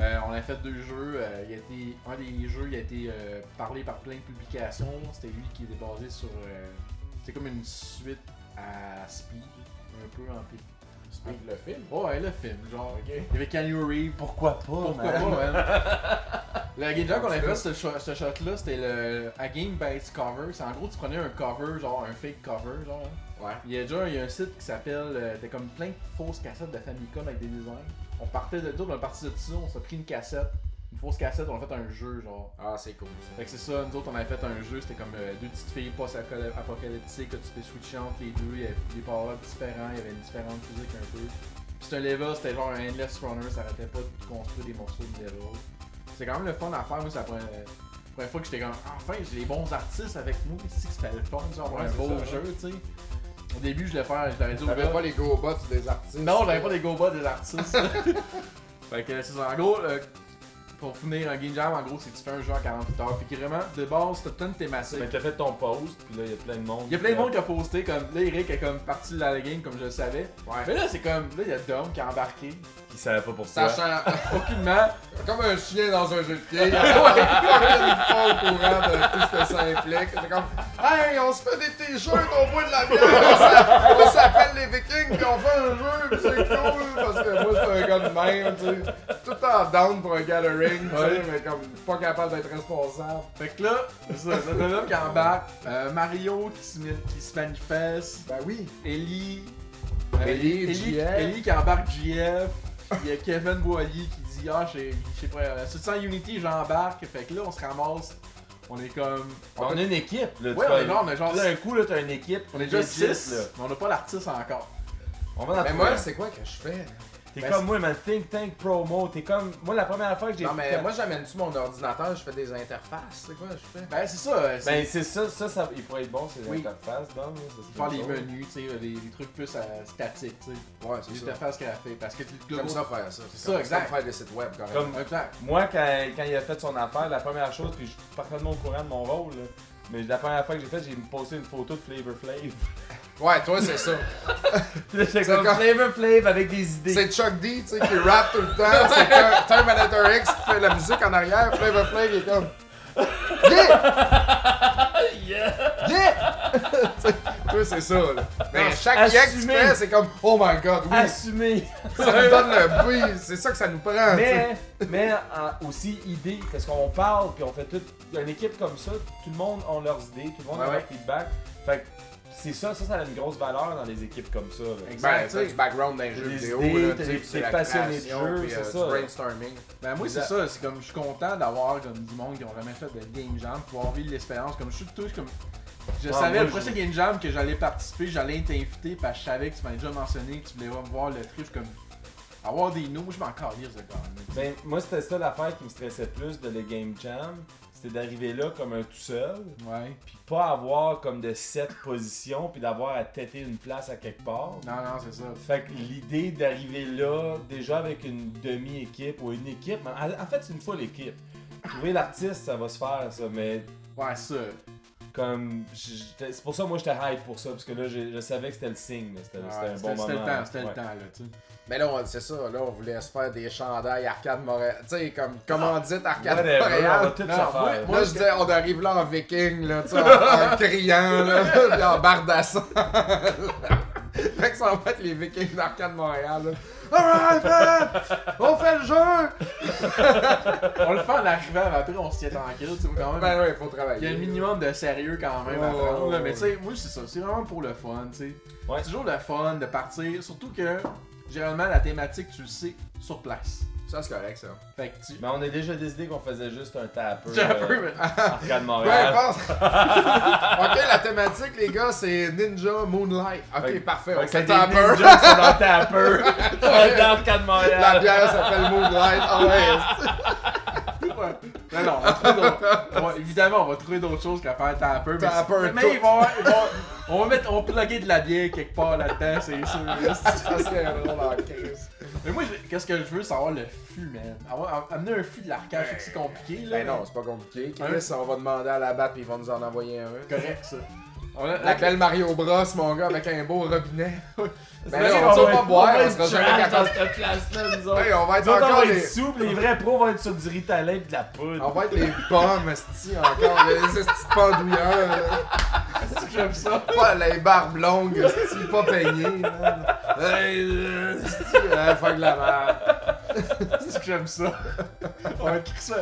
S2: Euh, on a fait deux jeux. euh, il a été, un des jeux il a été euh, parlé par plein de publications. C'était lui qui était basé sur. euh, C'était comme une suite à Speed, un peu en P-
S1: Speak le film.
S2: Oh, ouais, le film, genre.
S1: Ok.
S2: Il y avait Keanu Reeves,
S3: Pourquoi pas,
S2: pourquoi
S3: man?
S2: pas, man? Le game jam qu'on avait
S1: Parce que-
S2: fait, ce, shot- ce shot-là, c'était le à Game Based Cover. C'est en gros, tu prenais un cover, genre un fake cover, genre. hein.
S1: Ouais.
S2: Il y a déjà il y a un site qui s'appelle. euh, T'as comme plein de fausses cassettes de Famicom avec des designs. On partait de tout, on est parti de ça, on s'est pris une cassette, une fausse cassette, on a fait un jeu, genre.
S1: Ah, c'est cool. ça.
S2: Fait que c'est ça, nous autres on avait fait un jeu, c'était comme euh, deux petites filles post-apocalyptiques, que tu peux switcher entre les deux, il y avait des power-ups différents, il y avait une différente physique un peu. Puis c'était un level, c'était genre un endless runner, ça arrêtait pas de construire des morceaux de level. C'est quand même le fun à faire, moi ça prend. euh, première fois que j'étais comme Ah, enfin j'ai les bons artistes avec nous, c'est que c'était le fun, genre
S1: Ouais,
S2: un
S1: c'est
S2: beau
S1: ça,
S2: jeu, tu sais. Au début je l'ai fait, je l'avais dit au
S1: T'avais
S2: gars,
S1: pas les go-bots des artistes.
S2: non, j'avais pas des go-bas des artistes. fait que c'est ça. En gros, le- pour finir un game jam, en gros, c'est que tu fais un jeu en 48 heures. Fait que vraiment, de base, t'as plein de thématiques.
S3: Mais t'as fait ton post, puis là, il y a plein de monde.
S2: Il y a plein de monde qui a posté, comme là, Eric est comme parti de la game, comme je le savais.
S1: Ouais.
S2: Mais là, c'est comme, là, il y a Dom qui a embarqué,
S3: qui savait pas pourquoi.
S1: Sachant,
S2: aucunement.
S1: comme un chien dans un jeu de pied. Il est pas au courant de tout ce que ça implique. C'est comme, hey, on se fait des t-shirts au bout de la bière. on s'a- On s'appelle les Vikings, puis on fait un jeu, puis c'est cool. Parce que moi, c'est un gars de même, tu sais. Tout le temps down pour un gathering, tu sais,
S2: Ouais.
S1: mais comme pas capable d'être responsable.
S2: Fait que là, c'est ça, c'est Dom qui embarque, euh, Mario qui se, qui se manifeste,
S1: Ben oui.
S2: Ellie.
S1: Ellie,
S2: Ellie,
S1: JF.
S2: Ellie qui embarque JF. Il y a Kevin Boilly qui dit Ah, je je sais pas, euh, sur 100 Unity, j'embarque. Fait que là, on se ramasse. On est comme.
S3: On a une équipe, là. tu
S2: Ouais, on
S3: vois.
S2: est là, on est genre.
S3: Tout d'un coup, là, t'as une équipe.
S2: On est déjà
S3: legit,
S2: 6,
S3: là.
S2: mais on n'a pas l'artiste encore.
S3: On va dans
S1: Mais
S3: le
S1: moi,
S3: coin.
S1: c'est quoi que je fais?
S3: T'es
S2: ben,
S3: comme moi, man. Think Tank Promo. T'es comme. Moi, la première fois que j'ai
S1: Non, mais
S3: fait-
S1: moi, j'amène-tu mon ordinateur, je fais des interfaces. C'est quoi que je fais?
S2: Ben, c'est ça. euh, C'est
S3: Ben, c'est ça, ça, ça, il pourrait être bon, c'est
S2: Oui.
S3: l'interface, donc. là, ça, c'est
S2: faire
S3: une
S2: des
S3: chose.
S2: menus, tu sais, euh, des, des trucs plus euh, statiques, tu sais.
S1: Ouais,
S2: Des
S1: c'est ça.
S2: interfaces qu'elle a fait. Parce que tu le
S1: J'aime ça faire ça.
S2: C'est ça,
S1: comme-
S2: exact.
S1: comme faire des sites web, quand même.
S3: Comme-
S2: Exact.
S3: Moi, quand, quand il a fait son affaire, la première chose, puis je suis parfaitement au courant de mon rôle, là, mais la première fois que j'ai fait, j'ai posté une photo de Flavor Flav.
S1: Ouais, toi, c'est ça.
S3: Puis là,
S1: C'est
S3: j'étais comme
S1: comme-
S3: Flavor Flav avec des idées.
S1: C'est Chuck D, tu sais, qui rappe tout le temps. C'est Ter- Terminator X qui fait la musique en arrière. Flavor Flav, il est comme... Yeah! Yeah! Tu sais, toi, c'est ça, là. Mais chaque yak que tu
S3: assumé.
S1: fais, c'est comme... Oh my God, oui!
S3: Assumé.
S1: ça nous donne le oui! C'est ça que ça nous prend, tu sais.
S3: Mais, mais en- aussi idée, parce qu'on parle, puis on fait toute une équipe comme ça, tout le monde a leurs idées, tout le monde
S1: Ouais,
S3: a
S1: ouais.
S3: leur feedback. Fait que c'est ça, ça, ça a une grosse valeur dans les équipes comme ça. là.
S2: Exact.
S1: Ben,
S2: tu
S1: t'as
S2: sais,
S1: du background dans les jeux
S3: des
S1: vidéo,
S3: idées,
S1: là, tu
S3: t'es-
S1: sais, puis
S3: t'es
S1: c'est la
S3: passionné de
S1: création,
S3: jeu,
S1: puis,
S3: c'est
S1: euh,
S3: ça.
S1: du brainstorming.
S2: Ben moi c'est
S3: Exact.
S2: ça, c'est comme je suis content d'avoir comme du monde qui ont jamais fait de game jam, pouvoir vivre l'expérience. Comme je suis tout comme je
S3: Ah,
S2: savais
S3: moi,
S2: le prochain
S3: je-
S2: game jam que j'allais participer, j'allais t'inviter parce que je savais que tu m'avais déjà mentionné que tu voulais voir le trip comme avoir des noms, je m'en calisse de gagner.
S3: Ben, moi, c'était ça l'affaire qui me stressait plus de le Game Jam. C'était d'arriver là comme un tout seul,
S2: Ouais.
S3: puis pas avoir comme de sept positions, puis d'avoir à têter une place à quelque part.
S2: Non non c'est ça.
S3: Fait que l'idée d'arriver là, déjà avec une demi-équipe ou une équipe, en en fait, c'est une fois l'équipe. Trouver l'artiste, ça va se faire, ça, mais
S2: Ouais ça.
S3: comme. j'étais- C'est pour ça, moi, j'étais hype pour ça, parce que là, je, je savais que c'était le signe, là, c'était
S2: Ouais,
S3: c'était un
S2: C'était
S3: bon moment.
S2: c'était le temps,
S3: là.
S2: c'était
S3: Ouais.
S2: le temps là, tu sais.
S1: Mais là, on- c'est ça, là, on voulait se faire des chandails arcade Montréal. Tu sais, comme, comment dit arcade
S3: Ah, Whatever, on va
S1: Montréal.
S3: tout se
S2: Non,
S3: faire.
S2: moi-
S1: Moi, je disais, on arrive là en viking, là, tu sais, en, en criant, là, puis en bardassant. fait que ça va être les vikings d'arcade Montréal, là. Alright, man! On fait le jeu!
S2: on le fait en arrivant, mais après on s'y est tranquille, tu sais quand même.
S1: Ben ouais, faut travailler.
S2: Il y a un minimum de sérieux quand même à
S1: Oh,
S2: prendre. là,
S1: ouais.
S2: Mais tu sais, moi c'est ça, c'est vraiment pour le fun, tu sais.
S3: Ouais.
S2: C'est toujours le fun de partir, surtout que généralement la thématique tu le sais sur place.
S1: Ça, c'est correct, ça.
S2: Fait que tu.
S3: Mais on a déjà décidé qu'on faisait juste un tapeur.
S2: J'ai un peu,
S3: Ben, euh,
S2: mais- ah,
S3: Arcade
S1: Peu
S3: Montréal.
S1: importe. ok, la thématique, les gars, c'est Ninja Moonlight. Ok,
S3: Fait-
S1: parfait.
S3: Fait
S1: On
S3: que c'est
S1: fait
S3: des
S1: tapeur.
S3: ninjas qui sont dans tapeur. Dans Arcade Montréal.
S1: La bière s'appelle Moonlight. Ah ouais,
S2: non, non, on va trouver d'autres- on va- évidemment, on va trouver d'autres choses qu'à faire tapper. Mais,
S1: Tapper
S2: mais
S1: tout.
S2: il va, il va- on va mettre, on va plugger de la bière quelque part là-dedans, c'est sûr.
S1: Ça serait drôle en crise.
S2: Mais moi, je- qu'est-ce que je veux, c'est avoir le fût, man. Avoir- amener un fût de l'arcade, je sais que c'est compliqué, là.
S1: Ben non, c'est pas compliqué. Chris, on va demander à la batte puis ils vont nous en envoyer un.
S2: mais correct, ça. On a-
S1: La belle Mario Bros, mon gars, avec un beau robinet.
S3: C'est
S1: Ben
S3: vrai
S1: là,
S3: qu'on
S1: on
S3: va
S1: va pas
S3: être-
S1: boire,
S3: on va
S1: on
S3: être
S1: sera
S3: trash
S1: jamais capable.
S3: dans cette place-là, nous autres.
S1: Hey, on va être
S3: Nous autres, on
S1: encore
S3: va être
S1: les...
S3: souples, les vrais pros vont être sur du ritalin et de la poudre.
S1: On va être les pommes, esti, encore. Les esti pendouilleurs. là.
S2: Est-ce que j'aime ça?
S1: Pas les barbes longues, esti, pas peignées. là. Hey, euh, esti, euh, fuck la merde.
S2: Est-ce que j'aime ça? On va être crissant.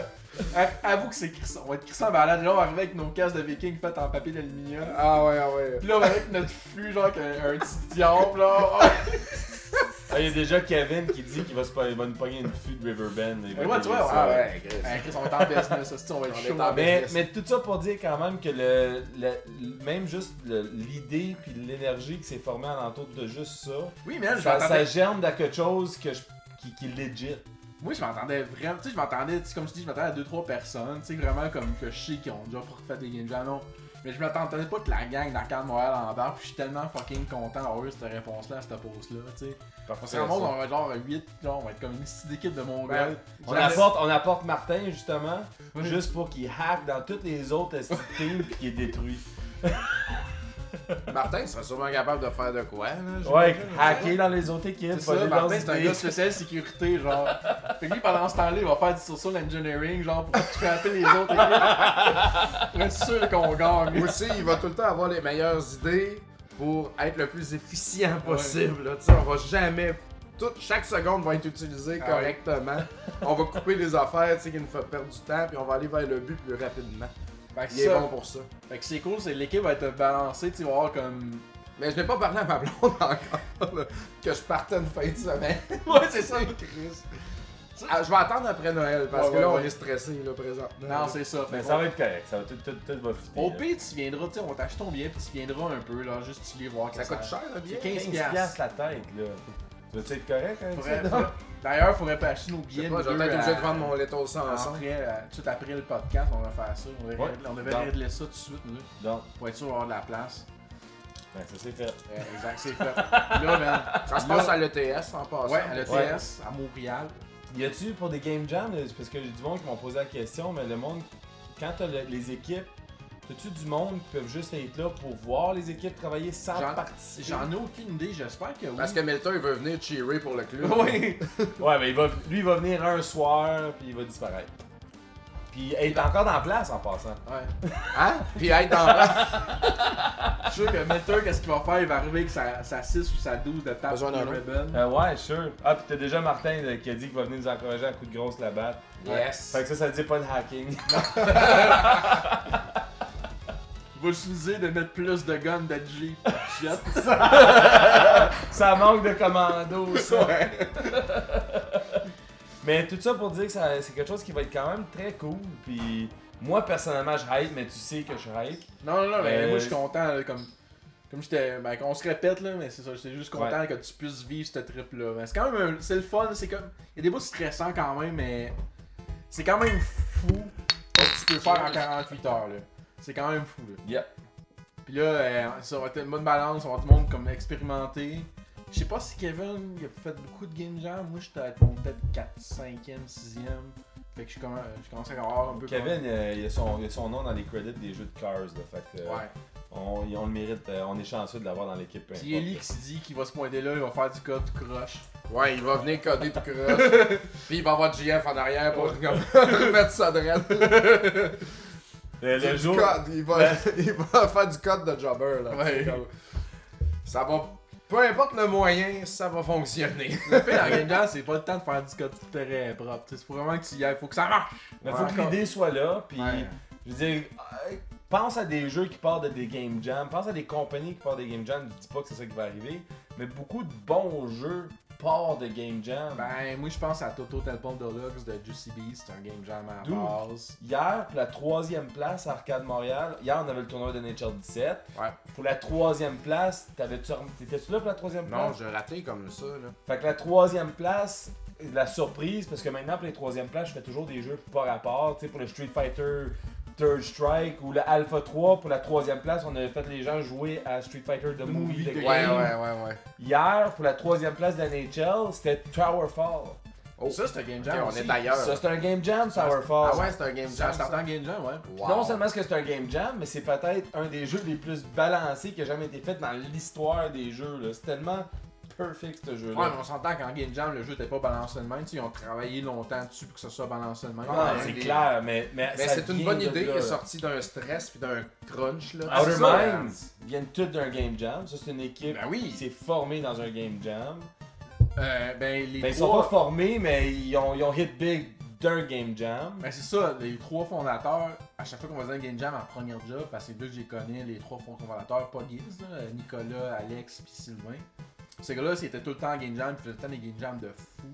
S2: Avoue que c'est crissant. On va être crissant malade. Là, on va arriver avec nos cases de vikings faites en papier d'aluminium.
S1: Ah ouais, ah ouais.
S2: Puis là, on va avec notre flux, genre, avec un, un petit diable, là. Oh.
S3: Ah, Il y a déjà Kevin qui dit qu'il va, se pa- il va nous pogner une fût de Riverbend. il va
S2: Ouais, ouais, tu
S3: payer
S2: vois,
S3: ça.
S1: Ah ouais, Chris.
S2: Hey, Chris, on est en business, hostie, on va être
S1: On est
S2: chaud.
S1: en
S2: man.
S3: Mais,
S1: business.
S3: mais tout ça pour dire quand même que le, le- même juste le- l'idée puis l'énergie qui s'est formée alentour de juste ça,
S2: Oui, man, je
S3: ça,
S2: m'attendais-
S3: ça germe d'à quelque chose que je- qui, qui est legit.
S2: Moi, je m'entendais vraiment. Tu sais, je m'entendais, tu sais, comme je dis, je m'attendais à 2-3 personnes. Tu sais, vraiment, comme que je sais qu'ils ont déjà fait des games jam, Ah non. Mais je m'attendais pas que la gang d'Arcade Montréal embarque. Puis je suis tellement fucking content d'avoir eu cette réponse-là, à cette pause-là. Tu sais, on se ramasse, on va être genre 8, genre, on va être comme une petite équipe de Mongols.
S3: On apporte, on apporte Martin justement,
S2: Oui.
S3: juste pour qu'il hack dans toutes les autres esti de teams puis qu'il est détruit.
S1: Martin serait sûrement capable de faire de quoi, là. je-
S3: Ouais, hacker dans les autres équipes.
S2: C'est ça,
S3: voler
S2: Martin,
S3: leurs
S2: c'est un
S3: idées.
S2: gars spécial sécurité, genre. Fait que lui, pendant ce temps-là, il va faire du social engineering, genre, pour frapper les autres équipes. Pour être sûr qu'on gagne.
S1: Aussi, il va tout le temps avoir les meilleures idées pour être le plus efficient possible. là. Tu sais, on va jamais. toute- chaque seconde va être utilisée
S2: Ah ouais.
S1: correctement. on va couper les affaires tu sais, qui nous font perdre du temps, puis on va aller vers le but plus rapidement.
S2: Fait que
S1: Il est
S2: ça,
S1: bon pour ça.
S2: Fait que c'est cool, c'est l'équipe va être balancée, tu vas voir comme.
S1: Mais je n'ai pas parlé à ma blonde encore là, que je partais une fin de semaine.
S2: ouais, c'est ça.
S1: Chris. Ah, je vais attendre après Noël parce
S2: Ouais,
S1: que
S2: ouais,
S1: là, on
S2: ouais.
S1: est stressé là, présentement.
S2: Non, c'est ça. Fait
S3: Mais
S2: qu'on-
S3: ça va être correct, ça va tout, tout, tout va fitter,
S2: Au
S3: là.
S2: pire, tu viendras, tu sais, on t'achète ton billet, puis tu viendras un peu, là, juste tu les voir.
S1: ça
S2: qu'est-ce
S1: coûte cher, le billet.
S2: C'est 15
S3: 15
S2: piastres.
S3: piastres la tête là. Tu veux être correct avec
S2: Faudrait-
S3: ça, non?
S2: faudrait- D'ailleurs, faudrait pas acheter nos
S1: Je sais
S2: billets.
S1: pas, je vais
S2: nous
S1: peut-être
S2: deux,
S1: obligé
S2: à- Ah,
S1: de vendre mon Little
S2: à-
S1: Samson.
S2: après, à- tout après le podcast, on va faire ça. On devait,
S3: Ouais.
S2: régler- on devait
S3: Dans-
S2: régler ça tout de suite, nous,
S3: Donc,
S2: pour être sûr d'avoir de la place.
S3: ben, ça c'est fait.
S2: Euh, exact, c'est fait. là,
S1: Ça se passe à l'ETS en
S2: man.
S1: passant.
S2: Ouais, à
S3: Ouais.
S2: l'ETS, à Montréal.
S3: Y a-tu pour des game jams, là, parce que j'ai du monde qui m'ont posé la question, mais le monde, quand t'as le- les équipes, t'as-tu du monde qui peuvent juste être là pour voir les équipes travailler sans
S2: J'en-
S3: participer?
S2: J'en ai aucune idée, j'espère que oui.
S1: Parce que Milton, il veut venir cheerer pour le club.
S2: Oui!
S3: Ouais, mais il va, lui, il va venir un soir, puis il va disparaître. Puis elle est encore dans la place en passant.
S2: Ouais.
S1: Hein? Puis être dans la...
S2: Je suis sûr que Metter, qu'est-ce qu'il va faire Il va arriver avec sa, sa 6 ou sa 12 de tape de
S1: Besoin d'un
S2: ribbon.
S3: Euh, ouais, sûr. Ah, puis t'as déjà Martin là, qui a dit qu'il va venir nous encourager à coup de grosse la batte.
S1: Yes.
S3: Fait que ça, ça dit pas de hacking.
S2: Il va utiliser de mettre plus de guns de Jeep. Jet.
S3: ça manque de commando, ça. mais tout ça pour dire que ça- c'est quelque chose qui va être quand même très cool. Puis moi, personnellement, je hype, mais tu sais que je hype.
S2: Non, non, non, mais
S3: Euh,
S2: moi je suis content. là, comme comme j'étais. Ben, qu'on se répète là, mais c'est ça. J'étais juste content que tu puisses vivre cette trip là. Mais c'est quand même. un- C'est le fun. C'est comme. Il y a des bouts stressants quand même, mais. C'est quand même fou ce que tu peux faire en 48 heures là. C'est quand même fou là.
S3: Yeah.
S2: Puis là, euh, ça va être une bonne balance, on va tout le monde comme expérimenter. Je sais pas si Kevin il a fait beaucoup de game jam, moi j'étais à mon peut-être 4, 5e, 6e. Fait que je commence, je commence à avoir un peu.
S3: Kevin, euh, il, a son, il a son nom dans les credits des jeux de Cars. Là, fait que, euh,
S2: Ouais.
S3: on, on le mérite. euh, on est chanceux de l'avoir dans l'équipe. peu
S2: Puis
S3: importe.
S2: Ellie qui se dit qu'il va se pointer là, il va faire du code croche.
S1: Ouais, il va venir coder tout croche. Puis il va avoir JF en arrière pour comme, remettre sa drette.
S3: Le, Euh, le
S1: Du
S3: jour,
S1: code, il, va, il va faire du code de jobber. Là.
S2: Ouais.
S1: C'est comme- Ça va. Peu importe le moyen, ça va fonctionner.
S2: Le fait dans game jam, c'est pas le temps de faire du code très propre. Il faut vraiment que tu y ailles, faut que ça marche.
S3: mais faut que l'idée soit là. Puis
S2: Ouais.
S3: Je veux dire, euh, pense à des jeux qui partent de des game jams, pense à des compagnies qui partent des game jams, je dis pas que c'est ça qui va arriver, mais beaucoup de bons jeux partent de game jams.
S2: Ben, moi je pense à Toto Telpon Deluxe de Juicy Bee, c'est un game jam à
S3: Dude.
S2: base.
S3: Hier, pour la troisième place, Arcade Montréal, hier on avait le tournoi de Nature 17.
S1: Ouais.
S3: Pour la troisième place, t'avais-tu rem- t'étais-tu là pour la troisième place?
S1: Non, j'ai raté comme ça. Là.
S3: Fait que la troisième place, la surprise, parce que maintenant pour les troisième places, je fais toujours des jeux pas rapport. Tu sais, pour le Street Fighter Third Strike ou la Alpha 3 pour la troisième place, on avait fait les gens jouer à Street Fighter The, Movie,
S2: Movie,
S3: The
S2: The
S1: Ouais,
S3: Game.
S1: ouais, ouais, ouais.
S3: Hier, pour la troisième place de la NHL, c'était Towerfall.
S1: Oh,
S2: Ça, c'est un game
S1: ok,
S2: jam.
S1: on
S2: aussi.
S1: est ailleurs.
S3: Ça, c'est un game jam, Towerfall.
S1: Ah ouais, c'est un game
S2: Ça,
S1: jam.
S2: c'est un game jam, ouais.
S1: Wow.
S3: Non seulement est-ce que c'est un game jam, mais c'est peut-être un des jeux les plus balancés qui a jamais été fait dans l'histoire des jeux. là. C'est tellement perfect ce jeu-là.
S2: Ouais, mais on s'entend qu'en game jam, le jeu était pas balancé de même. tu sais, Ils ont travaillé longtemps dessus pour que ça soit balancé de même. Ben,
S3: Ah,
S1: ouais,
S3: c'est
S1: les-
S3: clair, mais, mais,
S1: Mais
S3: ça
S1: Ben, c'est une
S3: vient
S1: bonne
S3: de
S1: idée
S3: là,
S1: qui est
S3: là.
S1: sortie d'un stress puis d'un crunch, là.
S3: Outer
S1: C'est ça, hein.
S3: Minds viennent toutes d'un game jam. Ça, c'est une équipe
S1: Ben
S3: qui
S1: oui.
S3: s'est formée dans un game jam.
S2: Euh, ben, les
S3: Ben, ils sont
S2: trois...
S3: pas formés, mais ils ont, ils ont hit big d'un game jam.
S2: Ben, c'est ça, les trois fondateurs, à chaque fois qu'on va dire Game Jam en première job, parce que c'est deux que j'ai connu, les trois fondateurs, pas Giz, là, Nicolas, Alex puis Sylvain. Ces gars-là, c'était tout le temps en Game Jam, puis tout le temps des Game Jam de fou.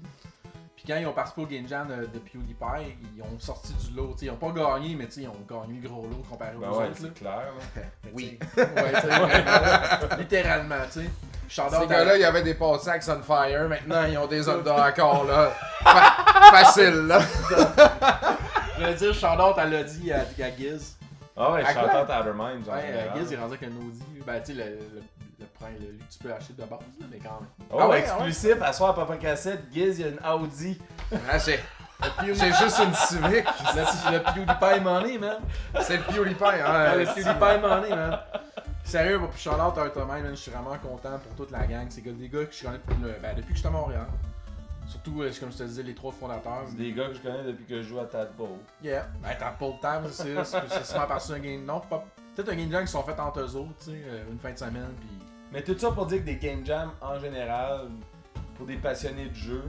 S2: Puis quand ils ont participé au Game Jam de, de PewDiePie, ils ont sorti du lot. T'sais, ils ont pas gagné, mais t'sais, ils ont gagné le gros lot comparé
S3: Ben
S2: aux
S3: ouais,
S2: autres. là.
S3: c'est clair. là.
S1: Oui.
S2: Ouais, t'sais, vraiment, littéralement, tu sais.
S1: Ces gars-là, il y avait des passants qui on fire. Maintenant, ils ont des Honda encore, là. Fa- facile, là.
S2: Je veux dire, Chandon, elle l'a dit à, à Giz.
S3: Ah ouais,
S2: À quoi?
S3: j'entends Outer Minds. en
S2: Ouais, euh,
S3: général.
S2: Giz, il est rendu avec un Audi. Ben, tu sais, le, le, le, print, le- tu peux acheter de base, là, mais quand même.
S3: Oh,
S1: Ah ouais,
S3: exclusif, à soir, Papa Cassette, Giz, il y a une Audi.
S1: Ah, j'ai j'ai juste une Civic.
S2: Le, le PewDiePie Money, man.
S1: C'est le PewDiePie,
S2: Ah,
S1: hein.
S2: le PewDiePie Money, man. Sérieux, moi, puis Charlotte Automail, man, je suis vraiment content pour toute la gang. C'est que des gars que je connais depuis, le- ben, depuis que je suis à Montréal. Surtout, euh, comme je te disais, les trois fondateurs.
S3: C'est des gars que je connais depuis que je joue à Tadpole.
S2: Yeah. Ben, t'as pas le temps, c'est c'est- c'est souvent parti un game. Non, pas- peut-être un game jam qui sont faits entre eux autres, tu sais, euh, une fin de semaine, puis.
S3: Mais tout ça pour dire que des game jams en général, pour des passionnés de jeu,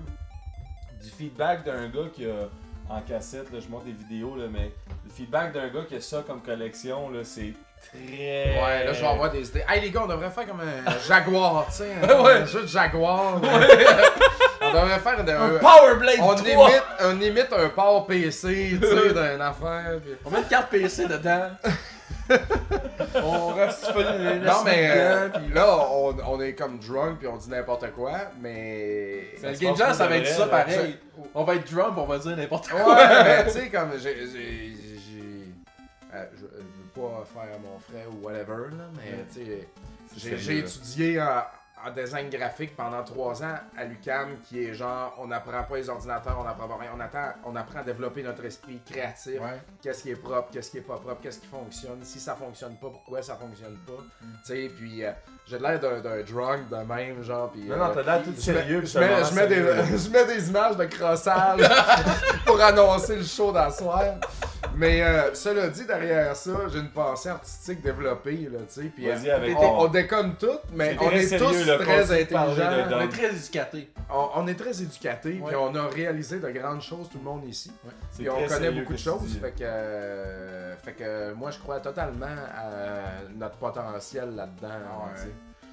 S3: du feedback d'un gars qui a en cassette, là, je montre des vidéos, là, mais le feedback d'un gars qui a ça comme collection, là, c'est très.
S1: Ouais, là, je vais avoir des idées. Hey, les gars, on devrait faire comme un Jaguar, tu sais.
S3: Ouais,
S1: Un,
S3: ouais.
S1: un jeu de Jaguar. on devrait faire de-
S3: Un
S1: un-
S3: Powerblade
S1: on,
S3: 3!
S1: imite, on imite un port PC, tu sais, d'une affaire. puis-
S2: Combien de cartes PC dedans? On reste pas
S1: Non, mais euh, là, on, on est comme drunk puis on dit n'importe quoi, mais.
S2: Le
S3: se
S2: game
S3: passe
S2: jam,
S3: pour
S2: ça
S3: de
S2: va être
S3: vrai,
S2: ça
S3: là.
S2: pareil. On va être drunk, on va dire n'importe quoi.
S1: Ouais, mais tu sais, comme j'ai. j'ai- j'ai- euh, je, je veux pas faire mon frère ou whatever, là, mais tu sais, j'ai- j'ai
S3: sérieux, là.
S1: étudié en, en design graphique pendant trois ans à l'UCAM, qui est genre, on n'apprend pas les ordinateurs, on n'apprend pas rien, on, attend, on apprend à développer notre esprit créatif, qu'est-ce qui est propre, qu'est-ce qui est pas propre, qu'est-ce qui fonctionne, si ça fonctionne pas, pourquoi ça fonctionne pas, tu sais, puis euh, j'ai l'air d'un d'un drunk de même, genre, puis...
S3: Non,
S1: euh,
S3: non, t'as l'air tout
S1: je mets,
S3: sérieux.
S1: je mets- je mets des, je mets des images de crossage pour annoncer le show d'en soir. Mais euh, cela dit, derrière ça, j'ai une pensée artistique développée, là, tu sais. Puis
S3: Vas-y
S1: euh,
S3: avec-
S1: on- on, déconne tout, mais
S3: C'est
S1: on
S3: très
S1: est
S3: sérieux,
S1: tous
S3: là,
S1: très
S3: continue de parler
S1: intelligents.
S3: de-
S2: On est très éducatés.
S1: On, on est très éducatés,
S2: Ouais.
S1: puis on a réalisé de grandes choses, tout le monde ici. Puis on connaît beaucoup de choses, fait que, euh, fait que moi, je crois totalement à notre potentiel là-dedans. hein,
S2: Ouais.
S1: tu sais.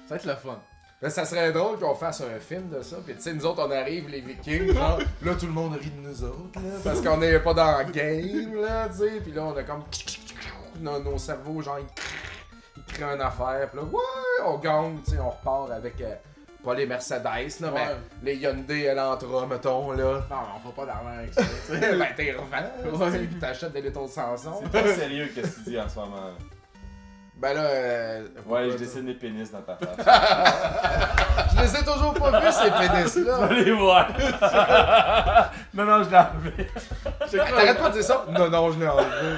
S2: Ça va être le fun.
S1: Ben, ça serait drôle qu'on fasse un film de ça. Puis tu sais, nous autres, on arrive, les Vikings, genre, là, tout le monde rit de nous autres, là, parce qu'on est pas dans le game, là, tu sais. Puis là, on a comme. Nos, nos cerveaux, genre, ils, ils créent une affaire. Puis là, ouais, on gagne, tu sais, on repart avec. euh, pas les Mercedes, là, mais
S2: Ouais.
S1: les Hyundai Elantra, mettons, là.
S2: Non, mais on fera pas d'argent avec ça. tu sais.
S1: ben, t'es revends,
S2: Ouais.
S1: tu sais, puis t'achètes des Little Samson.
S3: C'est pas sérieux qu'est-ce que tu dis en ce moment.
S1: Ben là, euh,
S3: Ouais,
S1: pourquoi
S3: je
S1: ça?
S3: dessine des pénis dans ta face.
S1: Je les ai toujours pas vus, ces pénis-là.
S3: Allez voir! non, non, je l'ai enlevé.
S1: T'arrêtes pas de dire ça? Non, non, je l'ai enlevé.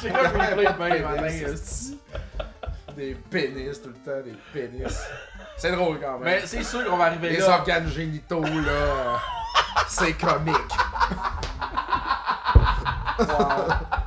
S2: C'est quoi le replay de bain, matin,
S1: Pénis,
S2: euh,
S1: esti. Des pénis tout le temps, des pénis. C'est drôle quand même.
S2: Mais c'est sûr qu'on va arriver
S1: Les
S2: là.
S1: organes génitaux, là, euh, c'est comique.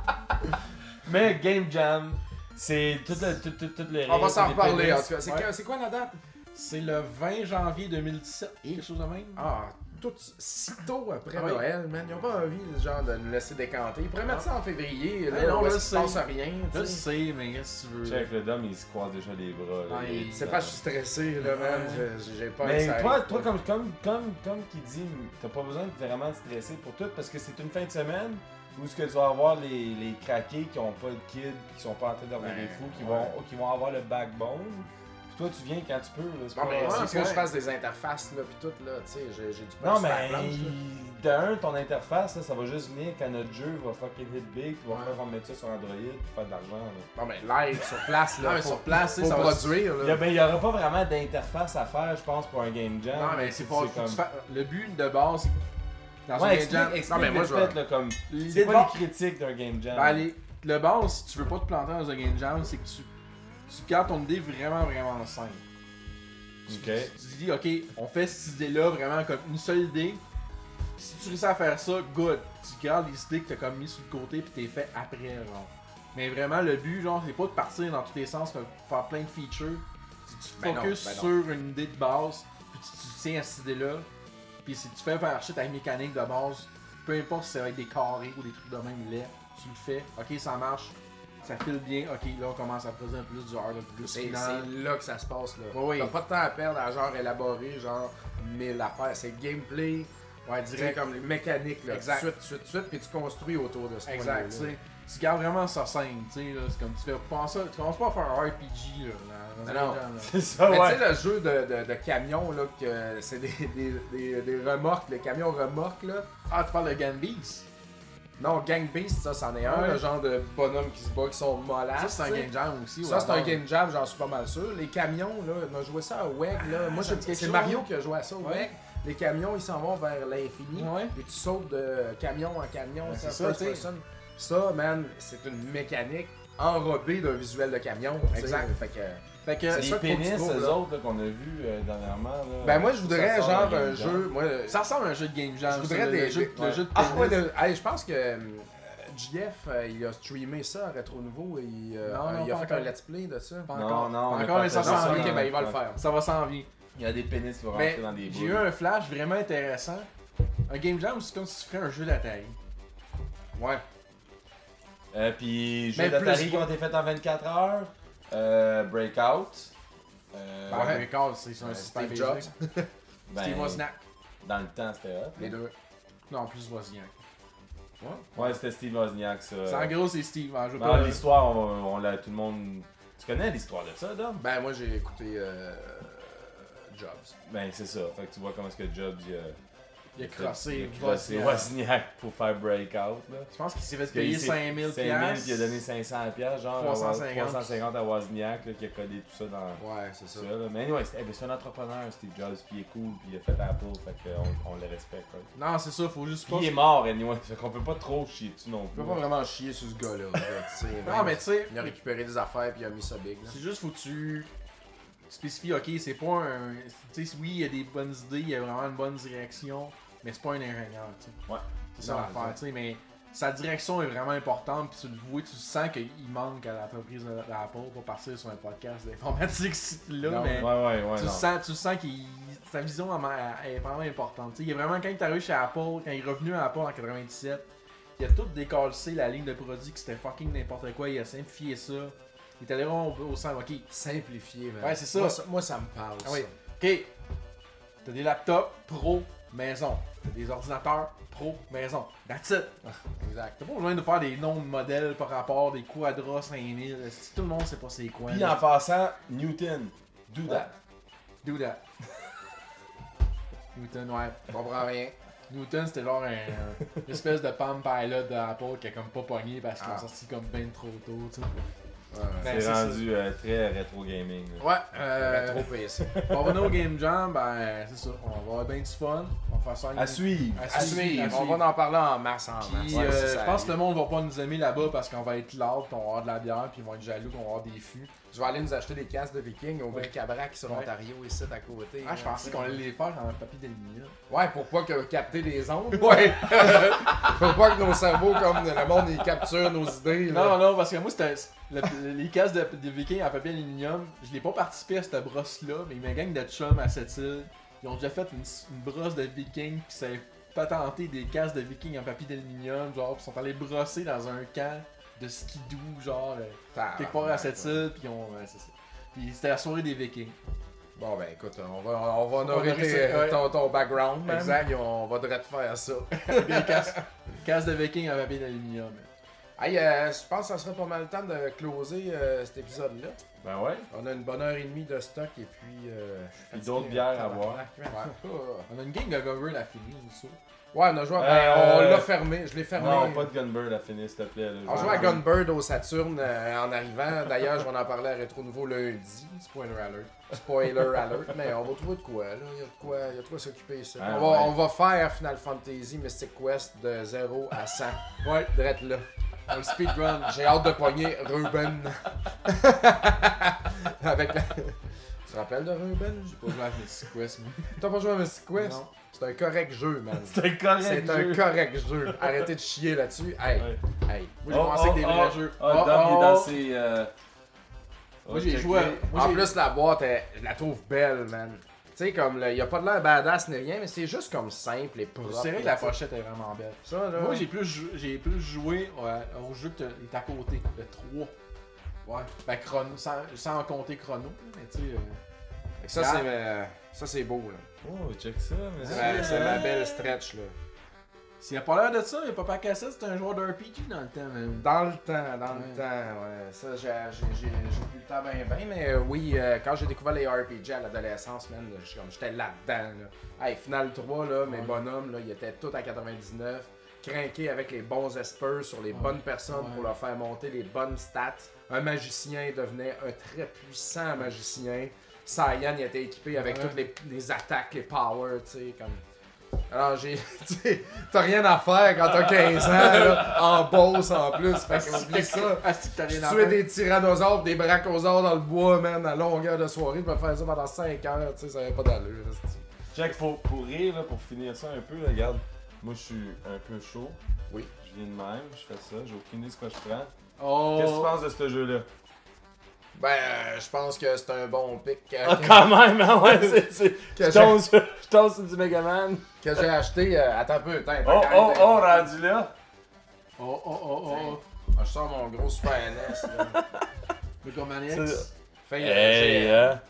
S3: Mais Game Jam, c'est tout, le- tout, tout, tout les
S1: On va s'en
S3: les
S1: reparler
S3: pénis.
S1: en tout cas. C'est
S2: Ouais.
S1: que- c'est quoi la date?
S2: C'est le 20 janvier 2017, quelque chose de même.
S1: Ah, tout sitôt après
S2: Ah oui.
S1: Noël, man. Ils ont pas envie, genre, de nous laisser décanter. Ils pourraient mettre ça en février, là,
S2: Ah non,
S1: où
S2: là,
S1: est-ce qu'il se
S2: c'est-
S1: passe rien,
S2: Je
S1: tu
S2: le
S1: sais.
S2: sais, mais qu'est-ce que tu veux.
S3: Check, le dom, il se croise déjà les bras. là.
S2: Ah,
S3: Il est
S2: il-
S1: C'est
S3: dedans.
S1: pas que je suis stressé, là, man.
S2: ben, Ouais. Ben,
S1: Je- J'ai pas
S3: Mais toi, toi comme, comme, comme, comme qui dit, t'as pas besoin de vraiment te stresser pour tout parce que c'est une fin de semaine où ce que tu vas avoir les, les craqués qui ont pas de kids, qui sont pas en train d'avoir
S1: Ben,
S3: des fous, qui,
S1: ouais.
S3: vont, qui vont avoir le backbone. Puis toi, tu viens quand tu peux. Là, c'est
S1: Bon,
S3: pas-
S1: mais
S3: c'est
S1: c'est que
S3: pas-
S1: je fasse des interfaces, là, pis tout, là, tu sais, j'ai j'ai du
S3: Non,
S1: pain sur la
S3: mais
S1: planche, là.
S3: t'as un, ton interface, là, ça va juste venir quand notre jeu va fucking hit big, puis
S1: Ouais.
S3: va faire on mettre ça sur Android pour faire de l'argent. là.
S1: Non, mais live sur place, là.
S2: Non, mais
S1: faut-
S2: sur place, tu
S1: faut
S2: sais, ça va
S1: produire,
S3: Il
S1: là.
S3: n'y ben, il y aura pas vraiment d'interface à faire, je pense, pour un game jam.
S1: Non, mais c'est pas-
S2: Faut que tu fa- Le but de base, c'est que dans un
S3: Ouais,
S2: game jam,
S3: explique, explique
S1: Non, mais moi,
S3: vite
S1: je vais-
S3: fait, là, comme...
S2: les-
S3: C'est
S2: les-
S3: pas les critiques d'un game jam.
S2: ben, les- le base, si tu veux pas te planter dans un game jam, c'est que tu, tu gardes ton idée vraiment, vraiment simple.
S3: Ok.
S2: Tu Euh, dis, ok, on fait cette idée-là vraiment comme une seule idée. Si tu réussis à faire ça, good. Tu gardes les idées que t'as comme mis sur le côté puis t'es fait après, genre. Mais vraiment, le but, genre, c'est pas de partir dans tous les sens, de faire plein de features. Tu, tu te
S1: Ben non,
S2: focuses
S1: ben non.
S2: sur une idée de base, puis tu, tu tiens à cette idée-là. Puis si tu fais faire shit ta mécanique de base, peu importe si ça va être des carrés ou des trucs de même laid, tu le fais. Ok, ça marche, ça file bien. Ok, là, on commence à poser un peu plus du hard, un peu plus
S1: C'est
S2: final.
S1: c'est là que ça se passe, là.
S2: Oui.
S1: T'as pas de temps à perdre à genre élaborer, genre, mille affaires. C'est le gameplay,
S2: Ouais,
S1: direct
S2: direct.
S1: comme les mécaniques, là.
S2: Exact.
S1: Suite, suite, suite, puis tu construis autour de ce
S2: Exact, tu
S1: point-là.
S2: sais. Tu gardes vraiment ça simple, tu sais, là. C'est comme tu fais pas ça. Tu commences pas à faire un RPG, là. dans- dans
S1: Non,
S2: un temps, là.
S3: C'est ça,
S1: Mais
S3: ouais.
S1: tu sais, le jeu de, de, de camion, là, que c'est des, des, des, des remorques, les camions remorques, là.
S2: Ah, tu parles de Ganbeast.
S1: Non, Gang Beast, ça, c'en est un,
S2: Ouais.
S1: le genre de bonhomme qui se bat, qui sont molasses.
S2: Ça, c'est un
S1: Ah, tu sais.
S2: game jam aussi.
S1: Ça,
S2: ouais,
S1: c'est un
S2: alors.
S1: game jam, j'en suis pas mal sûr. Les camions, là, on a joué ça à WEG, là. Moi,
S2: Ah, ça
S1: je-
S2: me dit quelque
S1: c'est
S2: chose.
S1: Mario qui a joué à ça au
S2: Ouais.
S1: WEG. Les camions, ils s'en vont vers l'infini.
S2: Ouais.
S1: Puis tu sautes de camion en camion,
S2: Ben,
S1: c'est
S2: c'est
S1: ça,
S2: ça,
S1: first
S2: t'sais.
S1: person. Ça, man, c'est une mécanique enrobée d'un visuel de camion. t'sais.
S2: Exact.
S1: Fait que...
S2: Fait que.
S1: C'est
S3: Les
S1: ça qu'il faut que tu
S3: pénis,
S1: trouves,
S3: eux
S1: là.
S3: autres, là, qu'on a vus euh, dernièrement, là.
S1: Ben moi, je
S3: ça
S1: voudrais
S3: sort
S1: genre
S3: d'un
S1: un
S3: game jam.
S1: jeu, moi,
S2: Ça ressemble à un jeu de game jam.
S1: je
S2: ça,
S1: voudrais
S2: le-
S1: des
S2: Le jeu,
S1: ouais.
S2: le jeu de
S1: Ah,
S2: pénis.
S1: ouais, de- hey, je pense que euh, JF, euh, il a streamé ça à Retro Nouveau et il, euh,
S2: Non, non,
S1: il a
S2: pas
S1: fait un
S2: encore.
S1: let's play de ça.
S2: Pas
S3: Non,
S2: encore.
S3: non,
S2: Pas
S3: on a
S2: encore,
S3: pas
S2: mais ça
S3: fait ça,
S2: s'en
S1: ok,
S2: vient.
S1: ben il va le
S3: ouais.
S1: faire.
S2: Ça va s'en venir.
S3: Il y a des pénis qui vont
S2: Mais
S3: rentrer dans des
S2: j'ai eu
S3: boules.
S2: un flash vraiment intéressant. Un game jam, c'est comme si tu ferais un jeu d'Atari.
S1: Ouais.
S3: Euh, puis, jeux
S2: Mais
S3: d'Atari
S2: plus-
S3: qui ont été faits en 24 heures. Euh, Breakout. Euh,
S2: Ben,
S1: Ouais.
S2: mais Carl, c'est c'est
S1: Euh,
S2: un système
S1: Steve Jobs.
S2: basic.
S3: ben,
S2: Steve Wozniak.
S3: Dans le temps, c'était hot.
S1: Les deux. Euh.
S2: Non, plus Wozniak.
S3: Ouais, c'était Steve Wozniak, ça.
S2: C'est En gros, c'est Steve. hein, je veux
S3: Dans
S2: pas-
S3: l'histoire, on, on l'a, tout le monde... Tu connais l'histoire de ça, Dom?
S1: Ben moi, j'ai écouté euh, Jobs.
S3: Ben, c'est ça. Fait que tu vois comment est-ce que Jobs, il a...
S2: Il a crossé.
S3: il a crossé
S2: Wozniak.
S3: Wozniak pour faire Breakout, là.
S2: Je pense qu'il s'est fait
S3: Parce qu'il
S2: payer
S3: s'est-
S2: 5000
S3: 5000
S2: piastres.
S3: puis il a donné 500 piastres, genre euh, à Woz-
S2: 350.
S3: 350 à Wozniak, là, qui a codé tout ça dans...
S1: Ouais, c'est ça.
S3: ça, là. Mais anyway, c'est eh ben, c'est un entrepreneur, Steve Jobs, puis il est cool, puis il a fait Apple, fait qu'on on le respecte. quoi.
S2: Non, c'est ça, faut juste
S3: Puis
S2: pas.
S3: il est mort, anyway, fait qu'on peut pas trop chier dessus non
S1: Je
S3: plus.
S1: peux pas vraiment chier sur ce gars-là. là, tu sais,
S2: Non,
S1: même.
S2: mais tu sais,
S1: Il a récupéré des affaires puis il a mis ça
S3: hein.
S1: big. là.
S2: c'est juste faut que tu spécifies, ok, c'est pas un. Tu sais, oui, il y a des bonnes idées, il y a vraiment une bonne direction, mais c'est pas un ingénieur, tu sais.
S3: Ouais.
S2: C'est ça
S1: Non,
S2: l'affaire, tu sais, mais sa direction est vraiment importante, puis tu le vois, tu sens qu'il manque à l'entreprise d'Apple pour partir sur un podcast d'informatique là,
S1: Non,
S2: mais.
S3: Ouais, ouais, ouais,
S2: Tu
S3: non.
S2: sens, tu sens qu'il. Sa vision elle- elle est vraiment importante. Tu sais, il est vraiment, quand il est arrivé chez Apple, quand il est revenu à Apple en 97, il a tout décalcé la ligne de produits que c'était fucking n'importe quoi. Il a simplifié ça. Il est allé vraiment au, au centre. Ok,
S1: Simplifié, man.
S2: Ouais, c'est ça.
S1: Moi, moi, ça me parle.
S2: Ah oui.
S1: ça.
S2: ok. T'as des laptops pro maison. T'as des ordinateurs pro maison. That's it.
S1: Exact.
S2: T'as pas besoin de faire des noms de modèles par rapport des Quadra 5000. Si tout le monde sait pas c'est quoi.
S3: Puis en passant, Newton, do that.
S2: Do that. Newton, ouais.
S1: Je comprends rien.
S2: Newton, c'était genre un, un- une espèce de palm pilot d'Apple qui a comme pas pogné parce qu'ils
S1: Ah.
S2: l'ont sorti comme ben trop tôt, tu sais.
S1: Ouais, ouais.
S2: Ben,
S3: c'est
S2: c'est ça.
S3: rendu euh, très rétro gaming. là.
S2: Ouais,
S1: J'aurais
S2: euh,
S1: trop PC.
S2: pour revenir au Game Jam, ben c'est ça, on va avoir bien du fun, on va faire ça en-
S3: À suivre.
S2: À
S1: À
S2: suivre, à
S1: suivre, on
S2: suivre.
S1: va en parler en masse en masse.
S2: Puis,
S1: Ouais,
S2: euh,
S1: ça, ça
S2: je pense que
S1: arrive.
S2: le monde va pas nous aimer là-bas parce qu'on va être loud, puis on va avoir de la bière, puis ils vont être jaloux, qu'on va avoir des fûts.
S1: Je vais aller nous acheter des casques de vikings au
S2: Ouais.
S1: bric-à-brac sur
S2: Ouais.
S1: Ontario ici à côté.
S2: Ah, je
S1: là, tu sais.
S2: pensais qu'on allait les faire en papier d'aluminium.
S1: Ouais, pour pas que capter les ondes.
S2: Ouais!
S1: Faut pas que nos cerveaux, comme le monde, ils capturent nos idées. là.
S2: Non, non, parce que moi, c'était le- les casques de, des Vikings en papier aluminium. Je n'ai pas participé à cette brosse-là, mais ma gang de chums à cette île, ils ont déjà fait une, une brosse de Vikings, puis ça a patenté des casques de Vikings en papier d'aluminium, genre, puis ils sont allés brosser dans un camp de skidoo, genre, euh,
S3: Ah,
S2: quelque part à cette île, puis ils ont. ouais, c'est ça. Puis c'était la soirée des Vikings.
S1: Bon, ben écoute, on va, on va honorer
S2: honorer
S1: tes-
S2: ça, ouais.
S1: ton, ton background. man,
S2: Exact.
S1: puis On va te faire ça.
S2: des casques, casques de Vikings en papier d'aluminium.
S1: Hey, euh, je pense que ça serait pas mal le temps de closer euh, cet épisode-là.
S3: Ben ouais.
S1: On a une bonne heure et demie de stock et puis. euh, je suis
S3: Puis
S1: fatigué.
S3: d'autres bières à
S1: Tabarnak,
S3: boire.
S1: man. Ouais.
S2: On a une gang de cover à finir, ça.
S1: Ouais, on a joué. à-
S3: Euh,
S1: ben, on l'a fermé. Je l'ai fermé.
S3: Non, pas de Gunbird à finir, s'il te plaît. là.
S1: On joue à Gunbird au Saturn euh, en arrivant. D'ailleurs, je vais en parler à Rétro Nouveau lundi. Spoiler alert. Spoiler alert, mais on va trouver de quoi. Là. Il y a de quoi, il y a de quoi s'occuper. ça.
S3: Ah,
S1: on, va,
S3: ouais.
S1: on va faire Final Fantasy Mystic Quest de 0 à 100. Ouais, direct là.
S2: Un speedrun.
S1: J'ai hâte de pogner Ruben. Avec la- Tu te rappelles de Ruben?
S2: J'ai pas joué à Mystic Quest, moi.
S1: T'as pas joué à Mystic Quest?
S2: Non.
S1: C'est un correct jeu, man.
S3: C'est correct.
S1: C'est un
S3: jeu.
S1: correct jeu. Arrêtez de chier là-dessus. Hey,
S3: Ouais.
S1: hey.
S2: Moi, j'ai
S3: Oh,
S2: commencé avec des
S3: oh,
S2: vrais
S3: oh,
S2: jeux.
S3: Oh, Dom, il est dans ses. euh,
S2: Moi, j'ai
S3: check
S2: joué à-
S3: les-
S2: moi,
S1: en
S2: j'ai-
S1: plus, la boîte, elle- je la trouve belle, man. Tu sais, comme, il y a pas de l'air badass ni rien, mais c'est juste comme simple et
S3: oh.
S1: propre.
S2: C'est vrai que la pochette est vraiment belle.
S1: Ça, là.
S2: Moi, j'ai plus, jou- j'ai plus joué euh, au jeu qui est à côté, le 3. Ouais, ben chrono, sans, sans compter chrono, mais tu sais. euh,
S1: Fait que Ça, c'est euh, ça, c'est beau, là.
S3: Oh, check ça, mais
S1: C'est ma- C'est ma belle stretch, là.
S2: S'il a pas l'air de ça, il a pas cassette, c'était un joueur d'RPG dans le temps, même.
S1: Dans le temps, dans le
S2: Ouais.
S1: temps, ouais. Ça, j'ai j'ai- j'ai- j'ai plus le temps bien, bien, mais euh, oui, euh, quand j'ai découvert les RPG à l'adolescence, man, là, j'étais comme- j'étais là-dedans, là. Hey, Final 3, là, mes
S2: Ouais.
S1: bonhommes, là, ils étaient tous à 99, craqués avec les bons espers sur les
S2: Ouais.
S1: bonnes personnes pour
S2: Ouais.
S1: leur faire monter les bonnes stats. Un magicien devenait un très puissant magicien. Saiyan, il était équipé avec
S2: Ouais.
S1: toutes les, les attaques, les powers, tu sais, comme... Alors, j'ai. tu sais, T'as rien à faire quand t'as 15 ans, là, en boss en plus. Fait que oublie ça.
S2: Ah, si t'as
S1: Je
S2: rien à
S1: tuais
S2: faire.
S1: des tyrannosaures, des brachiosaures dans le bois, man, à longueur de soirée. Je vais faire ça pendant 5 heures, tu sais, ça avait pas d'allure. c'est-tu.
S3: Check pour, pour rire, là, pour finir ça un peu, là, regarde. Moi, je suis un peu chaud.
S1: Oui.
S3: Je viens de même, je fais ça, j'ai aucune idée de ce que je prends.
S2: Oh,
S3: Qu'est-ce que tu penses de ce jeu-là?
S1: Ben, euh, je pense que c'est un bon pic euh,
S3: Ah,
S1: que-
S3: quand même, ah ouais, c'est. c'est-
S1: que,
S3: Je
S1: j'ai-
S3: tombe sur- je tombe sur du Megaman.
S1: que j'ai acheté. euh, attends un peu, attends.
S3: Oh,
S1: attends,
S3: oh, oh,
S1: attends.
S3: rendu là.
S2: Oh, oh, oh, oh, oh.
S1: Ah, je sors mon gros Super NS, là.
S2: Megaman
S3: C'est-
S2: X.
S1: Fait que, euh,
S3: Hey,
S1: j'ai-
S3: hein.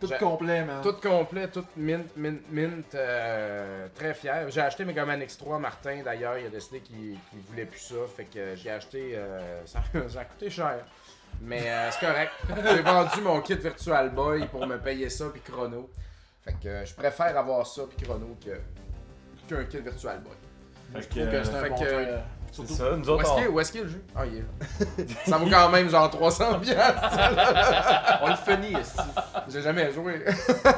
S2: Tout
S1: j'ai-
S2: complet, man.
S1: Tout complet, tout mint, mint, mint. euh, très fier. J'ai acheté Megaman X3 Martin d'ailleurs. Il a décidé qu'il qu'il voulait plus ça. Fait que j'ai acheté. euh, ça, ça a coûté cher. Mais euh, c'est correct. J'ai vendu mon kit Virtual Boy pour me payer ça puis Chrono. Fait que euh, je préfère avoir ça puis Chrono que qu'un kit Virtual Boy.
S3: Fait
S2: Je trouve que
S3: que. euh,
S2: c'est
S1: fait
S2: un bon
S1: que-
S2: jeu.
S3: C'est
S2: Surtout
S3: ça, nous
S1: Où
S3: autres,
S1: est-ce qu'il est,
S3: on-
S1: où est-ce qu'il est, le jeu Ah, il est là. Ça vaut quand même genre 300 piastres.
S2: On le finit, esti.
S1: J'ai jamais joué.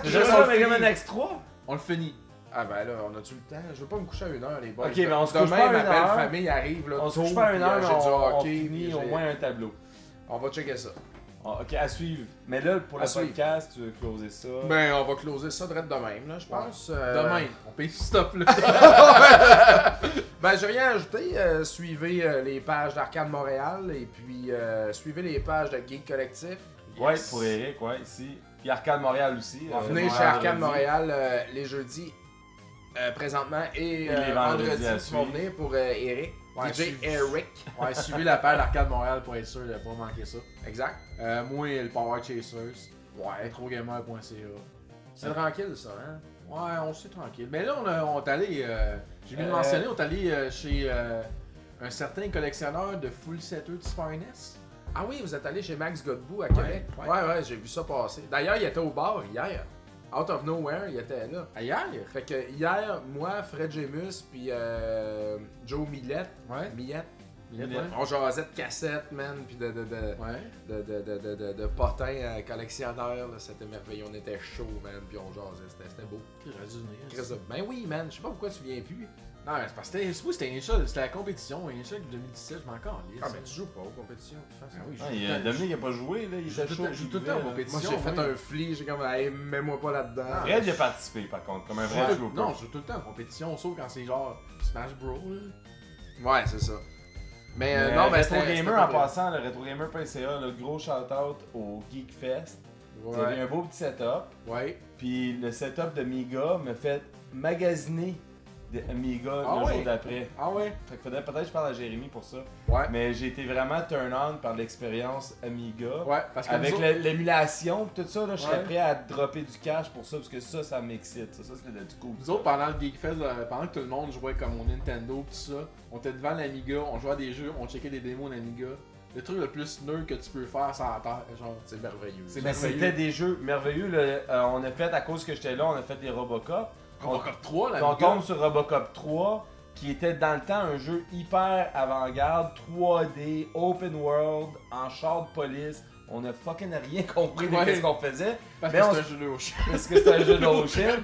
S3: J'ai
S2: Juste
S3: joué
S2: on
S3: à
S2: le
S3: Megaman
S2: finit.
S3: X3?
S2: On le finit.
S1: Ah ben là, on a-tu le temps? Je veux pas me coucher à une heure, les boys.
S3: Ok, mais on se
S1: Demain,
S3: couche pas à
S1: ma
S3: une
S1: belle
S3: heure.
S1: famille arrive, là,
S3: On se
S1: tôt,
S3: couche pas à une
S1: puis, euh,
S3: heure,
S1: j'ai du
S3: on, on
S1: hockey, puis
S3: finit au
S1: j'ai-
S3: moins un tableau.
S1: On va checker ça.
S3: Ah, ok, à suivre. Mais là, pour
S1: À
S3: le
S1: suivre.
S3: podcast, tu veux closer ça.
S1: Ben, on va closer ça direct de même, là, je pense. euh,
S2: Demain, on paye stop, là.
S1: Ben, j'ai rien ajouté. euh, suivez euh, les pages d'Arcade Montréal et puis euh, suivez les pages de Geek Collectif.
S3: Ouais,
S1: Yes.
S3: pour Eric, ouais, ici. Puis Arcade Montréal aussi. euh,
S1: Venez chez
S3: vendredi.
S1: Arcade Montréal euh, les jeudis euh, présentement et,
S3: Et
S1: euh,
S3: les vendredis
S1: vendredis
S3: à
S1: qui vont
S3: suivre.
S1: venir pour euh, Eric.
S2: Ouais,
S1: DJ
S2: suivez-
S1: Eric.
S2: Ouais, suivez la page Arcade Montréal pour être sûr de pas manquer ça.
S1: Exact.
S2: Euh, moi, le Power Chasers.
S1: Ouais.
S2: Retrogamer.ca.
S1: C'est tranquille, ça, hein?
S2: Ouais, on s'est tranquille. Mais là, on, a- on est allé. euh, J'ai oublié de
S3: Euh,
S2: mentionner, on est allé euh, chez euh, un certain collectionneur de full setter de Super E NES.
S1: Ah oui, vous êtes allé chez Max Godbout à Québec. Ouais,
S2: ouais.
S1: ouais, j'ai vu ça passer. D'ailleurs, il était au bar hier. Out of nowhere, il était là.
S2: Ailleurs
S1: Fait que hier, moi, Fred Gemus, puis euh, Joe Millette,
S2: Ouais.
S1: Millette,
S2: Il est
S3: Il est-
S2: ouais.
S1: on jasait de cassettes, man, puis de, de, de,
S2: Ouais.
S1: de, de, de, de, de- de potins euh, collectionneurs. là. C'était merveilleux. On était chaud, man, puis on jasait. C'était, c'était beau.
S2: J'aurais dû venir.
S1: Chris, Ben oui, man, je sais pas pourquoi tu viens plus.
S2: Non, mais c'est parce que c'était- c'est moi, c'était une chose. C'était la compétition. Une chose de 2017, je m'en encore lisse.
S1: Ah, ben tu joues pas aux compétitions, de toute façon.
S2: Ah oui, je
S3: Ah,
S2: joue
S3: il y
S2: tout
S3: a
S2: le temps-
S3: Dominique, il a pas joué, là. Il
S2: je joue
S3: était
S2: tout
S3: chaud.
S2: le temps- je joue tout le temps en
S1: Moi, j'ai
S2: compétition.
S1: fait
S2: oui.
S1: un fli, j'ai comme, hey, mets-moi pas là-dedans.
S3: Fred, il a participé, par contre, comme
S2: Je
S3: un
S2: joue
S3: vrai
S2: tout-
S3: joueur.
S2: Non, je joue tout le temps en compétition, sauf quand c'est genre Smash Bros. là.
S1: Ouais, c'est ça. Mais euh,
S3: Mais
S1: non, mais
S3: Retro
S1: c'était- c'était
S3: Gamer
S1: pas
S3: en
S1: vrai.
S3: passant, le RetroGamer.ca, le gros shout-out au Geek Fest. Vous avez
S1: Ouais.
S3: un beau petit setup.
S1: Ouais.
S3: Puis le setup de Miga me fait magasiner de Miga
S2: Ah
S3: le
S2: ouais?
S3: jour d'après.
S2: Ah ouais?
S3: Fait que faudrait peut-être que je parle à Jérémy pour ça.
S1: Ouais.
S3: Mais j'ai été vraiment turn on par l'expérience Amiga.
S2: Ouais, parce que
S3: Avec
S2: nous
S3: l'é- l'émulation pis tout ça, là, je serais
S2: Ouais.
S3: prêt à dropper du cash pour ça parce que ça, ça m'excite. Ça, ça c'était du coup.
S2: Nous autres, pendant le Geek Fest, euh, pendant que tout le monde jouait comme au Nintendo, pis tout ça, on était devant l'Amiga, on jouait à des jeux, on checkait des démos d'Amiga. Le truc le plus nerd que tu peux faire sur la terre, genre.
S1: C'est merveilleux.
S2: C'est
S3: Mais
S2: merveilleux.
S3: c'était des jeux merveilleux. là. Euh, on a fait, à cause que j'étais là, on a fait des Robocop.
S2: Robocop 3, la
S3: on
S2: Liga.
S3: tombe sur Robocop 3, qui était dans le temps un jeu hyper avant-garde, 3D, open world, en char de police. On a fucking rien compris de
S2: Ouais.
S3: ce qu'on faisait.
S2: Parce
S3: mais
S2: que
S3: on
S2: c'est un jeu de hoche.
S3: Parce que c'est un jeu d'Ocean.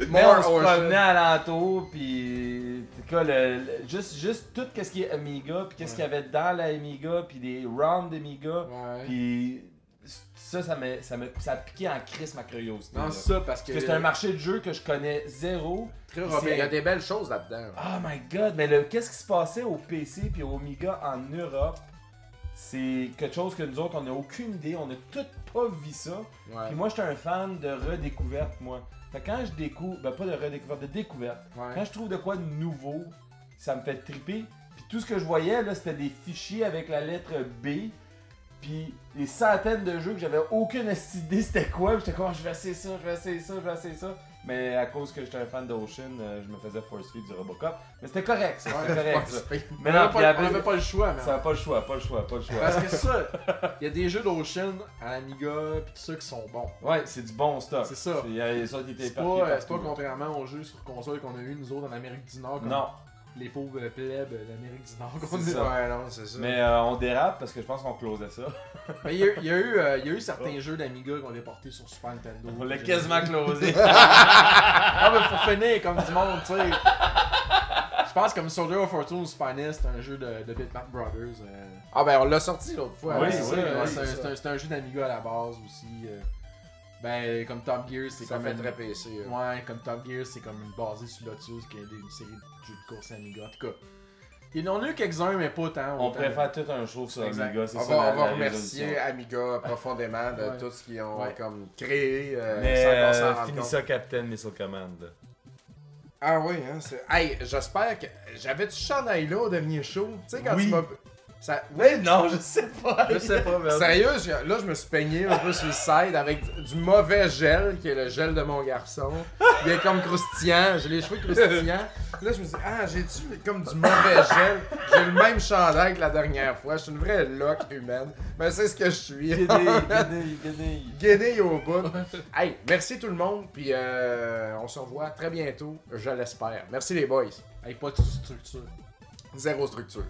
S3: mais, mais
S1: More
S3: on se
S1: Ocean.
S3: promenait alentour, puis. en tout cas, le- le- juste, juste tout ce qui est Amiga, puis qu'est-ce qu'il y avait dans la Amiga, puis les rounds d'Amiga,
S2: Ouais.
S3: puis. Ça, ça, m'a- ça, m'a- ça a piqué en crise ma curiosité.
S2: Non,
S3: là.
S2: c'est ça, euh, parce que.
S3: Parce que c'est un marché de jeu que je connais zéro.
S2: très
S1: Il y a
S2: Robin.
S1: des belles choses là-dedans.
S3: Oh my god, mais le- qu'est-ce qui se passait au PC puis au Amiga en Europe? C'est quelque chose que nous autres, on n'a aucune idée, on n'a toutes pas vu ça.
S1: Ouais.
S3: Puis moi, j'étais un fan de redécouverte, moi. Fait que quand je découvre, ben pas de redécouverte, de découverte.
S1: Ouais.
S3: Quand je trouve de quoi de nouveau, ça me fait triper. Puis tout ce que je voyais, là, c'était des fichiers avec la lettre B. Puis des centaines de jeux que j'avais aucune idée c'était quoi. Puis J'étais comme, Ah, je vais essayer ça, je vais essayer ça, je vais essayer ça. Mais à cause que j'étais un fan d'Ocean, euh, je me faisais force feed du Robocop. Mais c'était correct, ça, c'était correct, ça. Mais
S2: on
S3: non, puis il y
S2: n'avait
S3: avait-
S2: pas, le choix, man.
S3: ça n'a pas le choix, pas le choix, pas le choix.
S2: Parce que ça, il y a des jeux d'Ocean à Amiga pis tout ça qui sont bons.
S3: Ouais, c'est du bon stock.
S2: C'est ça.
S3: Il y a ça qui était
S2: C'est pas,
S3: éparpillé
S2: euh, c'est
S3: partout,
S2: pas
S3: là.
S2: contrairement aux jeux sur console qu'on a eu nous autres en Amérique du Nord, comme
S3: Non,
S2: les pauvres euh, plebs d'Amérique du Nord qu'on
S3: C'est
S2: a.
S3: ça.
S1: Ouais, non, c'est ça.
S3: mais euh, on dérape parce que je pense qu'on closait ça.
S2: Mais il y, a- il y a eu, euh, il y a eu certains jeux d'Amiga qu'on a portés sur Super Nintendo.
S3: On l'a Oh. quasiment closé.
S2: Ah, mais faut finir comme du monde, tu sais. Je pense comme Soldier of Fortune ou Super NES, c'est un jeu de, de Bitmap Brothers. euh.
S1: Ah ben on l'a sorti l'autre fois.
S3: Oui,
S1: hein,
S2: c'est
S3: oui,
S2: ça,
S3: oui,
S2: euh,
S1: c'est
S2: c'est un-
S1: ça.
S2: c'est un, c'est un jeu d'Amiga à la base aussi. euh. Ben, comme Top Gear, c'est
S1: C'est ça
S2: comme.
S1: fait
S2: une-
S1: très PC. euh.
S2: Ouais, comme Top Gear, c'est comme basé sur Lotus, qui est une série de jeux de course Amiga. En tout cas, il y en a eu quelques-uns, mais pas tant.
S3: On
S2: autant.
S3: préfère tout un show sur
S2: Exact.
S3: Amiga, c'est
S1: On va,
S3: ça. la-
S1: on va
S3: la
S1: remercier
S3: résolution.
S1: Amiga profondément de
S2: Ouais.
S1: tout ce qu'ils ont
S2: Ouais.
S1: comme créé euh,
S3: Mais
S1: sans qu'on s'en
S3: euh,
S1: rende
S3: finis
S1: compte.
S3: ça, Captain Missile Command.
S1: Ah oui, hein, c'est... Hey, j'espère que... J'avais du chandail là au dernier show, tu sais, quand
S3: Oui.
S1: tu m'as... Ça...
S3: Mais non, je sais pas. Je sais pas, mais.
S1: Sérieux, j'ai- là, je me suis peigné un peu sur le side avec du- du mauvais gel, qui est le gel de mon garçon. Il est comme croustillant, j'ai les cheveux croustillants. Là, je me suis dit, ah, j'ai-tu comme du mauvais gel? J'ai le même chandail que la dernière fois. Je suis une vraie loque humaine. Mais c'est ce que je suis.
S3: Guédille, guédille,
S1: Guédé au bout. Hey, merci tout le monde, puis euh, on se revoit très bientôt, je l'espère. Merci les boys.
S2: Avec pas de structure.
S1: Zéro structure.